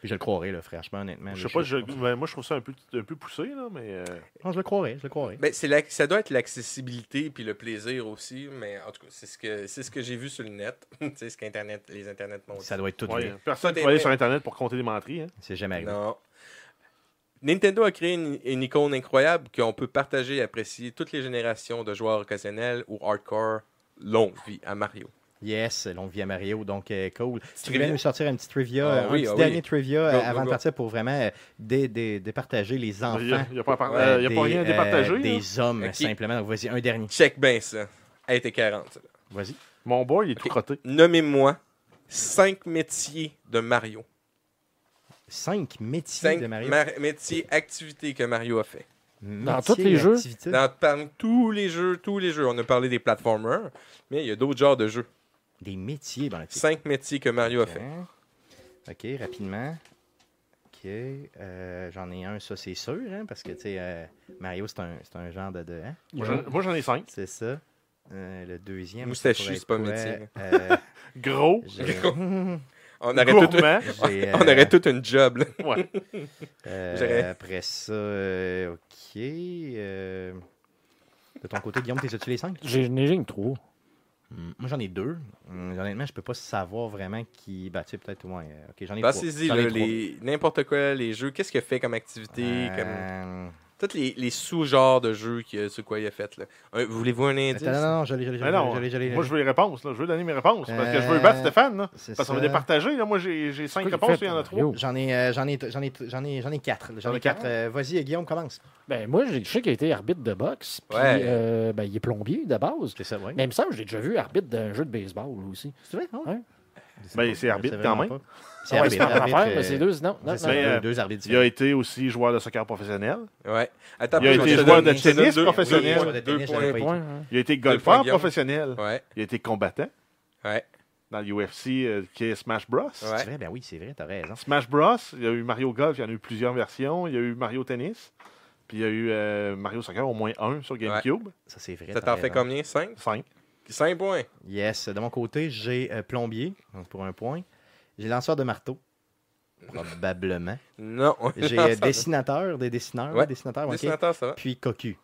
Speaker 1: Puis je le croirais, là, franchement, honnêtement.
Speaker 4: Je
Speaker 1: là,
Speaker 4: sais pas, je- ben, moi je trouve ça un peu, un peu poussé, là, mais euh,
Speaker 1: Non, je le croirais, je le croirais.
Speaker 2: Ben, c'est la- ça doit être l'accessibilité puis le plaisir aussi, mais en tout cas, c'est ce que, c'est ce que j'ai vu sur le net. c'est ce qu'Internet, les Internets montrent.
Speaker 1: Ça doit être tout
Speaker 4: ouais,
Speaker 1: vrai.
Speaker 4: personne
Speaker 2: Ça,
Speaker 4: ne
Speaker 2: t'es-
Speaker 4: va aller sur Internet pour compter des menteries. hein.
Speaker 1: C'est jamais arrivé.
Speaker 2: Non. Nintendo a créé une, une icône incroyable qu'on peut partager et apprécier toutes les générations de joueurs occasionnels ou hardcore. Longue vie à Mario.
Speaker 1: Yes, l'on vit à Mario, donc euh, cool. Tu
Speaker 2: trivia.
Speaker 1: voulais nous sortir un petit trivia,
Speaker 2: Ah
Speaker 1: euh, un
Speaker 2: oui,
Speaker 1: petit
Speaker 2: ah oui.
Speaker 1: dernier trivia euh,
Speaker 2: Go, go,
Speaker 1: avant de
Speaker 2: go.
Speaker 1: partir pour vraiment euh, dé- dé- départager les enfants.
Speaker 4: Il n'y a, il y a pas, à par-
Speaker 2: Ouais,
Speaker 4: euh, il y a
Speaker 1: des,
Speaker 4: pas rien à
Speaker 1: euh,
Speaker 4: départager. hein? là.
Speaker 1: Des hommes,
Speaker 2: Ok.
Speaker 1: simplement. Donc, vas-y, un dernier.
Speaker 2: Check bien ça. Elle était 40. celle-là.
Speaker 1: Vas-y.
Speaker 4: Mon boy, il est
Speaker 2: Ok.
Speaker 4: tout crotté.
Speaker 2: Nommez-moi cinq métiers de Mario.
Speaker 1: Cinq métiers
Speaker 2: Cinq
Speaker 1: de Mario.
Speaker 2: mar- métiers, activités que Mario a fait.
Speaker 5: Dans
Speaker 1: Métiers
Speaker 5: tous les jeux?
Speaker 1: activités.
Speaker 2: Dans, parmi tous les jeux, tous les jeux, on a parlé des platformers, mais il y a d'autres genres de jeux.
Speaker 1: Des métiers. ben, Bon, ok.
Speaker 2: Cinq métiers que Mario a fait.
Speaker 1: Ok, rapidement. Ok, euh, j'en ai un, ça c'est sûr, hein, parce que tu sais, euh, Mario c'est un, c'est un genre de. de hein,
Speaker 4: Moi, j'en- Moi j'en ai cinq.
Speaker 1: c'est ça. Euh, le deuxième.
Speaker 2: Moustachu,
Speaker 1: ça pourrait être
Speaker 2: c'est pas métier.
Speaker 1: quoi? Euh,
Speaker 4: Gros,
Speaker 1: j'ai-
Speaker 2: On aurait, tout,
Speaker 4: gourmand.
Speaker 1: j'ai, euh,
Speaker 2: on aurait tout une job. là.
Speaker 4: Ouais.
Speaker 1: euh,
Speaker 2: j'aurais-
Speaker 1: après ça, euh, ok. euh, de ton côté, Guillaume, t'es tu les cinq
Speaker 5: J'ai une ligne 3.
Speaker 1: Hmm, Moi j'en ai deux. Hmm, honnêtement, je peux pas savoir vraiment qui. Bah, tu sais, peut-être, ouais. euh, Ok, j'en ai trois.
Speaker 2: Passez-y,
Speaker 1: J'en ai
Speaker 2: Bah, là,
Speaker 1: trois.
Speaker 2: les- n'importe quoi, les jeux, qu'est-ce qu'il a fait comme activité, comme...
Speaker 1: Euh,
Speaker 2: Tous les, les sous-genres de jeux qu'il y a- sur quoi il a fait. là. Un- Voulez-vous un indice?
Speaker 1: Attends, non, non, non, je l'ai, je l'ai, je
Speaker 4: Mais
Speaker 1: l'ai,
Speaker 4: non,
Speaker 1: je l'ai, je l'ai, je
Speaker 4: moi
Speaker 1: l'ai.
Speaker 4: je veux les réponses. Là. Je veux donner mes réponses. Parce que je veux
Speaker 1: Euh,
Speaker 4: battre Stéphane. Là.
Speaker 1: C'est
Speaker 4: Parce qu'on
Speaker 1: ça.
Speaker 4: va les partager. Là. Moi j'ai j'ai cinq réponses, il y en a trois.
Speaker 1: J'en ai, euh, j'en ai, j'en ai, j'en ai, j'en ai quatre. J'en
Speaker 4: J'en
Speaker 1: ai
Speaker 4: ai
Speaker 1: quatre. Euh, Vas-y, Guillaume, commence.
Speaker 5: Ben, moi, j'ai- je sais qu'il a été arbitre de boxe. Puis,
Speaker 2: Ouais.
Speaker 5: euh, ben, il est plombier de base.
Speaker 1: C'est ça, oui.
Speaker 5: Mais il me semble que j'ai déjà vu arbitre d'un jeu de baseball aussi.
Speaker 1: C'est vrai, hein?
Speaker 5: Ouais.
Speaker 4: Ben, c'est arbitre
Speaker 1: C'est
Speaker 4: quand
Speaker 1: vraiment
Speaker 4: même.
Speaker 1: pas.
Speaker 5: Ah Ouais,
Speaker 1: C'est arbitre.
Speaker 5: c'est pas la même
Speaker 1: arbitre,
Speaker 5: affaire, mais
Speaker 1: euh,
Speaker 5: c'est deux, non. non,
Speaker 1: c'est ça,
Speaker 5: non.
Speaker 4: Mais,
Speaker 1: deux-
Speaker 4: euh,
Speaker 1: Deux arbitres
Speaker 4: Il a
Speaker 1: différents.
Speaker 4: été aussi joueur de soccer professionnel.
Speaker 2: Ouais. Attends,
Speaker 4: Il a
Speaker 2: je vais
Speaker 4: été
Speaker 2: te
Speaker 4: joueur
Speaker 2: donner-
Speaker 4: de
Speaker 2: je te donne
Speaker 4: tennis
Speaker 2: deux-
Speaker 4: professionnel.
Speaker 2: deux points,
Speaker 1: Joueur de tennis,
Speaker 2: deux
Speaker 1: j'avais
Speaker 5: Deux
Speaker 2: points.
Speaker 5: points, hein.
Speaker 4: Il a été
Speaker 2: points,
Speaker 4: golfeur
Speaker 2: Guillaume.
Speaker 4: professionnel.
Speaker 2: Ouais,
Speaker 4: Il a été combattant
Speaker 2: ouais,
Speaker 4: dans l'UFC euh, qui est Smash Bros.
Speaker 1: C'est
Speaker 2: ouais.
Speaker 1: vrai, ben oui, c'est vrai, t'as raison.
Speaker 4: Smash Bros, il y a eu Mario Golf, il y en a eu plusieurs versions. Il y a eu Mario Tennis, puis il y a eu euh, Mario Soccer, au moins un sur GameCube.
Speaker 1: Ça, c'est vrai.
Speaker 2: Ça
Speaker 1: t'as
Speaker 2: t'en fait
Speaker 1: raison.
Speaker 2: combien? 5?
Speaker 4: Cinq.
Speaker 2: 5 points.
Speaker 1: Yes. De mon côté, j'ai euh, plombier, donc pour un point. J'ai lanceur de marteau, probablement.
Speaker 2: Non.
Speaker 1: J'ai euh, dessinateur, des dessineurs.
Speaker 2: Ouais.
Speaker 1: Dessinateur, ok.
Speaker 2: Dessinateur, ça va.
Speaker 1: Puis cocu.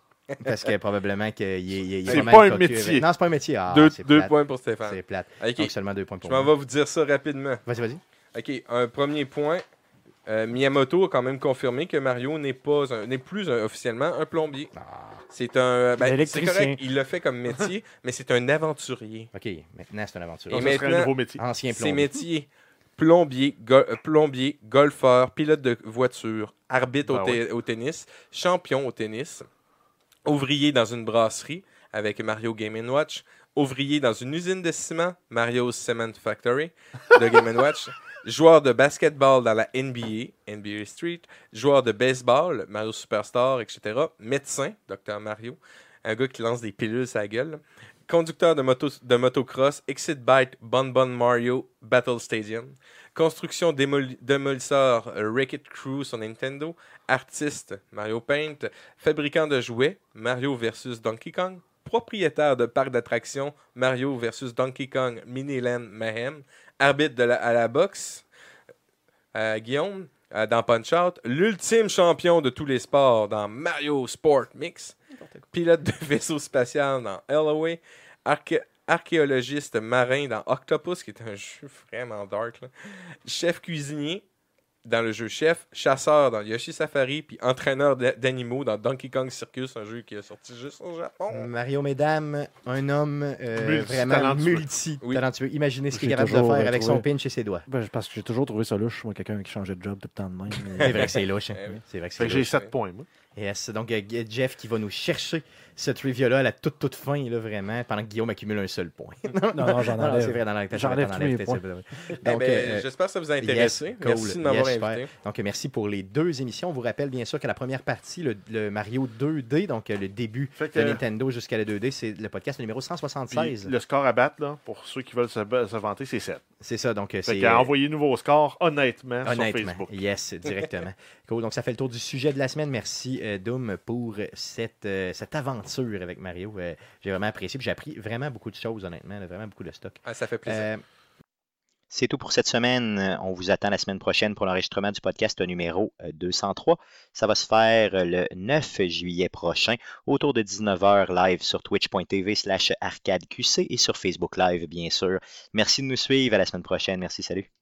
Speaker 1: Parce que probablement qu'il est, il est- il est
Speaker 4: C'est
Speaker 1: vraiment
Speaker 4: pas un
Speaker 1: cocu
Speaker 4: métier.
Speaker 1: avec- Non, c'est pas un métier. Ah,
Speaker 2: deux
Speaker 1: c'est
Speaker 2: deux
Speaker 1: plate.
Speaker 2: points pour Stéphane.
Speaker 1: C'est plate.
Speaker 2: Ok,
Speaker 1: Donc seulement deux points
Speaker 2: je
Speaker 1: pour
Speaker 2: m'en
Speaker 1: moi.
Speaker 2: vais vous dire ça rapidement.
Speaker 1: Vas-y, vas-y.
Speaker 2: OK, un premier point. Euh, Miyamoto a quand même confirmé que Mario n'est pas un- n'est plus un- officiellement un plombier.
Speaker 1: Ah,
Speaker 2: C'est un ben, c'est
Speaker 5: Électricien.
Speaker 2: correct, il le fait comme métier, mais c'est un aventurier.
Speaker 1: OK. Maintenant, c'est un aventurier.
Speaker 4: Donc,
Speaker 2: Et
Speaker 4: ça serait
Speaker 2: maintenant-
Speaker 4: un nouveau métier.
Speaker 1: Ancien
Speaker 2: Ses
Speaker 1: plombier.
Speaker 2: métiers plombier, go- euh, plombier, golfeur, pilote de voiture, arbitre
Speaker 4: Ah
Speaker 2: au, te- au tennis, champion au tennis, ouvrier dans une brasserie avec Mario Game Watch, ouvrier dans une usine de ciment, Mario's Cement Factory de Game Watch, joueur de basketball dans la NBA, NBA Street, joueur de baseball, Mario Superstar, etc., médecin, Dr Mario, un gars qui lance des pilules à la gueule, conducteur de, moto, de motocross, Exit Bike, Bon Bon Mario, Battle Stadium, construction démoli- démolisseur, euh, Wreck-It Crew sur Nintendo, artiste, Mario Paint, fabricant de jouets, Mario versus Donkey Kong, propriétaire de parc d'attractions, Mario versus Donkey Kong, Miniland Mayhem, arbitre de la, à la boxe, euh, Guillaume, euh, dans Punch Out, l'ultime champion de tous les sports dans Mario Sport Mix, pilote de vaisseau spatial dans Hellaway, arché- archéologiste marin dans Octopus, qui est un jeu vraiment dark, là, chef cuisinier dans le jeu Chef, chasseur dans Yoshi Safari, puis entraîneur d'a- d'animaux dans Donkey Kong Circus, un jeu qui est sorti juste au Japon.
Speaker 1: Mario, mesdames, un homme euh,
Speaker 4: Multitalentueux.
Speaker 1: vraiment multi-talentueux. Imaginez ce qu'il est
Speaker 5: J'ai
Speaker 1: capable de
Speaker 5: toujours,
Speaker 1: faire
Speaker 5: euh,
Speaker 1: avec
Speaker 5: trouvé.
Speaker 1: son pinch et ses doigts.
Speaker 5: Ben, je- parce que j'ai toujours trouvé ça louche, moi, quelqu'un qui changeait de job tout le temps de même.
Speaker 1: C'est vrai que c'est louche. hein.
Speaker 2: Eh oui.
Speaker 1: C'est vrai que
Speaker 4: Fait
Speaker 1: c'est
Speaker 4: que j'ai
Speaker 1: louche.
Speaker 2: oui.
Speaker 4: 7 points, moi.
Speaker 1: Yes, donc euh, Gu- Jeff qui va nous chercher ce trivia-là à la toute, toute fin, là, vraiment, pendant que Guillaume accumule un seul point.
Speaker 5: Non, non, Ah, j'en
Speaker 1: Non, non,
Speaker 5: enlève.
Speaker 1: c'est vrai, dans l'acte.
Speaker 5: J'enlève tous mes
Speaker 2: Eh
Speaker 1: Donc,
Speaker 2: ben,
Speaker 1: euh,
Speaker 2: J'espère que ça vous a
Speaker 1: yes,
Speaker 2: intéressé.
Speaker 1: cool.
Speaker 2: Merci de m'avoir
Speaker 1: Yes, super.
Speaker 2: invité.
Speaker 1: Donc, euh, merci pour les deux émissions. On vous rappelle bien sûr que la première partie, le, le Mario 2D, donc euh, le début
Speaker 4: Fait que-
Speaker 1: de Nintendo jusqu'à le 2D, c'est le podcast numéro
Speaker 4: Puis
Speaker 1: 176.
Speaker 4: le score à battre, là, pour ceux qui veulent se, ba- se vanter, c'est 7.
Speaker 1: C'est ça, donc euh,
Speaker 4: Fait
Speaker 1: c'est.
Speaker 4: que, envoyez-nous vos scores honnêtement, sur
Speaker 1: Honnêtement,
Speaker 4: Facebook.
Speaker 1: yes, directement. Cool, donc ça fait le tour du sujet de la semaine. Merci, euh, Doom, pour cette, euh, cette aventure avec Mario. Euh, j'ai vraiment apprécié, puis j'ai appris vraiment beaucoup de choses, honnêtement, là, vraiment beaucoup de stock.
Speaker 2: Ah, ça fait plaisir.
Speaker 1: Euh,
Speaker 6: C'est tout pour cette semaine. Euh, On vous attend la semaine prochaine pour l'enregistrement du podcast numéro euh, 203. Ça va se faire euh, le 9 juillet prochain, autour de 19h live sur twitch.tv slash arcadeqc et sur Facebook Live, bien sûr. Merci de nous suivre. À la semaine prochaine. Merci, salut.